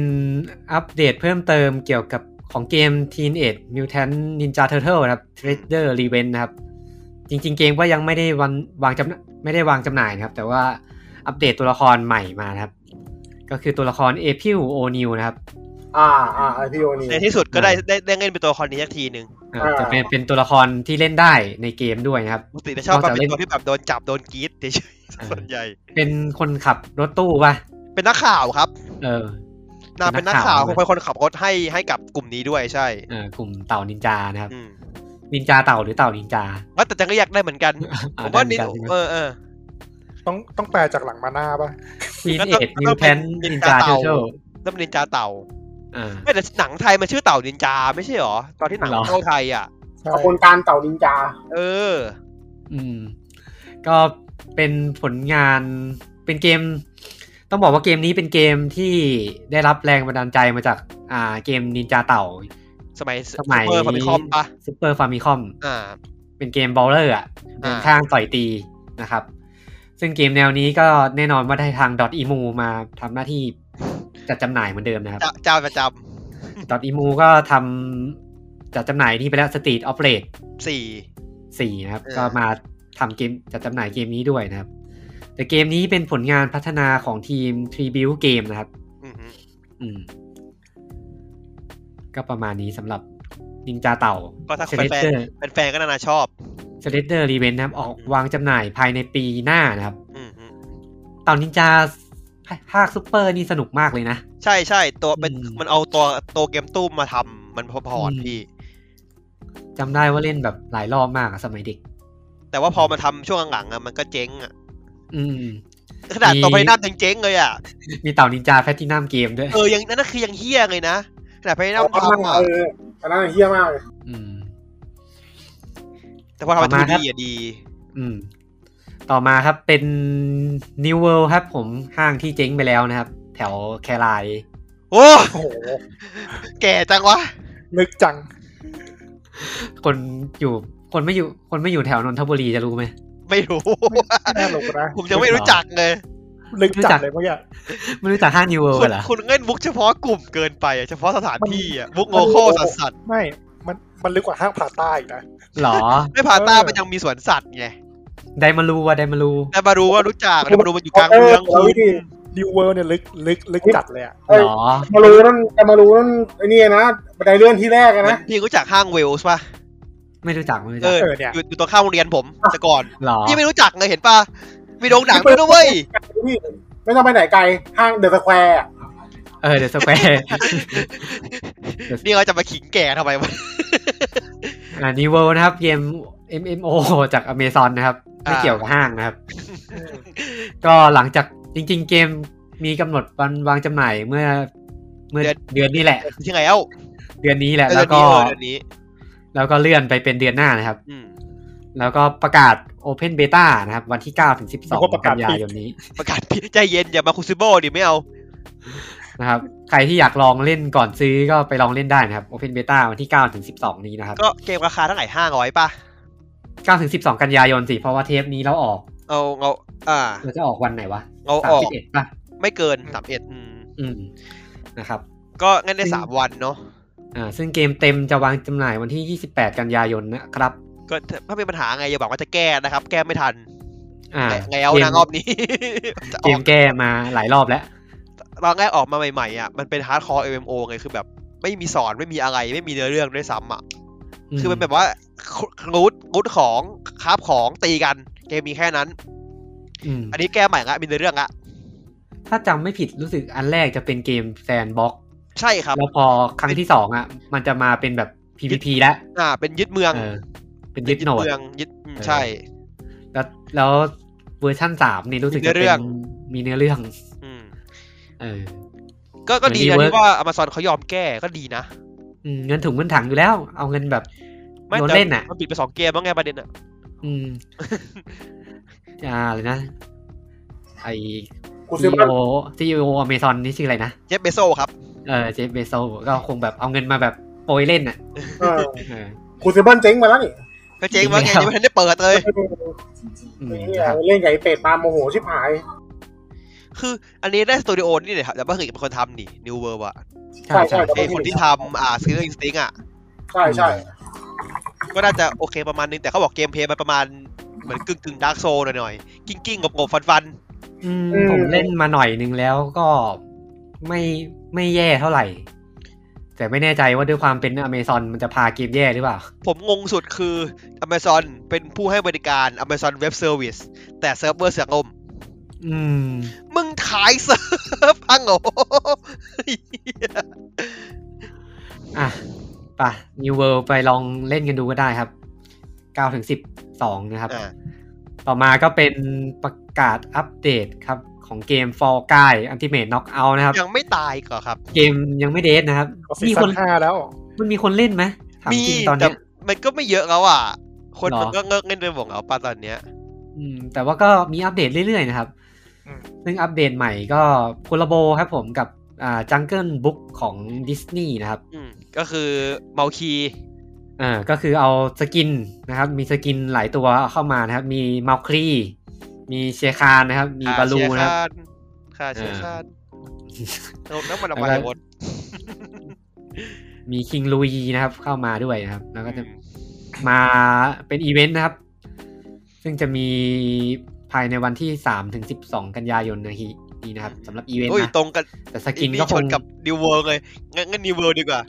อัปเดตเพิ่มเติมเกี่ยวกับของเกม Teenage Mutant Ninja Turtle นะครับ Treasure Revenge นะครับ จริง ๆ เกมก็ยังไม่ได้วางวางจำหน่ายไม่ได้วางจำหน่ายนะครับ แต่ว่าอัปเดตตัวละครใหม่มานะครับ ก็คือตัวละครเอพิวโอนิวนะครับ อ่าอ่าไอพีโอนี่ ในที่สุดก็ได้ได้ได้เล่นเป็นตัวละครนี้สักทีหนึ่ง อ่า อ่า จะเป็นเป็นตัวละครที่เล่นได้ในเกมด้วยนะครับ ปกติจะชอนอบกจาก มาเป็นตัว เล่น ที่แบบโดนจับโดนกรีดเฉย อ่า ๆส่วนใหญ่ เป็นคนขับรถตู้ป่ะ เป็นนักข่าวครับ เออ นาง เป็ เป็น น นักนัก ข่า ข่าว วคอยคนขับรถให้ให้กับกลุ่มนี้ด้วยใช่ เออกลุ่มเต่านินจานะครับ อืม นินจาเต่าหรือเต่านินจา ว่าแต่จังก็อยากได้เหมือนกัน อ่ ผมว่า ได้ นี่ เหมือกัใช่ไหม เออเออ ต้องต้องแปลจากหลังมาหน้าป่ะ ทีน แล้ว เอทนิก็แล้วก็ ว เป็ แ a น นนิน นินจาจาเท เต่า เทล ต้องเป็นนินจาเต่า อ่า ไม่แต่หนังไทยมันชื่อเต่านินจาไม่ใช่หรอ ตอนที่หนัง เหรอ เข้าไทยอ่ะ ใช่ ขบวนการเต่านินจา เออ อืม ก็เป็นผลงานเป็นเกม ต้องบอกว่าเกมนี้เป็นเกมที่ได้รับแรงบันดาลใจมาจาก อ่าเกมนินจาเต่า สมัย สมัย ซูเปอร์ฟามิคอมปะ ซูเปอร์ฟามิคอม อ่า เป็นเกมบอลเลอร์อ่ะเดิน อ่า ข้างต่อยตีนะครับ ซึ่งเกมแนวนี้ก็แน่นอนว่าได้ทาง Dot .emu มาทำหน้าที่จัดจำหน่ายเหมือนเดิมนะครับ จะเจ้าประจ Dot .emu ก็ทำจัดจำหน่ายนี่ไปแล้ว Street o f r a t e ำสี่ 4 นะครับ เออ ก็มาทำเกมจัดจำหน่ายเกมนี้ด้วยนะครับ แต่เกมนี้เป็นผลงานพัฒนาของทีม Tree Build Game นะครับ อือหือ อืม ก็ประมาณนี้สำหรับนินจาเต่า ก็ถ้า Shredder แฟนๆแฟนๆก็น่าจะชอบ s l e d d e r r e v e n นะครับ ออกวางจำหน่ายภายในปีหน้านะครับ อือหือ เต่านินจาภาคซุปเปอร์นี่สนุกมากเลยนะ ใช่ใช่ตัวเป็น อืม มันเอาตัวตัวเกมตู้มมาทำมันพอพอๆพี่ จำได้ว่าเล่นแบบหลายรอบมากอะสมัยเด็ก แต่ว่าพอมาทำช่วงหลังๆอ่ะมันก็เจ๊งอ่ะ อืม ขนาดตัว มี ไพนัมยังเจ๊งเลยอ่ะ มีเต่านินจาแพทินัมเกมด้วย เออยังนั่นนะคือยังเฮี้ยเลยนะขนาดไพนัม เอามาก ทำอ่ะ เอออันนั้นเฮี้ยมากเลย อืม แต่พอทำเป็น ต่ ทู อมาครับ ดีอ่ะดี อืม ต่อมาครับเป็น New World ครับผมห้างที่เจ๊งไปแล้วนะครับ แถวแคราย โอ้ โอ้โห แก่จังวะ นึกจัง คนอยู่คนไม่อยู่คนไม่อยู่แถวนนทบุรีจะรู้ไหม ไม่รู้ ไม่น่าหลงนะ ผมยังไม่รู้จักเลย นึกจั รู้จั ง ก เลยเมื่อกี้ ไม่รู้จักห้าง New คุ World ณ เหรอ คุณเล่นมุกเฉพาะกลุ่มเกินไปอะเฉพาะสถานที่อ่ะมุกโงโค้สัตว์สัตว์ ไม่ มันมันลึกกว่าห้างผาใต้อีกนะ หรอ ไม่พาต้า เออ มันยังมีสวนสัตว์ไง ไดมารูอะไดมารู แต่มารู้ว่ารู้จักแต่มารู้มันอยู่กลางเมือง เออ คุณ ที่ นิวเวิลด์เนี่ยลึกลึกลึกจัดเลยอะ เอ้ย หรอ มารู้นั่นแต่มารู้นั่นไอ้นี่นะบันไดเลื่อนที่แรกอะ เหมือ นะ นพี่รู้จักห้างเวลส์ป่ะ ไม่รู้จักไม่รู้ เอ จัก ออยู่อยู่ตรงข้ามโรงเรียนผมแต่ก่อน หรอ พี่ไม่รู้จักเลยเห็นป่ะมีโรงหนังด้วยนะเว้ย พี่ไม่ต้องไปไหนไกลห้างเดอะสแควร์ เออเดอะสแควร์ นี่เราจะมาขิงแก่ทำไมวะ อ่า New World นะครับเกม MMO จาก Amazon นะครับ ไม่ อ่า เกี่ยวกับห้างนะครับ ก็หลังจากจริง ๆ เกมมีกำหนดวันวางจำหน่ายเมื่อ เมื่อเดือนนี้แหละ ยังไงเอ้า เดือนนี้แหละ เดื แล้ อ วน ก็ นี้เออเดือนนี้ แล้วก็เลื่อนไปเป็นเดือนหน้านะครับ อืม แล้วก็ประกาศ Open Beta นะครับ วันที่9ถึง แล้วก็ประ 12กั กาศ นยายนนี้ ประกาศพี่ใจเย็นอย่ามาคุซิโบดิไม่เอา นะครับ ใครที่อยากลองเล่นก่อนซื้อก็ไปลองเล่นได้นะครับ Open Beta วันที่9ถึง12 นี้นะครับ ก็เกมราคาเท่าไหร่ห้าร้อยป่ะ 9ถึง12 กันยายนสิเพราะว่าเทปนี้เราออก เอาเอาอ่า เราจะออกวันไหนวะ เอาออก 31ป่ะ ไม่เกินสามเอ็ดอืม อืมนะครับ ก็งั้นได้ ซึ่ง สามวันเนาะ อ่าซึ่งเกมเต็มจะวางจำหน่ายวันที่ 28 กันยายนนะครับ ก็ถ้ามีปัญหาไงอย่าบอกว่าจะแก้นะครับ แก้ไม่ทัน อ่า ไงเอา เกม นะรอบนี้ จะอ เก อ ม ก แก้มาหลายรอบแล้ว ตอนแรกออกมาใหม่ๆอ่ะมันเป็นฮาร์ดคอร์ MMO ไงคือแบบ ไม่มีสอนไม่มีอะไรไม่มีเนื้อเรื่องด้วยซ้ำอ่ะคือมันแบบว่ารูทรูทของคราฟของตีกัน เกมมีแค่นั้น อืม อันนี้แก้ใหม่ละมีเนื้อเรื่องละ ถ้าจำไม่ผิดรู้สึกอันแรกจะเป็นเกมแซนบ็อก ใช่ครับ แล้วพอครั้งที่สองอ่ะ มันจะมาเป็นแบบ PVP แล้ว อ่า เป็นยึดเมือง เออ เป็นยึดโหนด เมืองยึดอืม เออ ใช่ แล้วแล้วเวอร์ชั่นสามนี่รู้สึกจะ มีเนื้อเรื่ เป็ อง นมีเนื้อเรื่อง อืม เออ ก็ก็ดีนะ เหมือน rework ที่ว่า Amazon เขายอมแก้ก็ดีนะ อืมเงินถุงเงินถังอยู่แล้ว เอาเงินแบบ ไม่ โดน แต่ เล่นอ่ะ มันปิดไปสองเกมแล้วไงประเด็นอ่ะ อืม อ่าเลยนะ ไอ กู ซี ซื้อ โอ บ้าน ซีโออเมซอนนี่ชื่ออะไรนะ เจฟเบโซครับ เออเจฟเบโซก็คงแบบเอาเงินมาแบบโปรยเล่นอ่ะ เออ เออ กูซื้อบ้านเจ๊งมาแล้วนี่ ก็เจ๊งมากไง จริงแล้ว ยังไม่ทันได้เปิดเลย อืม ไอ้เหี้ย นะครับ เล่นใหญ่เป็ดมาโมโหชิบหาย คืออันนี้ได้สตูดิโอนี่เลยครับแต่ว่าคือเป็นคนทำนี่ New World อะ ใช่ใช่ ใช่ ไอคนที่ทำอ่า Killer Instinct อะ ใช่ใช่ ก็น่าจะโอเคประมาณนึง แต่เขาบอกเกมเพลย์มันประมาณ เหมือนกึ่งกึ่งดาร์กโซหน่อยๆ กิ้งกิ้งๆงบๆ ฟันฟัน อืมผมเล่นมาหน่อยนึงแล้วก็ไม่ไม่แย่เท่าไหร่ แต่ไม่แน่ใจว่าด้วยความเป็นอเมซอนมันจะพาเกมแย่หรือเปล่า ๆผมงงสุดคือ Amazon เป็นผู้ให้บริการ Amazon Web Service แต่เซิร์ฟเวอร์เสียงลม อืม มึงขายเซิร์ฟพังเหรอ อ่ะไป่ะ New World ไปลองเล่นกันดูก็ได้ครับ9ถึง12 นะครับ อ่า ต่อมาก็เป็นประกาศอัปเดตครับ ของเกม Fall Guy Ultimate Knockout นะครับ ยังไม่ตายอีกเหรอครับ เกมยังไม่เดทนะครับ ก็ซี มีค ซั่ น นห้าแล้ว มันมีคนเล่นไหมถาม มี จริงตอน แต่ เนี้ย มันก็ไม่เยอะแล้วอ่ะ คน หรอ มันก็เงิกเงินไปหมดแล้วป่ะตอนเนี้ย อืมแต่ว่าก็มีอัปเดตเรื่อยๆนะครับ อืม ซึ่งอัปเดตใหม่ก็ค o ล l a โบครับผมกับอ่าจังเกิลบุ๊กของดิสนีย์นะครับ อืมก็คือเมาคี อ่าก็คือเอาสกินนะครับ มีสกินหลายตัวเข้ามานะครับ มีมาครีมีเชคานนะครับ มีบาลูนะครับ ค่าเชื้อ อ่า ชาติเอาน้ำมันออกมาให้หมด มีคิงลุยนะครับเข้ามาด้วยนะครับ แล้วก็จะ อืม มาเป็นอีเวนต์นะครับ ซึ่งจะมีภายในวันที่สามถึงสิบสองกันยายนนะฮีนี่นะครับสำหรับอีเวนต์ โอ้ย นะ ตรงกัน แต่สกินก็ ช คง นกับนิวเวิร์เลยงั้นงั้นนิวเวิร์ดีกว่า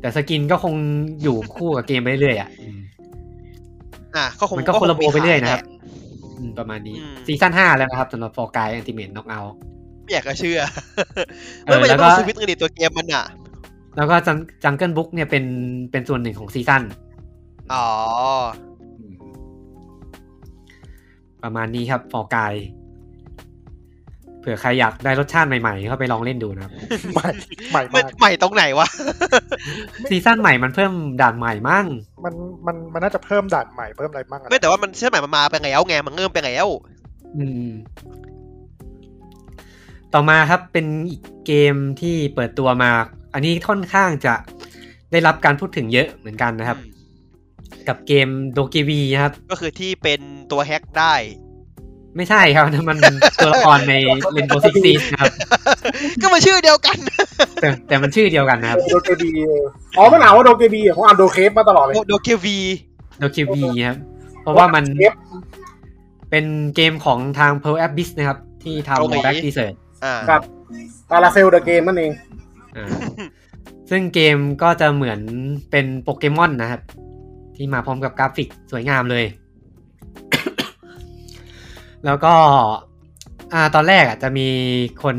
แต่สกินก็คงอยู่คู่กับเกมไปเรื่อยๆอ่ะอืม อ่ะก็คง มันก็คนละโบไปเรื่อยนะครับ แหล อืมประมาณนี้ อืม ซีซั่นห้าแล้วนะครับสำหรับฟอร์กายอันติเมตน็อกเอา ไม่อยากจะเชื่อ เอ ไม่ อ มันจะ แล้วก็ ต้องสวิตช์กันดิตัวเกมมันอ่ะ แล้วก็จังเกิลบุ๊กเนี่ยเป็นเป็นส่วนหนึ่งของซีซั่น อ๋อ ประมาณนี้ครับฟอร์กายเผื่อใครอยากได้รสชาติใหม่ๆ ก็ไปลองเล่นดูนะครับ ใหม่ใหม่ มั มาน ก ใหม่ตรงไหนวะ ซีซั่นใหม่มันเพิ่มด่านใหม่มั่ง มันมันมันน่าจะเพิ่มด่านใหม่เพิ่มอะไรบ้างอะ ไม่แต่ว่ามันเชื่อใหม่มันมาไปแล้วไงมันเริ่มไปแล้ว อืม ต่อมาครับเป็นอีกเกมที่เปิดตัวมา อันนี้ค่อนข้างจะได้รับการพูดถึงเยอะเหมือนกันนะครับ อืม กับเกมโดเกวีนะครับ ก็คือที่เป็นตัวแฮกได้ ไม่ใช่ครับนั่นมัน ตัวละครในเรนโบซิกซีนะครับ ก็มาชื่อเดียวกัน แต่แต่มันชื่อเดียวกันนะครับ โดเกบีอ๋อมันอ่านว่าโดเกบีอ่ะผมอ่านโดเคฟมาตลอดเลย โดเกวี โดเกวีครับ เพราะว่ามัน Yep เป็นเกมของทาง Pearl Abyss นะครับ ที่ทำ Back Desert อ่า ครับ ตาลาเซลเดอะเกมนั่นเอง อ่า ซึ่งเกมก็จะเหมือนเป็นโปเกมอนนะครับ ที่มาพร้อมกับกราฟิกสวยงามเลย แล้วก็อ่าตอนแรกอ่ะจะมีคน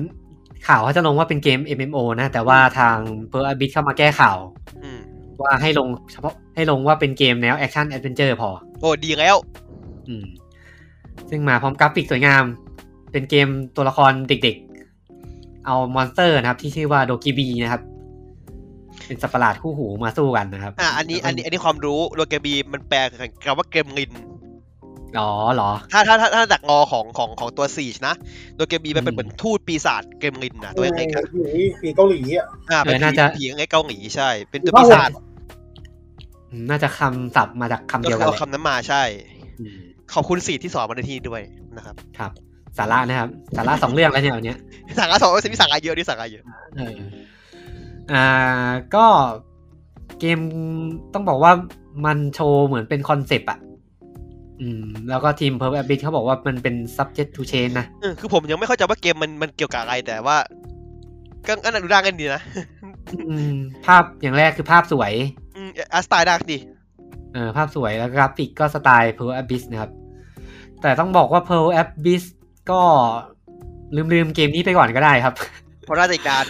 ข่าวเขาจะลงว่าเป็นเกม MMO นะ แต่ว่าทาง p e r l a b i t เข้ามาแก้ข่าว อืม ว่าให้ลงเฉพาะให้ลงว่าเป็นเกมแนวแอคชั่นแอดเวนเจอร์พอ โอ้ดีแล้ว อืม ซึ่งมาพร้อมกราฟิกสวยงาม เป็นเกมตัวละครเด็กๆ เอามอนสเตอร์นะครับ ที่ชื่อว่าโดกิบีนะครับ เป็นสัตว์ประหลาดคู่หูมาสู้กันนะครับ อ่า อันนี้ อันนี้ อันนี้ความรู้โดเกวีมันแปลกันคำว่าเกมลิน อ๋อเหรอ ถ้าถ้าถ้าถ้าจากงอของของของตัวสีชนะ โดเกวีมันเป็น อืม เหมือนทูตปีศาจเกมลินนะตัวเล็กๆอะ ผีผีเกาหลีอ่ะ อ่า เป็น เออน่า ผี จะ ผีไงเกาหลีใช่ เป็นตัว ผี ปี เกาหลี ศาจ อืมน่าจะคำศัพท์มาจากคำ ก็ เดียว คือ กัน เอา เลย คำนั้นมาใช่ อืม ขอบคุณสีที่สอนมาในที่นี้ด้วยนะครับ ครับ สาระนะครับ สาระสองเรื่องแล้วเนี่ยวันเนี้ย สั่งอาสองเอ้ยนี่สั่งอาเยอะนี่สั่งอาเยอะ เอออ่าก็เกมต้องบอกว่ามันโชว์เหมือนเป็นคอนเซปต์อ่ะ อืม แล้วก็ทีม p e r f e c t เขาบอกว่ามันเป็น subject to change นะ เออคือผมยังไม่เข้าใจว่าเกมมันมันเกี่ยวกับอะไรแต่ว่าก็อันนั้นดูด่างกันดีนะ อืม ภาพอย่างแรกคือภาพสวย อืมอาร์ตสไตล์ด่างดี เออภาพสวยแล้วกราฟิกก็สไตล์ Pearl Abyss นะครับ แต่ต้องบอกว่า Pearl Abyss ก็ลืมลืมๆเกมนี้ไปก่อนก็ได้ครับ เพราะน่าจะอีกนาน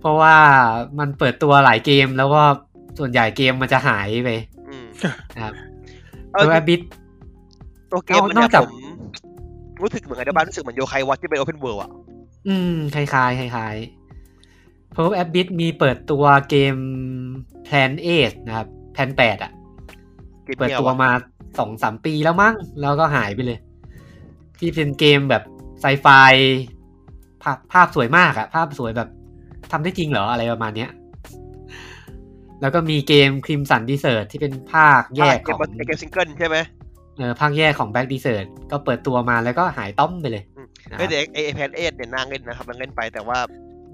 เพราะว่ามันเปิดตัวหลายเกมแล้วก็ส่วนใหญ่เกมมันจะหายไป อืม นะครับ เอาจ Pearl ริง Abyss ตัวเกมมัน น เนี่ อย กจาก ผมรู้สึกเหมือนไงนะบ้างรู้สึกเหมือนโยไควัตที่เป็นโอเพนเวิลด์อ่ะ อืม คล้ายๆคล้ายๆ Pearl Abyss มีเปิดตัวเกม Plan 8 นะครับ Plan 8 อ่ะ เกม เปิด เนี้ย ตัวมาสองสามปีแล้วมั้งแล้วก็หายไปเลย ที่เป็นเกมแบบไซไฟภาพภาพสวยมากอะภาพสวยแบบทำได้จริงเหรออะไรประมาณเนี้ย แล้วก็มีเกมครีมสันดีเซอร์ที่เป็นภาคแยก เก ข ม อง มันเกมซิงเกิลใช่ไหม เออภาคแยกของแบ็กดีเซอร์ก็เปิดตัวมาแล้วก็หายต้อมไปเลยนะค เฮ้ รั ย บ แต่ไอแพนเอทเนี่ยนางเล่นนะครับมันเล่นไปแต่ว่า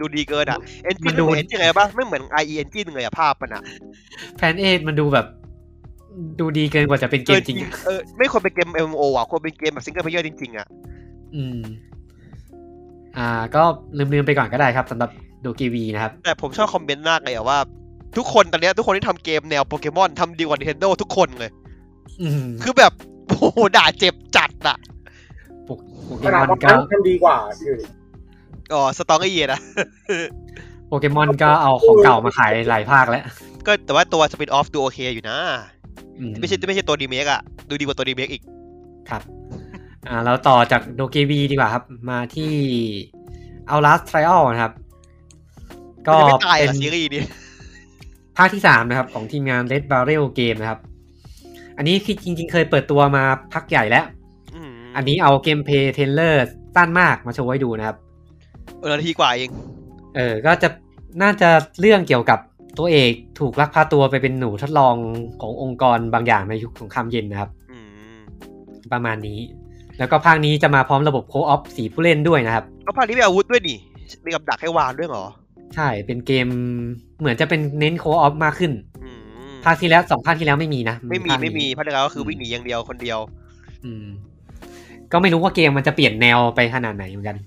ดูดีเกินอ่ะเอนจิ มันนดู เอนจินไงบ้างไม่เหมือน i e เอนจินเลยอะภาพมันอ่ะ แพนเอมันดูแบบ ดูดีเกินกว่าจะเป็นเกมจริง ออ อะ เออไม่ควรเป็นเกม MMO อ่ะควรเป็นเกมแบบซิงเกิลเพลเยอร์จริงๆอ่ะ อืม อ่า ก็ลืมๆไปก่อนก็ได้ครับสำหรับโดกีวีนะครับ แต่ผมชอบคอมเมนต์มากเลยอ่ะว่า ทุกคนตอนเนี้ยทุกคนที่ทำเกมแนวโปเกมอนทำดีกว่า Nintendo ทุกคนเลย อืม คือแบบโอ้โหด่าเจ็บจัดอ่ะ โปโปเก ขนาด มอน ว่า ก็ มันดีกว่าอยู่ดิ อ๋อสตอรี่อะนะ โปเกมอนก็เอาของเก่ามาขายหลายภาคแล้ว ก็แต่ว่าตัวสปินออฟดูโอเคอยู่นะ อื ไม่ใช่ไม่ใช่ตัวดีเมกอะดูดีกว่าตัวดีเมกอีก ครับ อ่าเราต่อจากโดเกวีดีกว่าครับ มาที่เอาลัสไทรอลนะครับ ก็ มันจะไม่ตายเห เป็ รอน ซีรีส์นี้ ภาคที่สามนะครับ ของทีมงาน Red Barrel Game นะครับ อันนี้คือจริงๆ เคยเปิดตัวมาพักใหญ่แล้ว ม อันนี้เอาเกมเพย์เทนเลอร์สั้นมากมาโชว์ให้ดูนะครับ เออนาทีกว่าเอง เออ ก็จะน่าจะเรื่องเกี่ยวกับตัวเอกถูกลักพาตัวไปเป็นหนูทดลองขององค์กรบางอย่างในยุคสงครามเย็นนะครับ อืม ประมาณนี้ แล้วก็ภาคนี้จะมาพร้อมระบบโคออฟสีผู้เล่นด้วยนะครับ แล้วภาคนี้มีอาวุธด้วยนี่มีกับดักให้วางด้วยเหรอ ใช่ เป็นเกมเหมือนจะเป็นเน้นโคออฟมากขึ้น อืม ภาคที่แล้วสองภาคที่แล้วไม่มีนะ ไม่มี ภาคนี้ ไม่มีภาคเดียวก็คือวิ่งหนีอย่างเดียวคนเดียว อืม ก็ไม่รู้ว่าเกมมันจะเปลี่ยนแนวไปขนาดไหนเหมือนกัน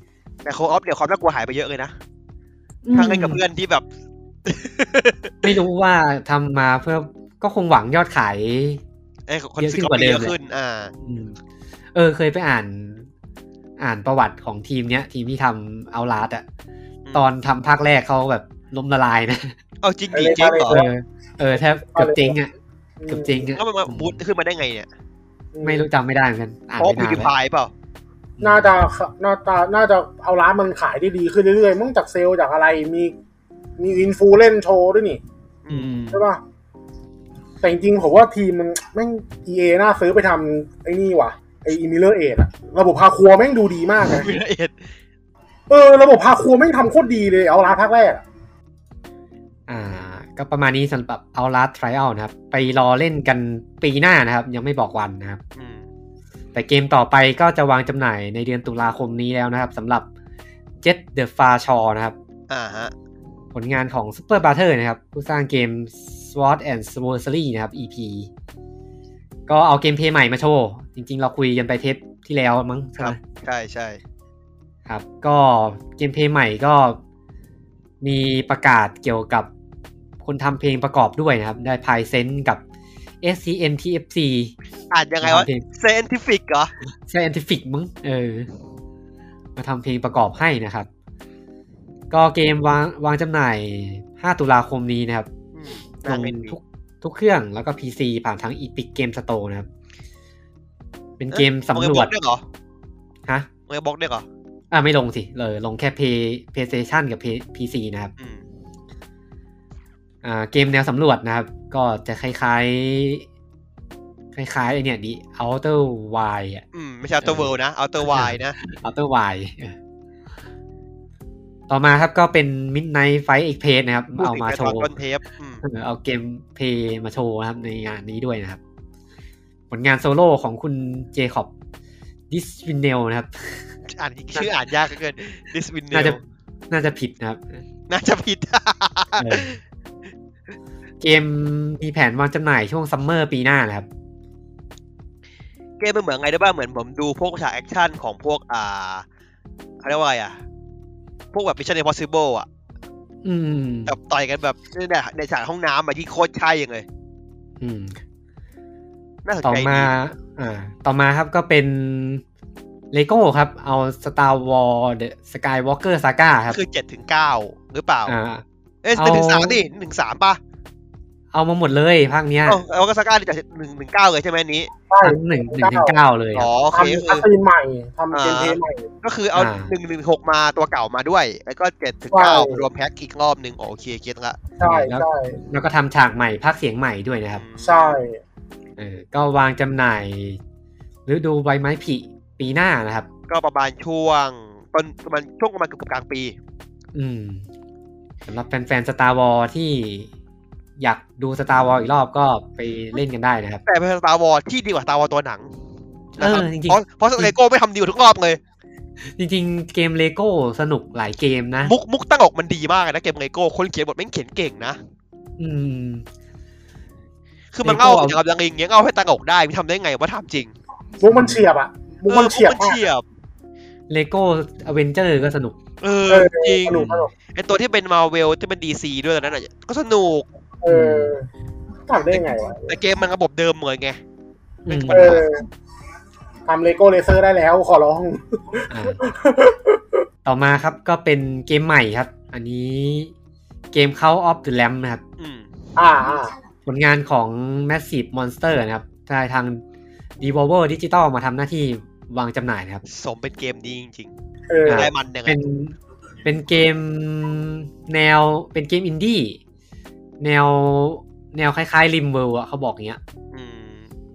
แต่โคออฟเดี๋ยวความน่ากลัวหายไปเยอะเลยนะทางเล่นกับเพื่อนที่แบบ ไม่รู้ว่าทำมาเพื่อก็คงหวังยอดขาย เอ้ยคน เยอะขึ้ ซื้อน ก็ กว่าเดิ เย ม อะ เลย ขึ้น อ่า อืม เออ เคยไปอ่าน อ่านประวัติของทีมเนี้ย ทีมที่ทำเอาลาดอะ อืม ตอนทำภาคแรกเขาแบบล้มละลายนะ เอาจริงดิ ไอ้ เจ๊งเหรอ เอ ภาค อ เออแทบเกือบเจริงอะเกือบเจริงอะ แล้วมันมาบูทขึ้นมาได้ไงเนี่ย ไม่รู้จำไม่ได้เหมือนกัน อ่าน เพราะ ไม่ พิ นาน ว แล้ว พายเปล่า น่าจะน่าจะน่าจะเอาร้านมันขายได้ดีขึ้นเรื่อยๆมึงจากเซลล์จากอะไรมีมีอินฟูเล่นโชว์ด้วยนี่ อืม ใช่ป่ะ แต่จริงๆผมว่าทีมมันแม่ง EA น่าซื้อไปทำไอ้นี่ว่ะไอ้อิมิเลอร์เอทอะระบบพาครัวแม่งดูดีมากเลย วิลเอ็ด เออระบบพาครัวแม่งทำโคตรดีเลยเอาลาภาคแรกอะ อ่า ก็ประมาณนี้สำหรับเอาลาดทริอัลนะครับ ไปรอเล่นกันปีหน้านะครับ ยังไม่บอกวันนะครับ อืม แต่เกมต่อไปก็จะวางจำหน่ายในเดือนตุลาคมนี้แล้วนะครับสำหรับ Jet the Far Shore นะครับ อ่าฮะ ผลงานของ Super b a t t e r นะครับ ผู้สร้างเกม Sword and Sorcery นะครับ EP ก็เอาเกมเพลย์ใหม่มาโชว์ จริงๆ เราคุยกันไปเทปที่แล้วมั้งใช่ไหม ใช่ใช่ ครับ ก็เกมเพลย์ใหม่ก็มีประกาศเกี่ยวกับคนทำเพลงประกอบด้วยนะครับ ได้พายเซนกับ SCNTFC อ่านยังไงวะ เพล scientific เหรอ scientific มั้งเออ มาทำเพลงประกอบให้นะครับ ก็เกมวางวางจำหน่าย 5 ตุลาคมนี้นะครับลอืมน่าง เล่นดี ทุกทุกเครื่องแล้วก็ PC ผ่านทาง Epic Game Store นะครับ เป็นเกมสำรวจ เอ้ยมึงไอ้บล็อกด้วยเหรอ ฮะ มึงไอ้บล็อกด้วยเหรอ อ่าไม่ลงสิ เลยลงแค่ Play PlayStation กับ Play- PC นะครับ อืม อ่าเกมแนวสำรวจนะครับ ก็จะคล้ายๆ คล้ายๆไอเนี่ยดี Outer Wild อะ อืมไม่ใช่ outer world นะ outer wide นะ อัลเตอร์ไวต่อมาครับก็เป็น Midnight Fight Express นะครับ พูด เอา ถึง มา ใน โช ตอน ว์ ต้นเทปอืม เออเอาเกมเพลย์มาโชว์นะครับในงานนี้ด้วยนะครับ ผลงานโซโล่ของคุณเจคอบดิสวินเนลนะครับ อ่านชื่ออ่านยากเกิน this w i n d น่าจะ o w น่าจะผิดนะครับ น่าจะผิด เออ เกมมีแผนวางจำหน่ายช่วงซัมเมอร์ปีหน้านะครับ เกมมันเหมือนไงได้บ้างเหมือนผมดูพวกฉากแอคชั่นของพวกอ่าเขาเรียกว่าไงอ่ะ พวกแบบ Mission Impossible อ่ะ อืม แบบต่อยกันแบบนี่แหละในฉากห้องน้ำอะที่โคตรใช่ยังเลย อืม น่าสน ต่อ ใจ มา ดี อ่า ต่อมาครับก็เป็นเลโก้ครับ เอา Star Wars The Skywalker Saga ครับ คือเจ็ดถึงเก้าหรือเปล่า อ่า เอ้ย เอา หนึ่งสามดิหนึ่งสามป่ะ เอามาหมดเลยภาคเนี้ย เอ้าเอาก็สก้าดิจากหนึ่งหนึ่งเก้าเลยใช่ไหมอันนี้ ใช่ ทั้งหนึ่งหนึ่งถึงเก้าเลยค อ๋อ รับ โอเค ทำ ก็ คัส คือ ซีนใหม่ทำเกมเพล อ่า ย์ใหม่ ก็คือเอา อ่า หนึ่งหนึ่งหกมาตัวเก่ามาด้วย แล้วก็เจ็ดถึง ใช่ เก้ารวมแพ็คอีกรอบหนึ่งอ๋อโอเคเก็ตละ ใช่ แล้ว ใช่ แล้วก็ทำฉากใหม่ภาคเสียงใหม่ด้วยนะครับ ใช่ เออก็วางจำหน่ายฤดูใบไม้ผลิปีหน้านะครับ ก็ประมาณช่วงต้นประมาณช่วงประมาณเกือบกลางปี อืมสำหรับแฟนๆ Star Wars ที่อยากดู Star Wars อีกรอบก็ไปเล่นกันได้นะครับ แต่เป็นสตาร์วอที่ดีกว่าสตาร์วอตัวหนังนะครับ เออจริงๆ เพราะเพราะสเลโก้ไม่ทำดีกว่าทุกรอบเลย จริงๆ เกมเลโก้สนุกหลายเกมนะ มุกมุกตั้งออกมันดีมากเลยนะเกมเลโก้คนเขียนบทแม่งเขียนเก่งนะ อืม คือมันเล่า Lego เอา อย่างกับยังไงอย่างเงี้ยเอาให้ตังออกได้มันทำได้ไงวะถามจริง มุกมันเฉียบอะมุกมันเฉียบ เออมุกมัน มาก เฉียบ เลโก้อเวนเจอร์ก็สนุก เออ เออ จริง สนุกสนุก ไอตัวที่เป็นมาเวลที่เป็นดีซีด้วยตอนนั้นน่ะก็สนุก เออทำได้ไงวะ แต่เกมมันระบบเดิมเหมือนไง อืม เออทำเลโก้เลเซอร์ได้แล้วขอร้อง อ่าต่อมาครับก็เป็นเกมใหม่ครับ อันนี้เกม Call of the Lamb นะครับ อืม อ่าอ่า ผลงานของ Massive Monster นะครับได้ทาง Devolver Digital มาทำหน้าที่ วางจำหน่ายนะครับ สมเป็นเกมดีจริง เออ ๆ ค ได้ รับ มันยังไง เป็นเป็นเกมแนวเป็นเกมอินดี้แนวแนวคล้ายๆริมเวิลด์อะเขาบอกอย่างเงี้ย อืม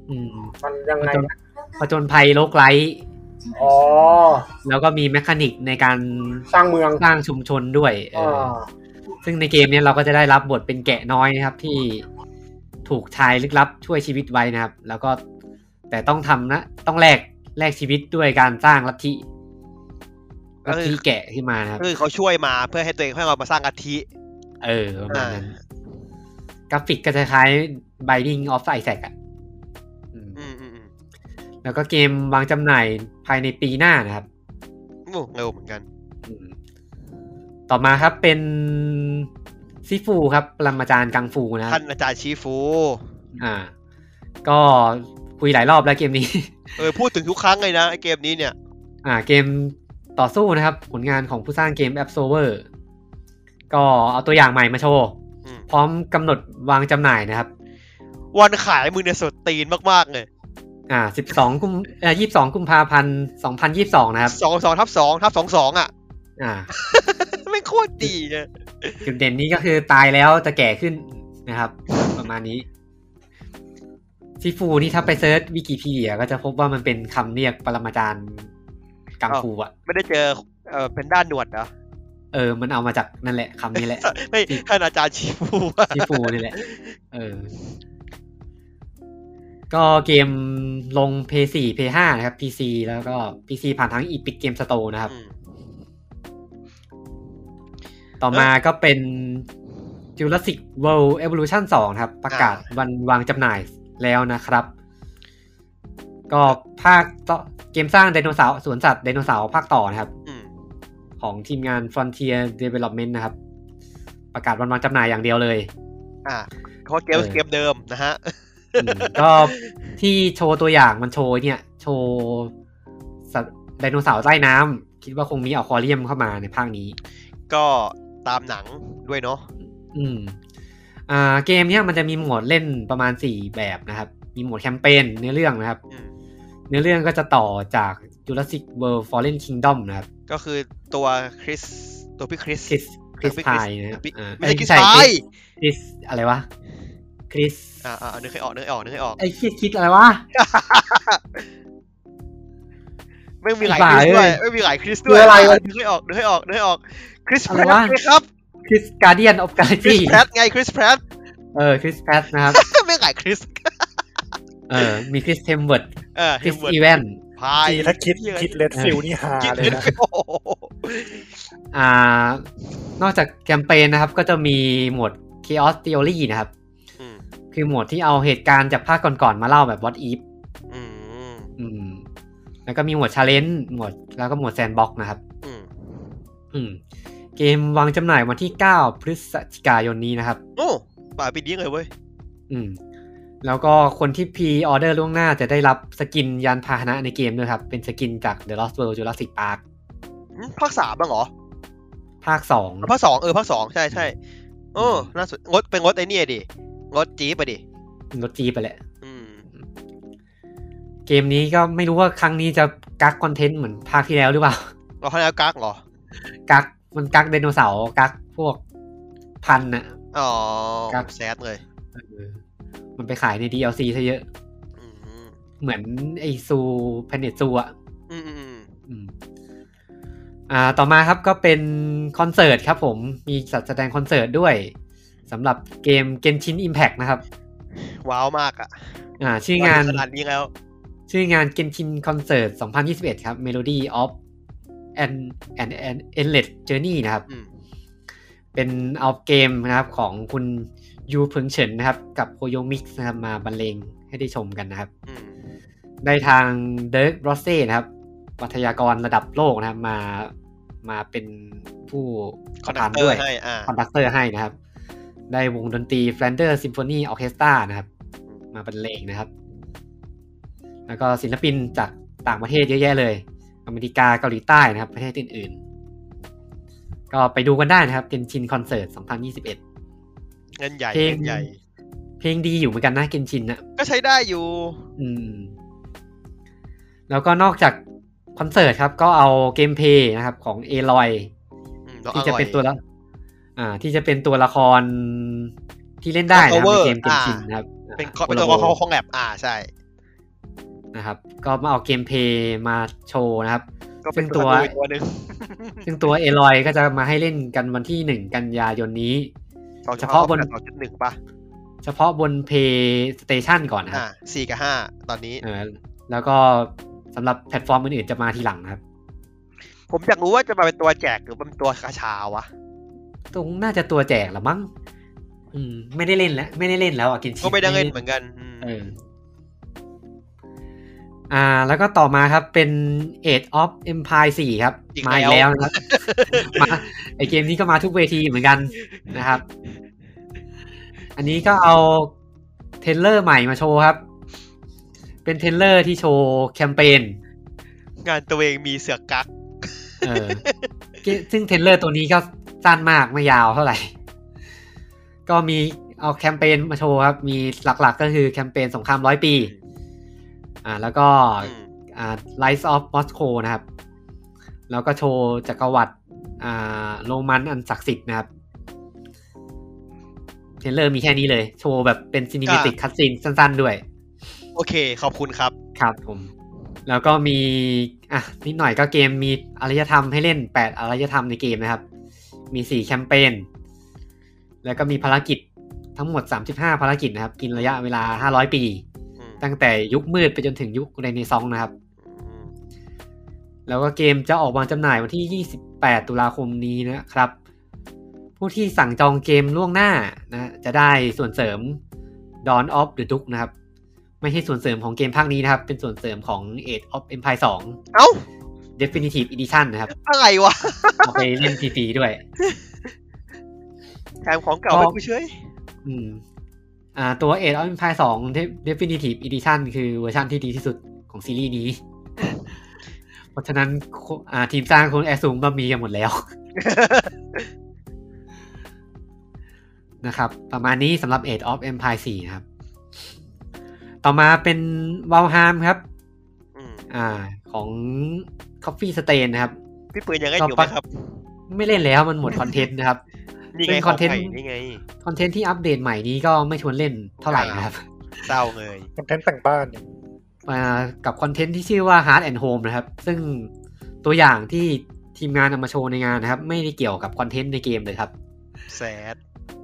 อืม มันยังไงนะ ผจญภัยโลกไลท์ อ๋อ แล้วก็มีแมคานิกในการ สร้างเมือง สร้างชุมชนด้วยเอ อ่ อา ซึ่งในเกมเนี้ยเราก็จะได้รับบทเป็นแกะน้อยนะครับ ที่ถูกชายลึกลับช่วยชีวิตไว้นะครับ แล้วก็แต่ต้องทำนะ ต้องแลกแลกชีวิตด้วยการสร้างลัทธิลัทธิแกะขึ้นมานะครับ คือเขาช่วยมาเพื่อให้ตัวเองให้เรามาสร้างกะทิ เออประมาณนั้น อ่ กราฟิกก็จะคล้าย Binding of Isaac อ่ะอืม อืมอืมอืม แล้วก็เกมวางจำหน่ายภายในปีหน้านะครับ โอ้เร็วเหมือนกัน อืมต่อมาครับเป็นซิฟูครับปรมาจารย์กังฟูนะครับ ท่านอาจารย์ชีฟู อ่า ก็คุยหลายรอบแล้วเกมนี้ เออพูดถึงทุกครั้งเลยนะไอเกมนี้เนี่ย อ่าเกมต่อสู้นะครับ ผลงานของผู้สร้างเกม App Solver ก็เอาตัวอย่างใหม่มาโชว์ อืม พร้อมกำหนดวางจำหน่ายนะครับ วันขายมือเนี่ยสดตีนมากๆเลย อ่าสิบสองกุมเอ่ายี่สิบสองกุมภาพันธ์สองพันยี่สิบสองนะครับ สองสองทับสองทับสองสองอ่ะ อ่า ไม่งโคตรดีเลย จุดเด่นนี้ก็คือตายแล้วจะแก่ขึ้นนะครับ ประมาณนี้ซีฟูนี่ถ้าไปเซิร์ชวิกิพีเดียก็จะพบว่ามันเป็นคำเรียกปรมาจารย์กังฟูอ่ะ ไม่ได้เจอเออเป็นด้านหนวดนะ เออ มันเอามาจากนั่นแหละคำนี้แหละ ไม่ท่านอาจารย์ชีฟู ซีฟูนี่แหละ เออ ก็เกมลง p พ4 p 5นะครับ PC แล้วก็ PC ผ่านทั้ง Epic Game Store นะครับ ต่อมาก็เป็น Jurassic World Evolution 2 นะครับ ประกาศวันวางจำหน่ายแล้วนะครับ ก็ภาคต่อเกมสร้างไดโนเสาร์สวนสัตว์ไดโนเสาร์ภาคต่อนะครับ อืม ของทีมงาน Frontier Development นะครับ ประกาศวันวางจำหน่ายอย่างเดียวเลย อ่าเพราะเกม เออ เกมเดิมนะฮ ะ อืมก็ที่โชว์ตัวอย่างมันโชว์เนี่ย โชว์สัตว์ไดโนเสาร์ใต้น้ำคิดว่าคงมีอควาเรียมเข้ามาในภาคนี้ ก็ตามหนังด้วยเนาะ อืม อ่า เกมเนี้ยมันจะมีโหมดเล่นประมาณสี่แบบนะครับ มีโหมดแคมเปญเนื้อเรื่องนะครับ อืม เนื้อเรื่องก็จะต่อจาก Jurassic World Fallen Kingdom นะครับ ก็คือตัวคริส ตัวพี่คริส Chris Chris ไม่ Chris Pine นะครับอ่า ไม่ใช่ Chris เอ้ย Pine Chris Chris อะไรวะ Chris อ่าอ่านึกให้ออกนึกให้ออกนึก ให้ออก ไอ้คิดคิดอะไรวะ ไม่มีหลาย อี ค บ่า ริสด้วย เอ้ย ไม่มีหลายคริสด้วย คืออะไรวะ นึกให้ออกนึกให้ออกนึกให้ออกคริส อะ แพ ไร ร วะ ไงครับ Chris Guardian of คริ Galaxy สแพรไงคริสแพร เออ Chris Pratt นะครับ ไม่หลายคริส เออ มี Chris Hemsworth เออ Chris Hemsworth Evans พาย ถ้าคิดคิดเลดฟิลนี่ฮา คิด เลยนะ โอ้โห อ่านอกจากแคมเปญนะครับ ก็จะมีโหมด Chaos Theory นะครับ อืม คือโหมดที่เอาเหตุการณ์จากภาคก่อนๆมาเล่าแบบ What If อืม อืม แล้วก็มีโหมด Challenge โหมดแล้วก็โหมด Sandbox นะครับ อืม อืม เกมวางจำหน่ายวันที่ 9 พฤศจิกายนนี้นะครับ โอ้ป่าปีนี้เลยเว้ย อืม แล้วก็คนที่พีออเดอร์ล่วงหน้าจะได้รับสกินยานพาหนะในเกมด้วยครับ เป็นสกินจาก The Lost World Jurassic Park หึภาคสามบ้างเหรอ ภาค ภาคสองเออภาคสองใช่ใช่โอ้น่าสนงดเป็นงดไอ้เนี่ยดิงดจี๊ปไปดิ 2รถจีไปแหละ อืม เกมนี้ก็ไม่รู้ว่าครั้งนี้จะกักคอนเทนต์เหมือนภาคที่แล้วหรือเปล่า เราให้แล้วกักเหรอ กักมันกักไดโนเสาร์กักพวกพันธุ์น่ะ อ๋อ กัก แซดเลย เออมันไปขายใน DLC ซะเยอะ อืม เหมือนไอซูแพนเนตซูอ่ะ อืมอืมอืม อืมอ่าต่อมาครับก็เป็นคอนเสิร์ตครับผมมีจัดแสดงคอนเสิร์ตด้วยสำหรับเกม Genshin Impact นะครับ ว้าวมากอ่ะ อ่า ชื่องาน ขนาดนี้แล้ว ชื่องาน Genshin Concert 2021 ครับ Melody of an an an endless journey นะครับ อืม เป็นเอาเกมนะครับของคุณยูเพิงเฉินนะครับ กับโคโยมิกซ์นะครับมาบรรเลงให้ได้ชมกันนะครับ อืม ได้ทางเดิร์กโรเซ่นะครับวัทยากรระดับโลกนะครับมามาเป็นผู้ คอนดัก น เตอ ด้ว ร์ ย ให้อ่า คอนดักเตอร์ให้นะครับ ได้วงดนตรี f ฟ a นเดอร์ซิมโฟนีออเคสตรานะครับ มาบรรเลงนะครับ แล้วก็ศิลปินจากต่างประเทศเยอะแยะเลย อเมริกาเกาหลีใต้นะครับ ประเทศอื่นๆ ก็ไปดูกันได้นะครับเกนชินคอนเสิร์ต 2021 เงินใหญ่ เพลง เงินใหญ่ เพลงดีอยู่เหมือนกันนะเกนชินนะ ก็ใช้ได้อยู่ อืม แล้วก็นอกจากคอนเสิร์ตครับ ก็เอาเกมเพลย์นะครับของเอลอย อืมแล้วอ ที่จะ ร่อย เป็นตัวละอ่า ที่จะเป็นตัวละครที่เล่นได้นะครับ Crossover ในเกมเกม อ่า ชินนะครับ เป็น อ่า เป็นตัว โคโลโบ ของของแลบอ่าใช่ นะครับ ก็มาเอาเกมเพลย์มาโชว์นะครับ ก็เป็ซึ่นง ตั ตัวว อีกตัวหนึ่ง ซึ่งตัวเอลอยก็จะมาให้เล่นกันวันที่หนึ่งกันยายนนี้ เฉพาะบน สองจุดหนึ่งป่ะ เฉพาะบนเพย์สเตชันก่อนนะครับ อ่าสี่กับห้าตอนนี้ เออแล้วก็สำหรับแพลตฟอร์มอื่นๆจะมาทีหลังนะครับ ผมอยากรู้ว่าจะมาเป็นตัวแจกหรือเป็นตัวกระชาวะ ตรงน่าจะตัวแจกละมั้งอืม ไม่ได้เล่นแล้ว ไม่ได้เล่นแล้วอ่ะกินชิ ก็ไม่ได้เงินเหมือนกันอืม เออ อ่า แล้วก็ต่อมาครับเป็น Age of Empire 4 ครับ มาอีกแล้วนะครับ มาไอเกมนี้ก็มาทุกเวทีเหมือนกันนะครับ อันนี้ก็เอาเทรลเลอร์ใหม่มาโชว์ครับ เป็นเทรลเลอร์ที่โชว์แคมเปญ งานตัวเองมีเสือกกัก เออซึ่งเทรนเลอร์ตัวนี้ก็สั้นมากไม่ยาวเท่าไหร่ ก็มีเอาแคมเปญมาโชว์ครับ มีหลักๆก็คือแคมเปญสงครามร้อยปี อ่า แล้วก็ อืม อ่า Rise of Moscow นะครับ แล้วก็โชว์จักรวรรดิอ่าโรมันอันศักดิ์สิทธิ์นะครับเทรนเลอร์มีแค่นี้เลย โชว์แบบเป็นซีนิเมติกคัตซีนสั้นๆด้วย โอเค ขอบคุณครับ ครับผม แล้วก็มี อ่ะ นิดหน่อยก็เกมมีอารยธรรมให้เล่น 8 อารยธรรมในเกมนะครับ มี 4 แคมเปญ แล้วก็มีภารกิจทั้งหมด 35 ภารกิจนะครับ กินระยะเวลา 500 ปี อืม ตั้งแต่ยุคมืดไปจนถึงยุคเรเนซองส์นะครับ แล้วก็เกมจะออกวางจำหน่ายวันที่ 28 ตุลาคมนี้นะครับ ผู้ที่สั่งจองเกมล่วงหน้านะจะได้ส่วนเสริม Dawn of the Duke นะครับ ไม่ใช่ส่วนเสริมของเกมภาคนี้นะครับ เป็นส่วนเสริมของ Age of Empire เอ้า 2 Definitive Edition นะครับ อะไรวะ เอาไปเล่นฟรีๆด้วย แถมของเก่า ก็ ไปผู้ช่วย อืมอ่าตัว Age of Empire 2 De- Definitive Edition คือเวอร์ชันที่ดีที่สุดของซีรีส์นี้ เพราะฉะนั้นอ่าทีมสร้างคงแอสซูมว่ามีกันหมดแล้ว นะครับ ประมาณนี้สำหรับ Age of Empire 4 นะครับ ต่อมาเป็นวาลฮามครับ อืม อ่า ของ Coffee Stain นะครับ พี่ปืนยังไงอยู่ไหมครับ ไม่เล่นแล้วมันหมดคอนเทนต์นะครับ นี่ไง เป็น ค ค อ อน น เท เท น นต์ ต์นี่ไง คอนเทนต์ที่อัปเดตใหม่นี้ก็ไม่ชวนเล่นเท่าไหร่นะครับ เศร้าเลย คอนเทนต์แต่งบ้านเนี่ย มากับคอนเทนต์ที่ชื่อว่า Heart and Home นะครับ ซึ่งตัวอย่างที่ทีมงานนำมาโชว์ในงานนะครับ ไม่ได้เกี่ยวกับคอนเทนต์ในเกมเลยครับ แซด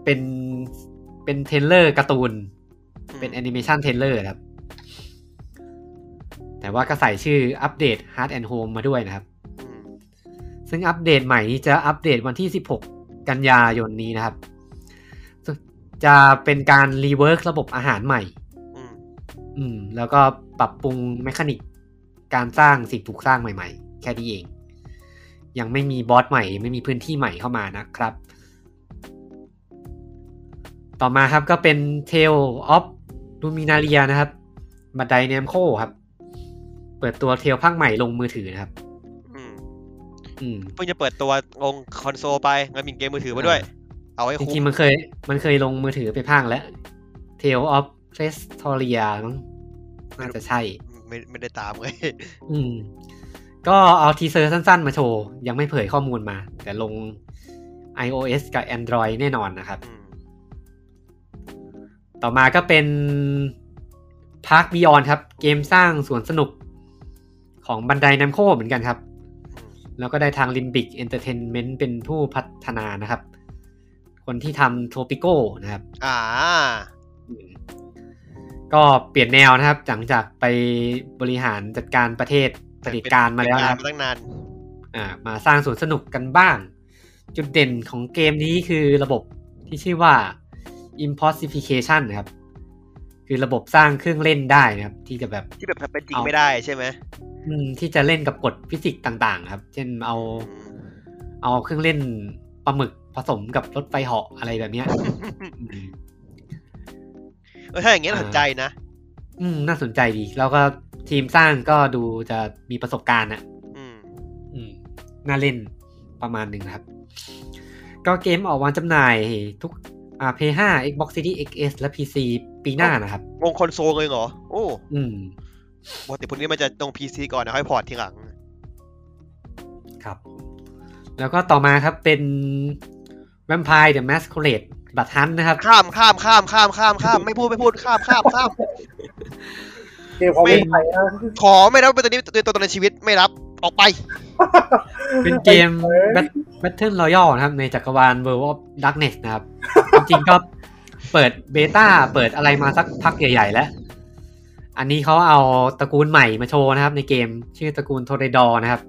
เป็นเป็นเทรลเลอร์การ์ตูน เป็น อื แอ ม นิเมชันเทรลเลอร์ครับ แต่ว่าก็ใส่ชื่ออัปเดต Heart and Home มาด้วยนะครับ อืม ซึ่งอัปเดตใหม่นี้จะอัปเดตวันที่ 16 กันยายนนี้นะครับ จะเป็นการรีเวิร์กระบบอาหารใหม่ อืม อืม แล้วก็ปรับปรุงแมคานิก การสร้างสิ่งปลูกสร้างใหม่ๆ แค่นี้เอง ยังไม่มีบอสใหม่ยังไม่มีพื้นที่ใหม่เข้ามานะครับ ต่อมาครับก็เป็น Tale of Luminaria นะครับ บันไดเนมโคครับ เปิดตัวเทลภาคใหม่ลงมือถือนะครับ อืม อืม เพิ่งจะเปิดตัวลงคอนโซลไปงั้นมีเกมมือถือมาด้วย เอาให้ จ คุ้ ริงๆมมันเคย มันเคยลงมือถือไปพางแล้ว Tale of c r e s t o r i a มั้งน่าจะใช่ ไม่ไม่ได้ตามเลย อืม ก็เอาทีเซอร์สั้นๆ มาโชว์ ยังไม่เผยข้อมูลมา แต่ลง iOS กับ Android แน่นอนนะครับ อืม ต่อมาก็เป็น Park Beyond ครับ เกมสร้างสวนสนุกของบันไดนัมโคเหมือนกันครับ อืม แล้วก็ได้ทาง Limbic Entertainment เป็นผู้พัฒนานะครับ คนที่ทำ Tropico นะครับ อ่า อืมก็เปลี่ยนแนวนะครับ หลังจากไปบริหารจัดการประเทศปฏิการมาแล้วนะครับ เป็นงนมาตั้งนาน อ่ามาสร้างสวนสนุกกันบ้าง จุดเด่นของเกมนี้คือระบบที่ชื่อว่า impossification นะครับ คือระบบสร้างเครื่องเล่นได้นะครับ ที่จะแบบ ที่แบบเป็นจริง เอา ไม่ได้ใช่ไหม อืมที่จะเล่นกับกฎฟิสิกส์ต่าง ๆ ครับ เช่นเอาเอาเครื่องเล่นปลาหมึกผสมกับรถไฟเหาะอะไรแบบเนี้ยอืม เออถ้าอย่างเงี้ยน่าสนใจนะ อืมน่าสนใจดี แล้วก็ทีมสร้างก็ดูจะมีประสบการณ์อะ อืม อืม น่าเล่นประมาณหนึ่งนะครับ ก็เกมออกวางจำหน่ายทุกอ่า PS5 Xbox Series XS และ PC ปีหน้านะครับ วงคอนโซลเลยเหรอ โอ้ อืม ปกติพวกนี้มันจะลงพีซีก่อนนะค่อยพอร์ตทีหลัง ครับ แล้วก็ต่อมาครับเป็น Vampire the Masquerade บัตทันนะครับ ข้ามข้ามข้ามข้ามข้ามข้ามไม่พูดไม่พูดข้ามข้ามข้าม เกมเขา ไม่ ไม่ใช่นะ ขอไม่รับเป็นตัวนี้เป็นตัวตนในชีวิตไม่รับออกไป เป็นเกม เอ้ย Bat- Battle Royale นะครับ ในจักรวาล World of Darkness นะครับ จริงๆก็เปิดเบต้าเปิดอะไรมาสักพักใหญ่ๆแล้ว อันนี้เขาเอาตระกูลใหม่มาโชว์นะครับ ในเกมชื่อตระกูลโทเรดอร์นะครับ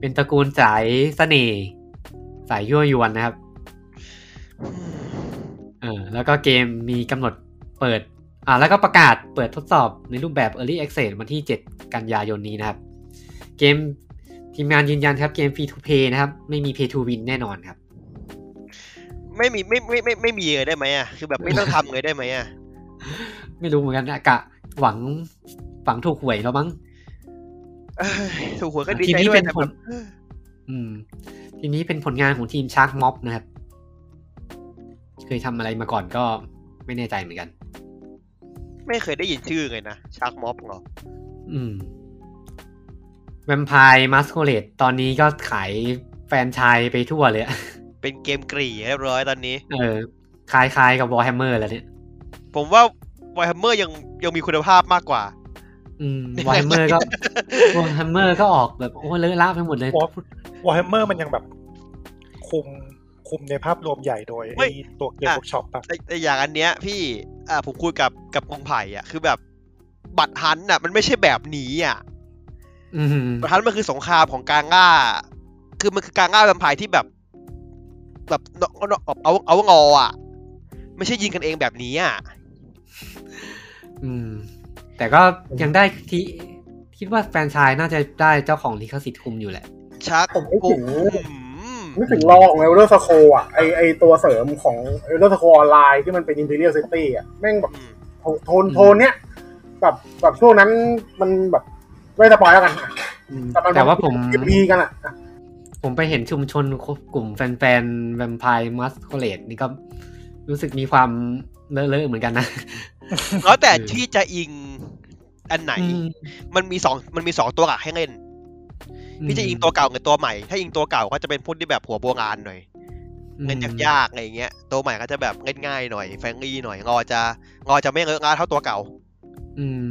เป็นตระกูลสายเสน่ห์สายยั่วยวนนะครับ เออแล้วก็เกมมีกำหนดเปิด อ่าแล้วก็ประกาศเปิดทดสอบในรูปแบบ Early Access วันที่ 7 กันยายนนี้นะครับ เกมทีมงานยืนยันครับเกม Free to Play นะครับ ไม่มี Pay to Win แน่นอนครับ ไม่มีไม่ไม่ไม่ไม่มีเลยได้ไหมอ่ะคือแบบไม่ต้องทำเลยได้ไหมอ่ะ ไม่รู้เหมือนกันนะกะหวังฝังถูกหวยแล้วมั้ง เอ้ยถูกหวยก็ดี ที ใจ นี้ ด้วย เป็น แต่ ผ แบ ล บ อืม ทีนี้เป็นผลงานของทีมชาร์กม็อบนะครับ เคยทำอะไรมาก่อนก็ไม่แน่ใจเหมือนกัน ไม่เคยได้ยินชื่อเลยนะชาร์กม็อบเหรอ อืมแวมไพร์มัสโคเลตตอนนี้ก็ขายแฟรนไชายไปทั่วเลยอะ เป็นเกมกรีเรียบร้อยตอนนี้ เออคล้ายคล้ายกับวอ r h แฮมเมอร์แล้วเนี่ย ผมว่าวอ r h แฮมเมอร์ยังยังมีคุณภาพมากกว่า อื มวอ r h แฮมเมอร์ก็ วอ r h แฮมเมอร์ก็ออกแบบ โอ้เลอะละไปหมดเลย วอวอแฮมเมอร์มันยังแบบคุมคุมในภาพรวมใหญ่โดย เฮ้ยไอ้ตัวเกม อ่ะ เวิร์กช็อปอะ แต่แต่อย่างอันเนี้ย พี่อ่าผมคุยกับกับกงไผ่อ่ะคือแบบบัตรฮันต์อ่ะมันไม่ใช่แบบนี้อ่ะ อืม บัตรฮันต์มันคือสงครามของการล่า คือมันคือการล่าแวมไพร์ที่แบบ แบบเนาะเนาะเอาเอาเอางออ่ะ ไม่ใช่ยิงกันเองแบบนี้อ่ะ อืม แต่ก็ยังได้ที่คิดว่าแฟรนไชายน่าจะได้เจ้าของลิขสิทธิ์คุมอยู่แหละ ชัก ผมไม่ถึง อืม นึกถึงรอของเอลเดอร์สโคอ่ะไอไอตัวเสริมของเอลเดอร์สโคออนไลน์ที่มันเป็นอิมพีเรียลซิตี้อ่ะแม่งแบบ อืม โทโทนโทนเนี้ยแบบแบบช่วงนั้นมันแบบไม่สปอยแล้วกันอะ แต่ว่าผม ดีกันอ่ะ ผมไปเห็นชุมชนกลุ่มแฟนๆแวมไพร์มัสโคเลตนี่ก็รู้สึกมีความเลอะๆเหมือนกันนะ แล้วแต่ที่จะอิงอันไหน อืม มันมีสองมันมีสองตัวหลักให้เล่น พี่จะอิงตัวเก่ากับตัวใหม่ ถ้าอิงตัวเก่าก็จะเป็นพวกที่แบบหัวโบราณหน่อย เงินยากๆอะไรอย่างเงี้ย ตัวใหม่ก็จะแบบง่ายๆหน่อย แฟงลี่หน่อย งอจะงอจะไม่เลอะงาเท่าตัวเก่า อืม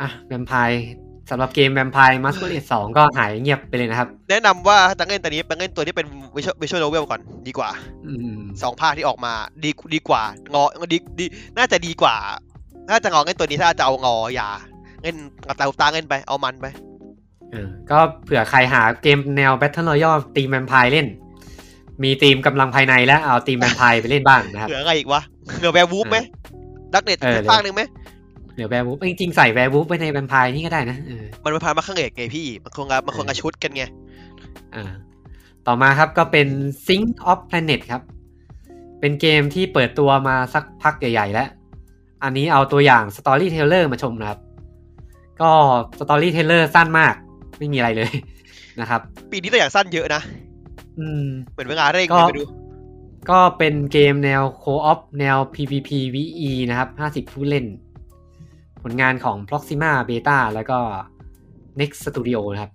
อ่ะแวมไพร์สำหรับเกมแวมไพร์มัสโคเลตสองก็หายเงียบไปเลยนะครับ แนะนำว่าถ้าจะเล่นตัวนี้ไปเล่นตัวที่เป็นวิชวลวิชวลโนเวลก่อนดีกว่า อืม สองภาคที่ออกมาดีดีกว่างอดีดีน่าจะดีกว่า น่าจะงอเล่นตัวนี้ถ้าจะเอางออย่าเล่นกับตาหูตาเล่นไปเอามันไป เออก็เผื่อใครหาเกมแนว Battle Royale ตีมแวมไพร์เล่น มีตีมกำลังภายในแล้วเอาตีมแวมไพร์ไปเล่นบ้างนะครับ เหลืออะไรอีก วะเหลือแวร์วูฟไหมดักเน็ต เออ สักตั้งหนึ่งไหม เดี๋ยวแวร์บูฟจริงๆใส่แวร์บูฟไปในแวมไพร์นี่ก็ได้นะเออ มันมาพามาข้างเอกไงพี่ มันคงละมันคงละชุดกันไง อ่า ต่อมาครับก็เป็น Sync of Planet ครับ เป็นเกมที่เปิดตัวมาสักพักใหญ่ ๆ แล้ว อันนี้เอาตัวอย่าง Storyteller มาชมนะครับ ก็ Storyteller สั้นมาก ไม่มีอะไรเลย นะครับ ปีนี้ตัวอย่างสั้นเยอะนะ อืม เหมือนเวลาเร่ง ก็ เลยไปดู ก็เป็นเกมแนวโคออฟแนว PVP VE นะครับ 50 ผู้เล่น ผลงานของ Proxima Beta แล้วก็ Next Studio นะครับ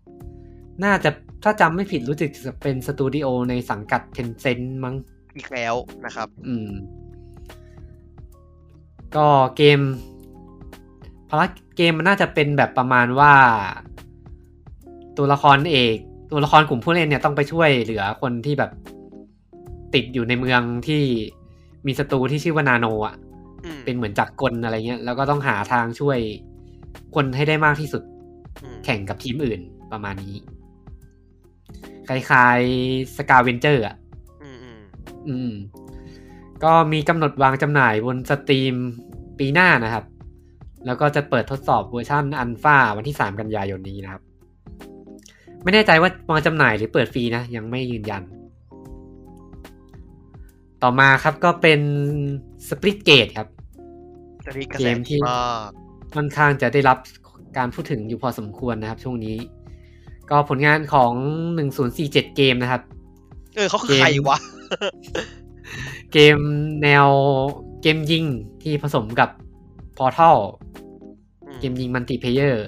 น่าจะถ้าจำไม่ผิดรู้สึกจะเป็นสตูดิโอในสังกัด Tencent มั้ง อีกแล้วนะครับ อืม ก็เกมภารกิจเกมมันน่าจะเป็นแบบประมาณว่า ตัวละครเอก ตัวละครกลุ่มผู้เล่นเนี่ยต้องไปช่วยเหลือคนที่แบบ ติดอยู่ในเมืองที่มีศัตรูที่ชื่อว่านาโนอ่ะ อืม เป็นเหมือนจักรกลอะไรเงี้ย แล้วก็ต้องหาทางช่วยคนให้ได้มากที่สุด อืม แข่งกับทีมอื่นประมาณนี้ คล้ายๆสกาเวนเจอร์อ่ะ อืมอืม อืม ก็มีกำหนดวางจำหน่ายบนสตรีมปีหน้านะครับ แล้วก็จะเปิดทดสอบเวอร์ชันอันฟ้าวันที่ 3 กันยายนนี้นะครับ ไม่แน่ใจว่าวางจำหน่ายหรือเปิดฟรีนะ ยังไม่ยืนยัน ต่อมาครับก็เป็น Split Gate ครับ ตอนนี้กระ เก แส มที่ ดีมาก ค่อนข้างจะได้รับการพูดถึงอยู่พอสมควรนะครับช่วงนี้ ก็ผลงานของ 1047 เกมนะครับ เออเขาคือใครวะ เกมแนวเกมยิงที่ผสมกับพอ r t ทัล อืม เกมยิงมัลติเพเยอร์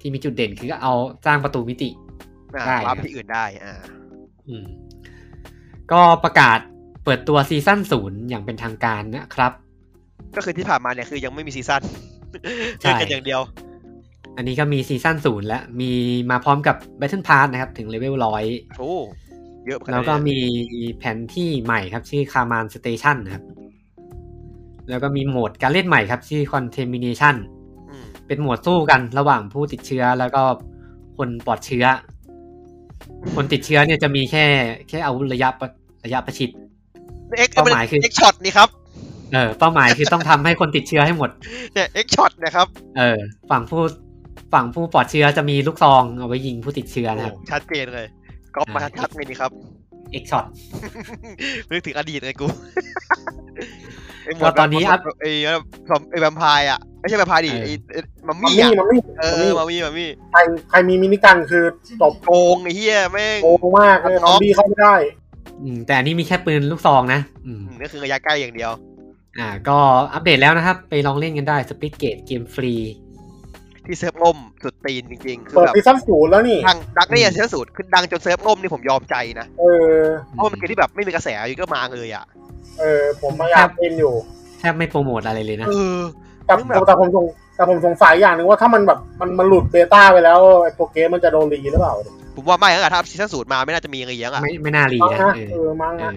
ที่มีจุดเด่นคือเอาสร้างประตูมิติ อ่า ได้ วาร์ปที่อื่นได้อ่า อืมก็ประกาศเปิดตัวซีซั่นศูนย์อย่างเป็นทางการนะครับ ก็คือที่ผ่านมาเนี่ยคือยังไม่มีซีซั่น ใช่ เล่นกันอย่างเดียว อันนี้ก็มีซีซั่นศูนย์แล้ว มีมาพร้อมกับ Battle Pass นะครับ ถึงเลเวลร้อย โอ้เยอะเหมือนน แล้วก็ เนี่ย มีแผนที่ใหม่ครับ ชื่อ Kaman Station นะครับ แล้วก็มีโหมดการเล่นใหม่ครับ ชื่อ Contamination อืม เป็นโหมดสู้กันระหว่างผู้ติดเชื้อแล้วก็คนปลอดเชื้อ คนติดเชื้อเนี่ยจะมีแค่แค่อาวุธระยะประระยะประชิด เอ็กซ์ เป้าหมายคือ เอ็กซ์ช็อตนี่ครับ เออเป้าหมายคือต้องทำให้คนติดเชื้อให้หมด เนี่ยเอ็กซ์ช็อตนะครับ เออฝั่งผู้ฝั่งผู้ปลอดเชื้อจะมีลูกซองเอาไว้ยิงผู้ติดเชื้อ โอ้ นะครับ ชัดเจนเลยก๊อปมา อ่า ชัดๆเลยนี่ครับ เอกช็อต นึกถึงอดีตเลย กูไหม ก็ตอนนี้อัพ ไอ้ซอมไอ้แวมไพร์อ่ะไม่ใช่แวมไพร์ดิ เออ ไอ้ไอ้มัม มัน มี่ มี่ อ่ะ มันมี่ เอ มัม อ มี่ มัมมี่มัมมี่ ใครใครมีมินิกันคือจบ โกงไอ้เหี้ยแม่ง โกงมากเลยซอมบี้เข้าไม่ได้ อืมแต่อันนี้มีแค่ปืนลูกซองนะอืม อืมก็คือระยะใกล้อย่างเดียว อ่า ก็อัปเดตแล้วนะครับ ไปลองเล่นกันได้สปิทเกตเกมฟรี ที่เซิร์ฟล่มสุดตีนจริงๆ คือ เปิด แบบ ซีซั่นศูนย์แล้วนี่ ดังดังนี่อ่ะเซิร์ฟสุดคือดังจนเซิร์ฟล่มนี่ผมยอมใจนะ เออ เพราะมันเป็นเกมที่แบบไม่มีกระแสอยู่ก็มาเลยอ่ะ เออ ผมพยายามเล่นอยู่ แทบไม่โปรโมทอะไรเลยนะ เออ แต่ ซึ่งแบบ แต่ผมสงแต่ผมสงสัยอย่างหนึ่งว่าถ้ามันแบบมันมันหลุดเบต้าไปแล้วไอ้โปรเกมมันจะโดนรีหรือเปล่า ผมว่าไม่แล้วอะถ้าซีซั่นสูตรมาไม่น่าจะมีเงี้ยงอ่ะ ไม่ไม่น่ารี มั้ง นะ นะ เออ เออมั้ง เอ นะ อ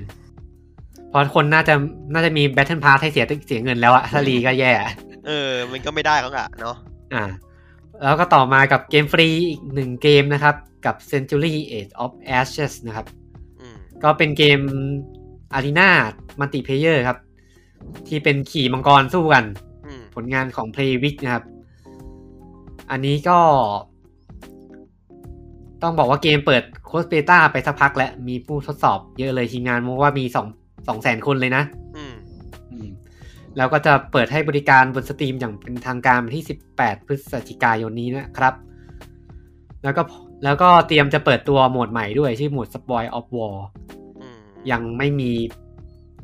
เพราะคนน่าจะน่าจะมีแบทเทิลพา s ให้เสียเสียเงินแล้วอะถ้ารีก็แย่ เออ มันก็ไม่ได้แล้วอ่ะเนาะ อ่า แล้วก็ต่อมากับเกมฟรีอีกหนึ่งเกมนะครับ กับ Century Age of Ashes นะครับ อืม ก็เป็นเกมอารีนามัลติเพเยอร์ครับ ที่เป็นขี่มังกรสู้กัน อืม ผลงานของ Playwick นะครับ อันนี้ก็ ต้องบอกว่าเกมเปิดโค้ดเบต้าไปสักพักแล้ว มีผู้ทดสอบเยอะเลยทีมงานมองว่ามีสองสองแสนคนเลยนะ อืม แล้วก็จะเปิดให้บริการบนสตรีมอย่างเป็นทางการวันที่ 18 พฤศจิกายนนี้นะครับ แล้วก็แล้วก็เตรียมจะเปิดตัวโหมดใหม่ด้วย ชื่อโหมด Spoil of War อืม ยังไม่มี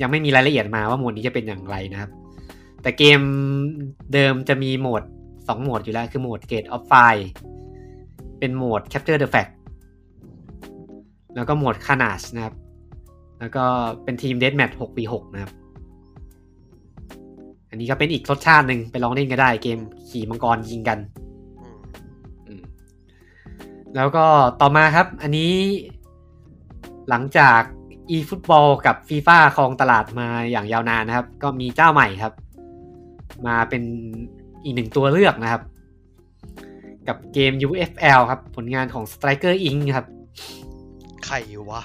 ยังไม่มีรายละเอียดมาว่าโหมดนี้จะเป็นอย่างไรนะครับ แต่เกมเดิมจะมีโหมด 2 โหมดอยู่แล้ว คือโหมด Gate of Fire เป็นโหมด Capture the Flag แล้วก็โหมด k a n a s นะครับ แล้วก็เป็นทีม Deathmatch 6 v 6นะครับ อันนี้ก็เป็นอีกรสชาติหนึ่งไปลองเล่นก็ได้เกมขี่มังกรยิงกัน อืม แล้วก็ต่อมาครับ อันนี้หลังจาก eFootball กับ FIFA ครองตลาดมาอย่างยาวนานนะครับ ก็มีเจ้าใหม่ครับ มาเป็นอีกหนึ่งตัวเลือกนะครับ กับเกม UFL ครับ ผลงานของ Striker Inc ครับ ใครวะ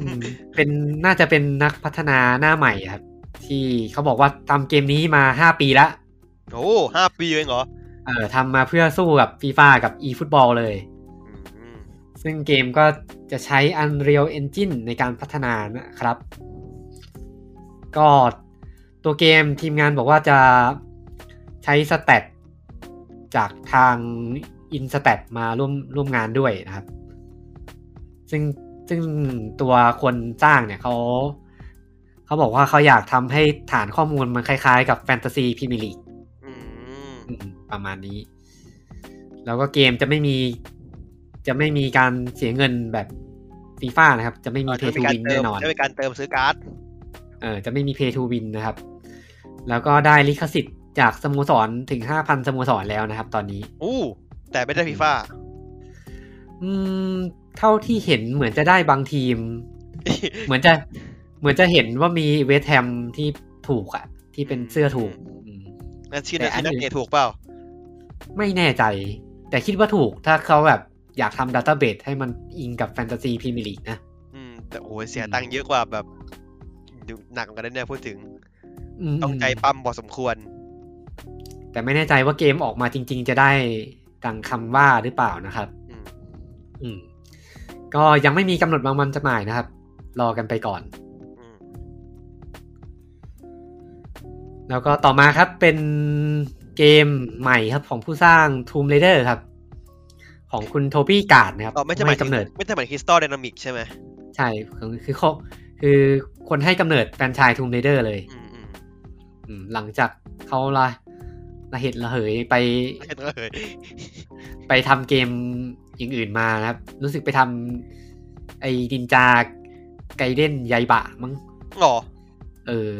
อืมเป็นน่าจะเป็นนักพัฒนาหน้าใหม่ครับ ที่เขาบอกว่าทำเกมนี้มา 5 ปีแล้ว โอ้ห้าปีเองเหรอ เออทำมาเพื่อสู้กับ FIFA กับ eFootball เลย อืม ซึ่งเกมก็จะใช้ Unreal Engine ในการพัฒนานะครับ ก็ตัวเกมทีมงานบอกว่าจะใช้สเตตจากทาง InStat มาร่วมร่วมงานด้วยนะครับ ซึ่งซึ่งตัวคนสร้างเนี่ยเขาเขาบอกว่าเขาอยากทำให้ฐานข้อมูลมันคล้ายๆกับ Fantasy Premier League อืม อืมประมาณนี้ แล้วก็เกมจะไม่มี จะไม่มีการเสียเงินแบบฟีฟ่านะครับ จะไม่มีเพ จะ ย์ทูมีการ วิน เติ แน่ ม นอน จะมีการเติมซื้อการ์ด เออจะไม่มีเพย์ทูวินนะครับ แล้วก็ได้ลิขสิทธิ์จากสโมสรถึงห้าพันสโมสรแล้วนะครับ ตอนนี้ อู้แต่ไม่ได้ฟีฟ่า อืม เท่าที่เห็นเหมือนจะได้บางที ม เหมือนจะเหมือนจะเห็นว่ามีเวสต์แฮมที่ถูกอะที่เป็นเสื้อถูกอืม นั่นชื่อ แต่ นั่น อันชื่อนัก อื่น เตะถูกเปล่า ไม่แน่ใจ แต่คิดว่าถูกถ้าเขาแบบอยากทำดัตต้าเบสให้มันอิงกับแฟนตาซีพรีเมียร์ลีกนะ อืมแต่โอ้ยเสียตังค์เยอะกว่าแบบดูหนักเหมือนกันนะเนี่ยพูดถึง ม ต้องใจปั๊มพอสมควร แต่ไม่แน่ใจว่าเกมออกมาจริง ๆ จะได้ดังคำว่าหรือเปล่านะครับ อืม อืม ก็ยังไม่มีกำหนดบางวันจำหน่ายนะครับ รอกันไปก่อน อืม แล้วก็ต่อมาครับเป็นเกมใหม่ครับของผู้สร้าง Tomb Raider ครับ ของคุณโทบี้การ์ดนะครับ อ๋อไม่ใช่หมาย ให้กำเนิด ไม่ใช่หมายคริสตัลไดนามิกใช่ไหม ใช่คือคือเขาคือคนให้กำเนิดแฟรนไชาย Tomb Raider เลย อืมอืม อืมหลังจากเขาละ ระเหตุระเหยไป เห็นแล้วเลย ไปทำเกมอย่างอื่นมานะครับ รู้สึกไปทำไอ้ดินจาไกเด้นยายบะมั้ง อ๋อ เออ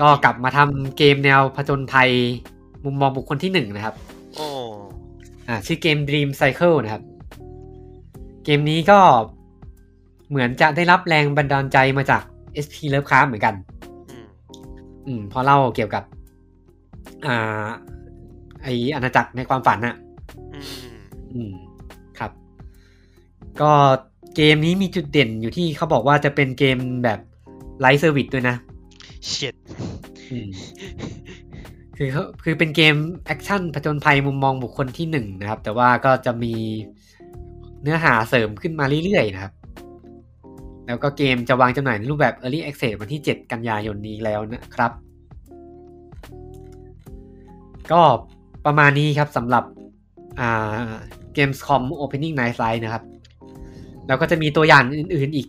ก็กลับมาทำเกมแนวผจญภัย มุมมองบุคคลที่หนึ่งนะครับ โอ้ อ่าชื่อเกม Dream Cycle นะครับ เกมนี้ก็เหมือนจะได้รับแรงบันดาลใจมาจาก SP Lovecraft เหมือนกัน อืม อืมเพอเล่าเกี่ยวกับ อ่า ไออาณาจักรในความฝันน่ะ อืม อืม ครับ ก็เกมนี้มีจุดเด่นอยู่ที่เขาบอกว่าจะเป็นเกมแบบไลฟ์เซอร์วิสด้วยนะ เช็ด อืม คือเขาคือเป็นเกมแอคชั่นผจญภัยมุมมองบุคคลที่หนึ่งนะครับ แต่ว่าก็จะมีเนื้อหาเสริมขึ้นมาเรื่อยๆนะครับ แล้วก็เกมจะวางจำหน่ายในรูปแบบ Early Access วันที่ 7 กันยายนนี้แล้วนะครับ ก็ประมาณนี้ครับสำหรับอ่า Gamescom Opening Night Live นะครับ แล้วก็จะมีตัวอย่างอื่นๆอีก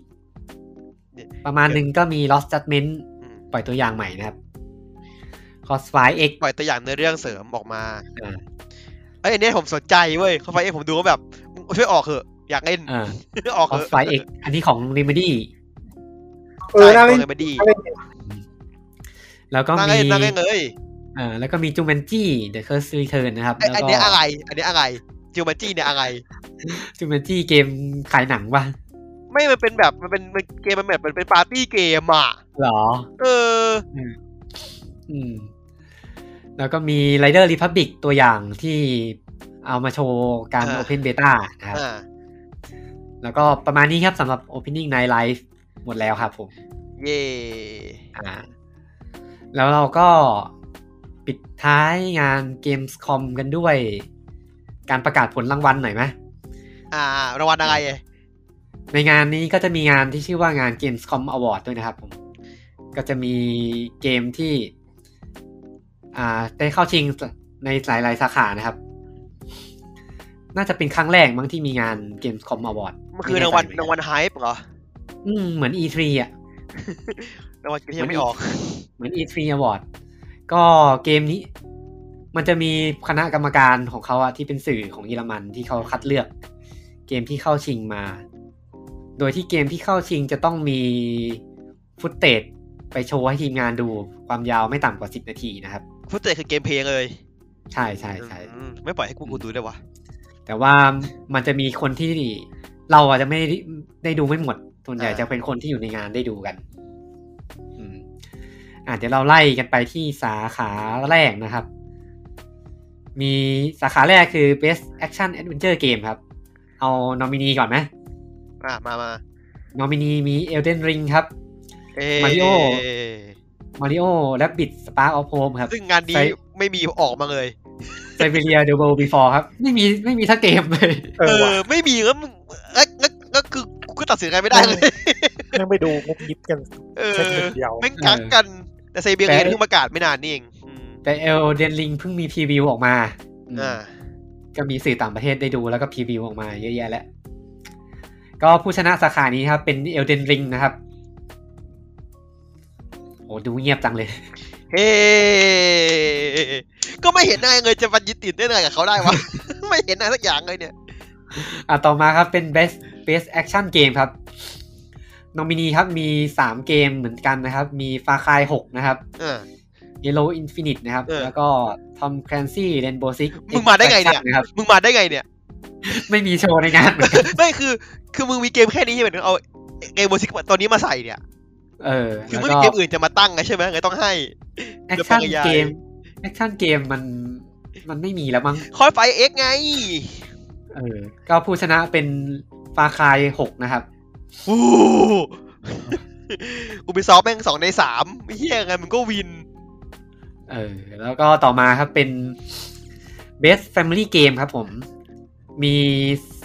ประมาณหนึ่งก็มี Lost Judgment ปล่อยตัวอย่างใหม่นะครับ Crossfire X ปล่อยตัวอย่างในเรื่องเสริมออกมา อ่า เอ้ยอันเนี้ยผมสนใจเว้ยเข้าไปเอ้ยผมดูก็แบบมึงช่วยออกเถอะ อยากเล่น อ่า ออกเถอะ Crossfire X อันนี้ของ Remedy เออน่าเล่น เลยมาดี น่าเล่น แล้วก็ นั่ง มี เล่นนั่งเล่นเลย อ่าแล้วก็มีจูเมนจี้ The Curse Return นะครับ ไอ้ แล้ว อัน ก็ เนี้ยอะไร อันเนี้ยอะไรจิวมาจี้เนี่ยอะไร จูเมนจี้เกมขายหนังว่ะ ไม่มันเป็นแบบมันเป็นมันเกมมันแบบมันเป็นปาร์ตี้เกมอ่ะ เหรอ เออ อืม แล้วก็มี Rider Republic ตัวอย่างที่เอามาโชว์การ อ่า Open Beta นะครับ อ่า แล้วก็ประมาณนี้ครับสำหรับ Opening Night Live หมดแล้วครับผม เย่ อ่าแล้วเราก็ปิดท้ายงาน Gamescom กันด้วย การประกาศผลรางวัลหน่อยไหม อ่ารางวัลอะไรอ่ะ ในงานนี้ก็จะมีงานที่ชื่อว่างาน Gamescom Award ด้วยนะครับผมก็จะมีเกมที่ อ่าได้เข้าชิงในหลายๆสาขานะครับ น่าจะเป็นครั้งแรกมั้งที่มีงาน Gamescom Award มันคือรางวัล ไม่ รา แน่ใจ งวัลไฮป์เหรอ อืมเหมือน E3 อ่ะ รางวัลที่ยังไม่ออก เหมือน E3 Award ก็เกมนี้ มันจะมีคณะกรรมการของเขาอะที่เป็นสื่อของเยอรมันที่เขาคัดเลือก เกมที่เข้าชิงมา โดยที่เกมที่เข้าชิงจะต้องมีฟุตเตจไปโชว์ให้ทีมงานดูความยาวไม่ต่ำกว่า 10 นาทีนะครับ ฟุตเตจคือเกมเพลย์เลย ใช่ใช่ใช่ อืมไม่ปล่อยให้กูกูดูได้วะ แต่ว่ามันจะมีคนที่เราอาจจะไม่ได้ได้ดูไม่หมด ส่วนใหญ่จะเป็นคนที่อยู่ในงานได้ดูกัน อืมอ่ะเดี๋ยวเราไล่กันไปที่สาขาแรกนะครับ มีสาขาแรกคือ Best Action Adventure Game ครับ เอานอมินีก่อนไหม อ่ะมามา นอมินีมี Elden Ring ครับ เอ Mario Mario Rabbit Spark of Hope ครับ ซึ่งงานนี้ ใส่ ไม่มีออกมาเลย Siberia The World Before ครับ ไม่มีไม่มีสักเกมเลย เอ เอ อว่ะ อ ไม่มีแล้วมึงเอ๊ะงั้นก็คือกูก็ตัดสินกันไม่ได้เลย ยังไปดูงุบยิบกัน เออ เช็คหนึ่งเดียว แม่งกักกัน แต่เซเบีย แต่ เรียนเพิ่งประกาศไม่นานนี่เองอืม แต่ Elden Ring เพิ่งมีพรีวิวออกมาอืม อ่า ก็มีสื่อต่างประเทศได้ดูแล้วก็พรีวิวออกมาเยอะแยะแล้ว ก็ผู้ชนะสาขานี้ครับเป็น Elden Ring นะครับ โอ้ดูเงียบจังเลย เฮ้ ก็ไม่เห็นนายเลยจะบันยิติดได้ไงกับเขาได้ วะ ไม่เห็นนายสักอย่างเลยเนี่ย อ่ะต่อมาครับเป็น Best Best Action Game ครับนอมินีครับมี 3 เกมเหมือนกันนะครับ มี Far Cry 6 นะครับ เออ Halo Infinite นะครับ เออ แล้วก็ Tom Clancy Rainbow Six มึงมาได้ไงเนี่ย Extraction นะครับ มึงมาได้ไงเนี่ย ไม่มีโชว์ในงานเหมือนกัน ไม่คือ คือมึงมีเกมแค่นี้ใช่ไหมถึงเอาเกมโมซิกตอนนี้มาใส่เนี่ย เออ คือ แล้ว ไม่มี ก็ เกมอื่นจะมาตั้งไงใช่ไหมเลยต้องให้ แอคชั่น เดี๋ยวไปขยาย เกมแอคชั่นเกมมันมันไม่มีแล้วมั้ง คอยไฟเอ็กไง เออก็ผู้ชนะเป็นฟาคายหกนะครับ อู้ อุบิซอฟแม่งสองในสามไม่เฮี้ยไงมันก็วิน เออ แล้วก็ต่อมาครับเป็น Best Family Game ครับผม มี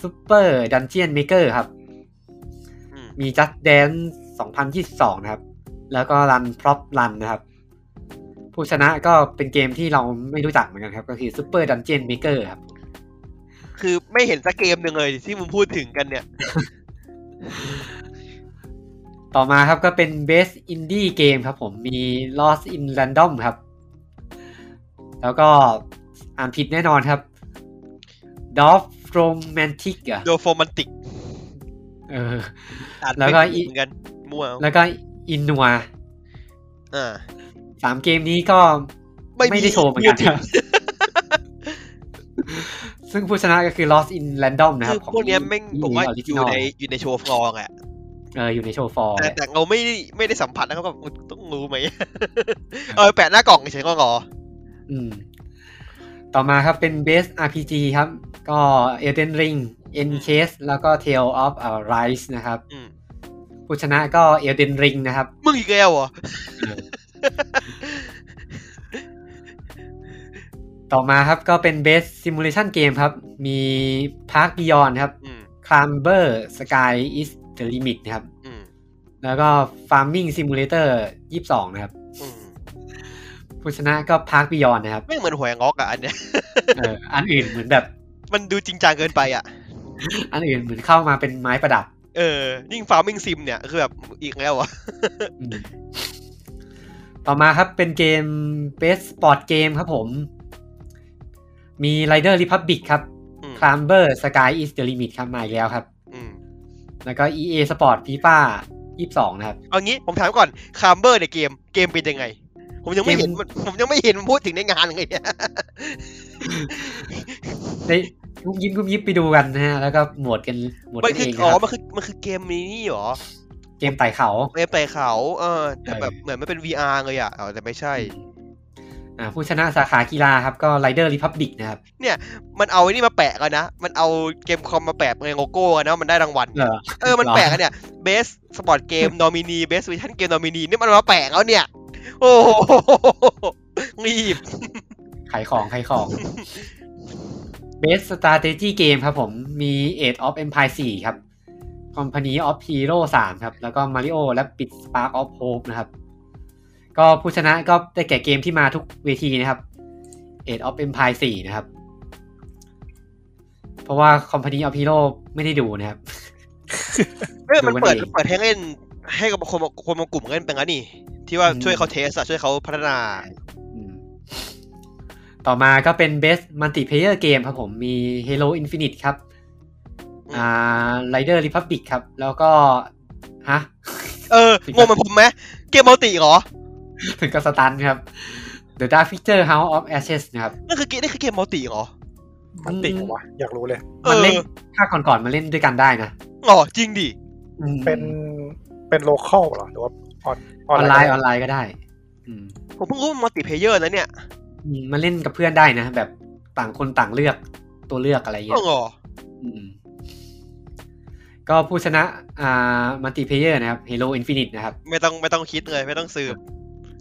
Super Dungeon Maker ครับ อืม มี Just Dance 2022 นะครับ แล้วก็ Run Prop Run นะครับ ผู้ชนะก็เป็นเกมที่เราไม่รู้จักเหมือนกันครับ ก็คือ Super Dungeon Maker ครับ คือไม่เห็นสักเกมหนึ่งเลยที่มึงพูดถึงกันเนี่ย ต่อมาครับก็เป็น Best Indie Game ครับผม มี Lost in Random ครับ แล้วก็อ่านผิดแน่นอนครับดอฟโรแมนติกอะ โดโฟมันติก เออ อ่าน แล้วก็ ไม่ อี ถูกเหมือนกันมั่วเอา แล้วก็อินนัว อ่า สามเกมนี้ก็ ไม่มี ได้โชว์เหมือนกันครับ ซึ่งผู้ชนะก็คือ Lost in Random นะครั คื บ อ ของ พวกเนี้ยแม่งผมว่า ออริ อ จิ ยู่ นอล ในอยู่ในโชว์ฟลอร์แหละ เอออยู่ในโชว์ฟอร์ แต่แต่เราไม่ไม่ได้สัมผัสนะครับแบบต้องรู้ไหม เออแปะหน้ากล่องเฉยๆก็รอ อืม ต่อมาครับเป็น Best RPG ครับ ก็ Elden Ring Encase แล้วก็ Tale of Arise นะครับ อืม ผู้ชนะก็ Elden Ring นะครับ มึงอีกแล้วเหรอ ต่อมาครับก็เป็น Best Simulation Game ครับ มี Park Beyond ครับ อืม Climber Sky is the limit นะครับ อืม แล้วก็ Farming Simulator 22 นะครับ อืม ผู้ชนะก็ Park Beyond นะครับ ไม่งเหมือนหวยงอกอะอันเนี้ย เอออันอื่นเหมือนแบบ มันดูจริงจังเกินไปอ่ะ อันอื่นเหมือนเข้ามาเป็นไม้ประดับ เออ ยิ่งฟาร์มิงซิมเนี่ย คือแบบอีกแล้วอ่ะ อืมต่อมาครับเป็นเกม Best Sport Game ครับผม มี Rider Republic ครับ อืม Climber Sky is the limit ครับมาอีกแล้วครับ อืม แล้วก็ EA Sport FIFA 22 นะครับ เอางี้ผมถามก่อนคามเบอร์ในยเกมเกมเป็นยังไง ผมยังไม่เห็นมันผมยังไม่เห็นมันพูดถึงในงานเลยเนี่ย ได้กุมยิ้มกุมยิ้มไปดูกันนะฮะ แล้วก็โหมดกันโหมด มัน กัน คือ เองนะ อ๋อ ครับ มันคือมันคือเกมนี้นี่เหรอ เกมไต่เขา เกมไต่เขาเออแต่แบบเหมือนมันเป็น VR เลยอ่ะเอาแต่ไม่ใช่ อ่าผู้ชนะสาขากีฬาครับก็ Rider Republic นะครับ มันเอาไอ้นี่มาแปะกันนะ มันเอาเกมคอมมาแปะเป็นโลโก้กันนะ มันได้รางวัล เหรอ เออ มัน หรอ แปะกันเนี่ย Best Sport Game Nominee Best Vision Game Nominee นี่มันมาแปะแล้วเนี่ย โอ้โหรีบ ขายของขายของ Best Strategy Game ครับผมมี Age of Empire 4 ครับ Company of Hero 3 ครับ แล้วก็ Mario และ Bit Spark of Hope นะครับ ก็ผู้ชนะก็ได้แก่เกมที่มาทุกเวทีนะครับ Age of Empire 4 นะครับ เพราะว่า Company of Hero ไม่ได้ดูนะครับ เออ มันเปิด ดูกันเอง เปิดให้เล่นให้กับคนคนบางกลุ่มเล่นเป็นงั้นนี่ ที่ว่า อืม ช่วยเขาเทสอะช่วยเขาพัฒนา อืมต่อมาก็เป็น Best Multiplayer Game ครับผมมี Halo Infinite ครับ อืม อ่า Rider Republic ครับ แล้วก็ฮะ เออ งงเหมือนผมไหมเกมมัลติเหรอ ถึงกับสตันครับ The Dark Picture House of Ashes นะครับ นั่นคือเกมนี่คือเกมมัลติเหรอ มันติดเหรอวะอยากรู้เลย เอ มัน อ เล่นภาคก่อนๆมาเล่นด้วยกันได้นะ เหรอจริงดิ อืม เป็นเป็นโลคอลเหรอหรือว่าออน ออนไลน์ออนไลน์ก็ได้ อืม ผมเพิ่งรู้มัลติเพเยอร์นะเนี่ย อืมมาเล่นกับเพื่อนได้นะ แบบต่างคนต่างเลือกตัวเลือกอะไรอย่าง เอ เงี้ย อเหรอ อืมก็ผู้ชนะอ่ามัลติเพเยอร์นะครับ Halo Infinite นะครับ ไม่ต้องไม่ต้องคิดเลยไม่ต้องสืบ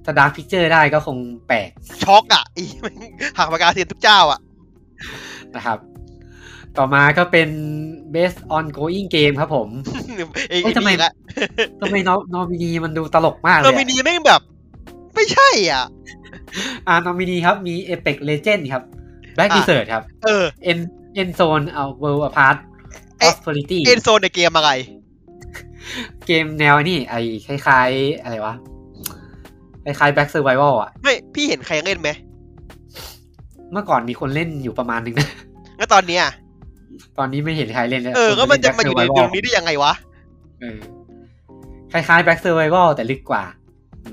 ถ้า Dark Picture ได้ก็คงแปลก ช็อกอ่ะอีแม่งหางปากกาเทียนทุกเจ้าอ่ะ นะครับ ต่อมาก็เป็น Best Ongoing Game ครับผม เอ้ย เอ้ยทำไม นี่ละ ทำไมนอนอมินีมันดูตลกมากเลย เรา อะ มินีแม่งแบบ ไม่ใช่อ่ะ อ่านอมินีครับ มี Apex Legend ครับ Black อ่ะ Desert ครับ เออ End End Zone เอา World Apart เอ๊ะ Prosperity เอ็นโซนในเกมอะไร เกมแนวนี่ไอ้คล้ายๆ อะไรวะ คล้ายๆ Black Survival อ่ะ ไม่พี่เห็นใครเล่นไหม เมื่อก่อนมีคนเล่นอยู่ประมาณหนึงนะ งั้นตอนเนี้ย ตอนนี้ไม่เห็นใครเล่นแล้ว เออ ก็มันจะ ค มาอยู่ใน เป็ Black ตรง Survival นี้ได้ยังไงวะ เออคล้ายๆ Black Survival แต่ลึกกว่า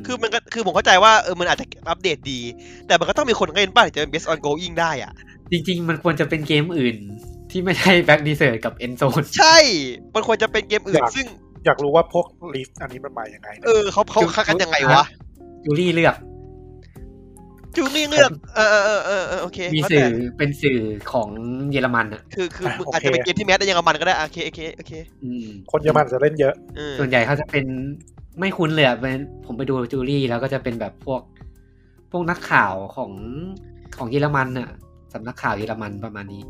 คือมันก็คือผมเข้าใจว่าเออ มันอาจจะอัปเดตดี แต่มันก็ต้องมีคนเล่นบ้างถึงจะเป็น best on going ได้อ่ะ จริง ๆ มันควรจะเป็นเกมอื่น ที่ไม่ใช่ Black Desert กับ End Zone ใช่ มันควรจะเป็นเกมอื่น อยาก ซึ่ง อยากรู้ว่าพวกลิสต์อันนี้มันมาอย่างไงนะ เออเขาเขาคัดกันยังไงวะ ยูรี่เลือก จูนี่เลือกเออเออเออเออโอเค มี เข้าใจ สื่อเป็นสื่อของเยอรมันอ่ะ คือคือมึงอาจจะเป็นเกมที่แมสได้ยังกับมันก็ได้อ่ะโอเคโอเคโอเค อืม คนเยอรมันจะเล่นเยอะ เออ ส่วนใหญ่เขาจะเป็นไม่คุ้นเลยอะเป็นผมไปดูจูรี่แล้วก็จะเป็นแบบพวก พวกนักข่าวของของเยอรมันอ่ะสำนักข่าวเยอรมันประมาณนี้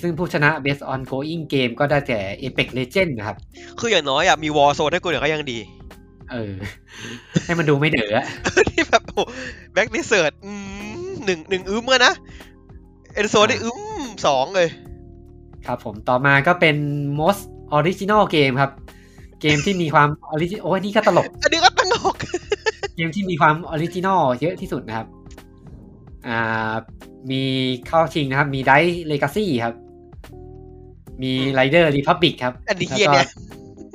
ซึ่งผู้ชนะ Best Ongoing Game ก็ได้แก่ Apex Legend นะครับ คืออย่างน้อยอ่ะมีวอลโซนให้กูเดี๋ยวก็ยังดี เออ ให้มันดูไม่เด๋ออะ ที่แบบแบ็กดิเซิร์ตหนึ่งหนึ่งอึ้มอะนะเอนโซนี่อึ้มสองเลย ครับผมต่อมาก็เป็น most original game ครับ เกมที่มีความออริจิโอ้ยนี่ก็ตลก อันนี้ก็ตั้งหก เกมที่มีความออริจินอลเยอะที่สุดนะครับ อ่ามีเข้าชิงนะครับ มีไดเลกาซี่ครับ มีไรเดอร์รีพับบิกครับ อันนี้เหี้ยเนี่ย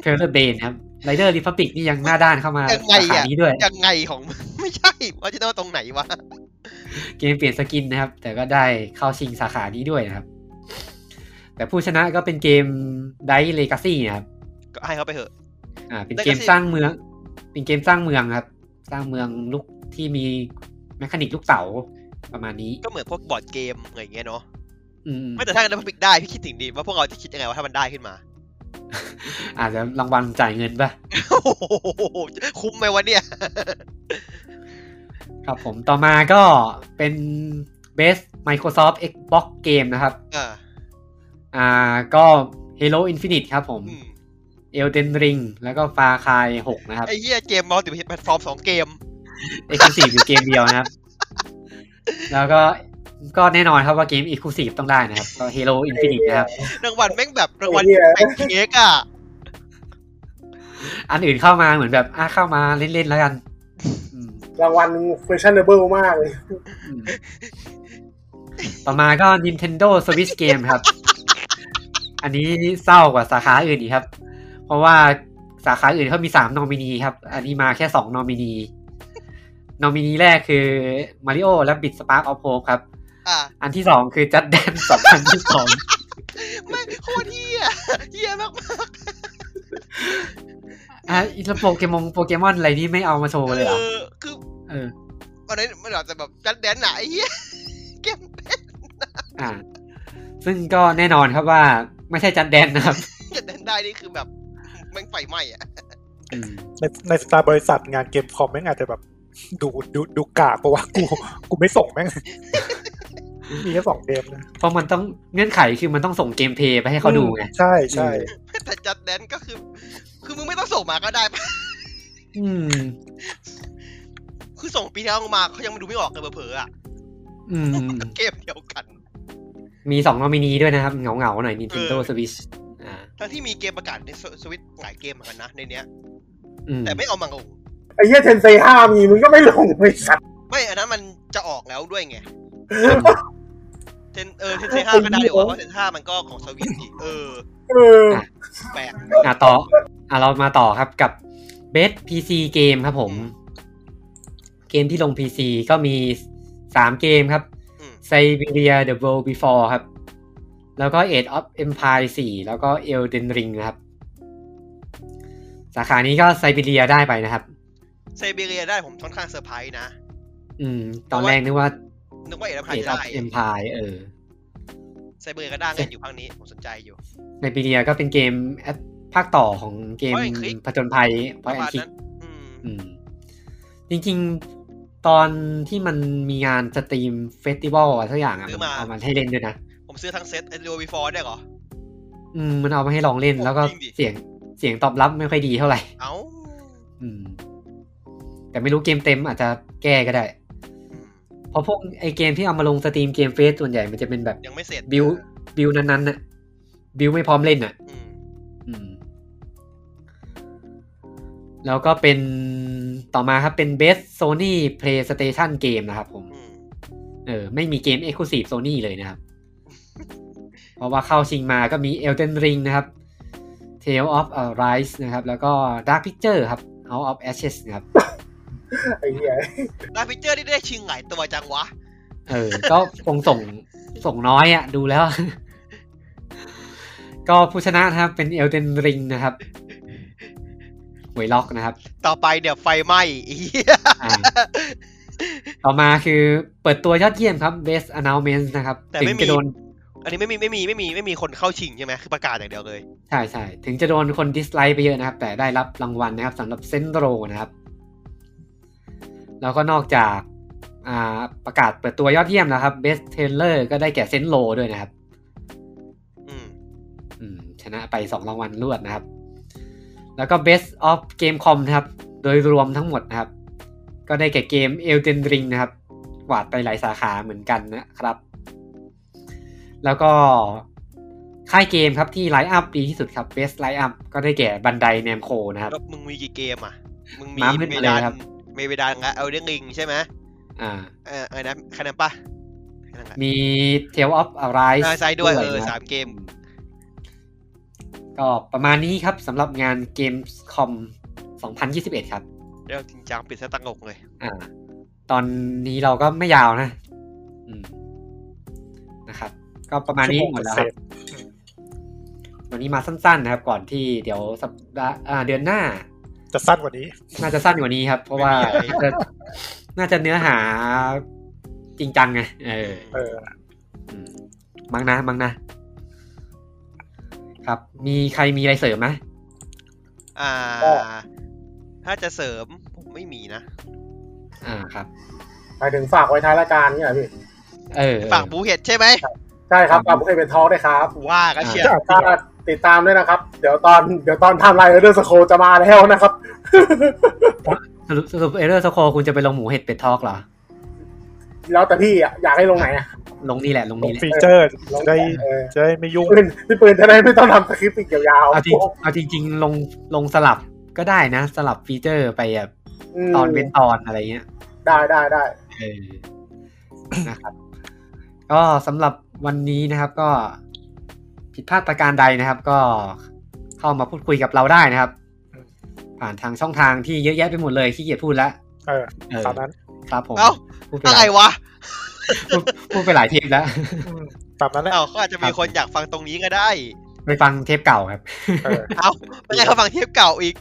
เทเลอร์เบนครับไรเดอร์รีพับบิกนี่ยังหน้าด้านเข้ามา ยังไง สา อะ ขานี้ด้วย ยังไงของ ไม่ใช่ออริจินอลตรงไหนวะ เกมเปลี่ยนสกินนะครับ แต่ก็ได้เข้าชิงสาขานี้ด้วยนะครับ แต่ผู้ชนะก็เป็นเกมไดเลกาซี่นะครับ ก็ให้เขาไปเถอะ อ่าเป็น Legacy เกมสร้างเมือง เป็นเกมสร้างเมืองครับ สร้างเมืองลูกที่มีแมคานิกลูกเต๋าประมาณนี้ ก็เหมือนพวกบอร์ดเกมอะไรอย่างเงี้ยเนาะ อืม ไม่แต่ถ้าเกิดมันพลิกได้พี่คิดถึงดีว่าพวกเราจะคิดยังไงว่าถ้ามันได้ขึ้นมา อาจจะรางวัลจ่ายเงินป่ะ โอ้โหคุ้มไหมวะเนี่ย ครับผมต่อมาก็เป็น Best Microsoft Xbox Game นะครับ อ่า อ่าก็ Halo Infinite ครับผม อืม Elden Ring แล้วก็ Far Cry 6 นะครับ ไอ้เหี้ยเกมมัลติแพลตฟอร์มสองเกม Exclusive อยู่เกมเดียวนะครับ แล้วก็ก็แน่นอนครับว่าเกม Exclusive ต้องได้นะครับ ก็ Halo Infinite นะครับ รางวัลแม่งแบบรางวัล ไอ้เหี้ย แบ่งเค้กอ่ะ อันอื่นเข้ามาเหมือนแบบอ่ะเข้ามาเล่น ๆ แล้วกันอืม รางวัล questionable มากเลย อืมต่อมาก็ Nintendo Switch Game ครับ อันนี้เศร้ากว่าสาขาอื่นอีกครับ เพราะว่าสาขาอื่นเขามีสามนอมินีครับ อันนี้มาแค่สองนอมินี นอมินีแรกคือ Mario และ Bit Spark of Hope ครับ อ่ะ อันที่สองคือ Just Dance 2022 แม่งโคตรเหี้ยเหี้ยมากๆ อ่ะอีโปเกมอนโปเกมอนอะไรนี่ไม่เอามาโชว์เลยเหร เอ อ อคือ เออ วันนั้นมันแบบแต่แบบจันแดนหนาไอ้เหี้ย เกม อ่า ซึ่งก็แน่นอนครับว่าไม่ใช่ Just Dance นะครับ จันแดนได้นี่คือแบบแม่งไฟไหม้อ่ะ อืม ในในสไตล์บริษัทงานเกมคอมแม่งอาจจะแบบ ดูดูดูกากเพราะว่า กูกูไม่ส่งแม่ง มีแค่สองเกมนะ เพราะมันต้องเงื่อนไขคือมันต้องส่งเกมเพลย์ไปให้เขาดูไง ใช่ใช่ แต่จันแดนก็คือ คือมึงไม่ต้องส่งมาก็ได้ ปะ อืม คือส่งปีที่แล้วมาเขายังไม่ดูไม่ออกเลยเผลอๆอ่ะ อืม เกมเดียวกัน มีสองนอมินีด้วยนะครับ เหงาเงาๆหน่อย Nintendo เออ Switch อ่า ทั้งที่มีเกมประกาศในสวิตหลายเกมเหมือนกันนะในเนี้ย อืม แต่ไม่เอามังง ไอ้เหี้ยเทนเซห้ามีมึงก็ไม่ลงไอ้สัตว์ ไม่อันนั้นมันจะออกแล้วด้วยไง อืม เทน เออเทนเซห้าก็ได้เลยวะเพราะเทนห้ามันก็ของสวิตอีกเออ เออ แปลก อ่ะต่อ อ่ะเรามาต่อครับกับ Best PC Game ครับผม อืม เกมที่ลง PC ก็มีสามเกมครับ อืม Siberia The World Before ครับ แล้วก็ Age of Empire 4 แล้วก็ Elden Ring นะครับ สาขานี้ก็ Siberia ได้ไปนะครับ เซเบเรียได้ผมค่อนข้างเซอร์ไพรส์นะ อืม ตอนแรกนึกว่า นึกว่าเอ็ดพัน Age ได้ of Empire เออ ไซเบอร์ก็ด้างกันอยู่ข้างนี้ ผมสนใจอยู่ ในปีเดียก็เป็นเกมแอดภาคต่อของเกม Point and Click ผจญภัยพ ป อ ระ ยแอ มาน ณ คิก นั้น อืม จริงๆ ตอนที่มันมีงานสตรีมเฟสติวัลอะไรสักอย่างอ่ะมันเอามาให้เล่นด้วยนะ ผมซื้อทั้งเซตเอเดโอวีฟอร์ได้เหรอ อืมมันเอามาให้ลองเล่น โอ้ แล้วก็ จริงดิ เสียงเสียงตอบรับไม่ค่อยดีเท่าไหร่ เอ้า อืม แต่ไม่รู้เกมเต็มอาจจะแก้ก็ได้ อืม เพราะพวกไอเกมที่เอามาลงสตรีมเกมเฟสส่วนใหญ่มันจะเป็นแบบ ยังไม่เสร็จ บิวบิวนั้นๆน่ะบิวไม่พร้อมเล่นน่ะ อืม อืม แล้วก็เป็นต่อมาครับเป็น Best Sony PlayStation Game นะครับผม อืม เออ ไม่มีเกม Exclusive Sony เลยนะครับ เพราะว่าเข้าชิงมาก็มี Elden Ring นะครับ Tale of Arise นะครับ แล้วก็ Dark Picture ครับ Out of Ashes นะครับ ไอ้เหี้ย ลาฟิเจอร์นี่ได้ชิงหลายตัวจังวะ เออ ก็คงส่งส่งน้อยอะดูแล้ว ก็ผู้ชนะนะครับเป็น Elden Ring นะครับหวยล็อกนะครับ ต่อไปเดี๋ยวไฟไหม้ อีเหี้ย อ่าต่อมาคือเปิดตัวยอดเยี่ยมครับ best announcement นะครับ แต่ ถึ ไม่ ง มี จะโดน อันนี้ไม่มีไม่มีไม่มีไม่มีคนเข้าชิงใช่ไหมคือประกาศอย่างเดียวเลย ใช่ใช่ถึงจะโดนคน dislike ไปเยอะนะครับ แต่ได้รับรางวัลนะครับสำหรับเซนโรนะครับ แล้วก็นอกจาก อ่าประกาศเปิดตัวยอดเยี่ยมแล้วครับ best trailer ก็ได้แก่เซนโรด้วยนะครับ อืม อืมชนะไปสองรางวัลรวดนะครับ แล้วก็ Best of Gamecom นะครับ โดยรวมทั้งหมดนะครับ ก็ได้แก่เกม Elden Ring นะครับกวาดไปหลายสาขาเหมือนกันนะครับ แล้วก็ค่ายเกมครับที่ไล n ์อัพดีที่สุดครับ Best Line Up ก็ได้แก่บันไดแนมโคนะครับ แล้วมึงมีกี่เกมอ่ะ มึงมี ม้ามขึ้น เม มาเลย ดาน ครับ เมเวดานและเอลเดนลิงใช่ไหม อ่า เออไอ้นะแค่นั้นปะแค่นั้นแหละ มี Tale of Arise อ่า Arise ด้วยเออ นะ สามเกม ก็ประมาณนี้ครับสำหรับงาน Gamescom 2021 ครับ เดี๋ยวจริงจังปิดซะตังกเลย อ่า ตอนนี้เราก็ไม่ยาวนะ อืม นะครับ ก็ประมาณนี้หมดแล้วครับ วันนี้มาสั้นๆนะครับ ก่อนที่เดี๋ยวสัปดาห์อ่าเดือนหน้า จะสั้นกว่านี้ น่าจะสั้นกว่านี้ครับ เพราะว่า ไม่มีอะไร จะ น่าจะเนื้อหาจริงจังไงเออ เออ อืมมังนะมังนะ ครับ มีใครมีอะไรเสริมไหม อ่า ก็ ถ้าจะเสริมผมไม่มีนะ อ่าครับ หมายถึงฝากไว้ท้ายรายการเนี่ยพี่ เออ ฝั่งบูเห็ดใช่ไหม ใช่ครับฝากบุคคลเป็นทอล์กได้วยครับ กูว่าก็เชียร์ ถ้าติดตามด้วยนะครับ เดี๋ยวตอนเดี๋ยวตอนทำลายเดอร์สโคจะมาแล้วนะครับ สรุปสรุปเอเดอร์สโคคุณจะไปลงหมูเห็ดเป็ดทอกเหรอ แล้วแต่พี่อะอยากให้ลงไหนอะ ลงนี่แหละ ลงนี่แหละ ฟีเจอร์ ลง จะได้ เออ จะได้ไม่ยุ่ง ปืนพี่ปืนจะได้ไม่ต้องทำสคริปต์อีกยาว เอาจริงเอาจริงๆลงลงสลับก็ได้นะ สลับฟีเจอร์ไปแบบ อืม ตอนเว้นตอนอะไรเงี้ย ได้ได้ได้ เออ นะครับ ก็สำหรับวันนี้นะครับ ก็ผิดพลาดประการใดนะครับ ก็เข้ามาพูดคุยกับเราได้นะครับ ผ่านทางช่องทางที่เยอะแยะไปหมดเลยขี้เกียจพูดแล้ว เออ เออ ตามนั้น ครับผม เอ้า พูดไปหอะไร ลายว ะ พูดพูดไปหลายเทปแล้ว อืมตามนั้นแหละ เอ้าเขาอาจจะมีคนอยากฟังตรงนี้ก็ได้ ไปฟังเทปเก่าครับ เออ เอ้าไม่ใช่เขาฟังเทปเก่าอีก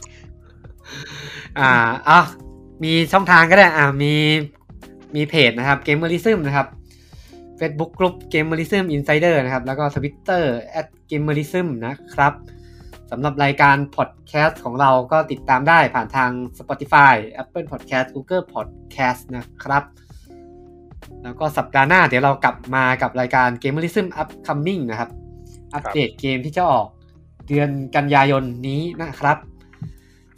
อ่าอ่ะมีช่องทางก็ได้อ่ามีมีเพจนะครับ g a m e r i s m นะครับ Facebook Group g a m e r i s m Insider นะครับ แล้วก็ Twitter at g a m e r i s m นะครับสำหรับรายการพอดแคสต์ของเราก็ติดตามได้ผ่านทาง Spotify Apple Podcast Google Podcast นะครับ แล้วก็สัปดาห์หน้าเดี๋ยวเรากลับมากับรายการ g a m e r i s m Upcoming นะครับ อัปเดตเกมที่จะออกเดือนกันยายนนี้นะครับ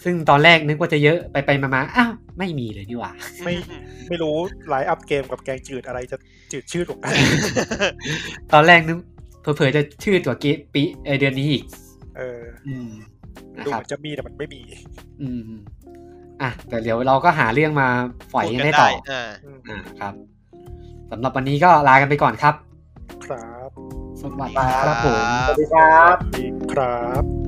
ซึ่งตอนแรกนึกว่าจะเยอะไปไปๆมาๆอ้าว ไม่มีเลยนี่หว่า ไม่ ไม่รู้ไลน์อัพเกมกับแกงจืดอะไรจะจืดชืดกว่ากัน ตอนแรกนึกเผลอๆจะชื่อกว่าเกมปีเอ่อเดือนนี้อีก เออ อืมนะ ดู ค เห รับ มือนจะมีแต่มันไม่มี อืมอ่ะแต่เดี๋ยวเราก็หาเรื่องมาปล่อย พูด กัน กัน ได้ต่อได้อ่า อืม อ่าครับสำหรับวันนี้ก็ลากันไปก่อนครับ ครับ สวัสดีครับผม สวัสดีครับ มีครับ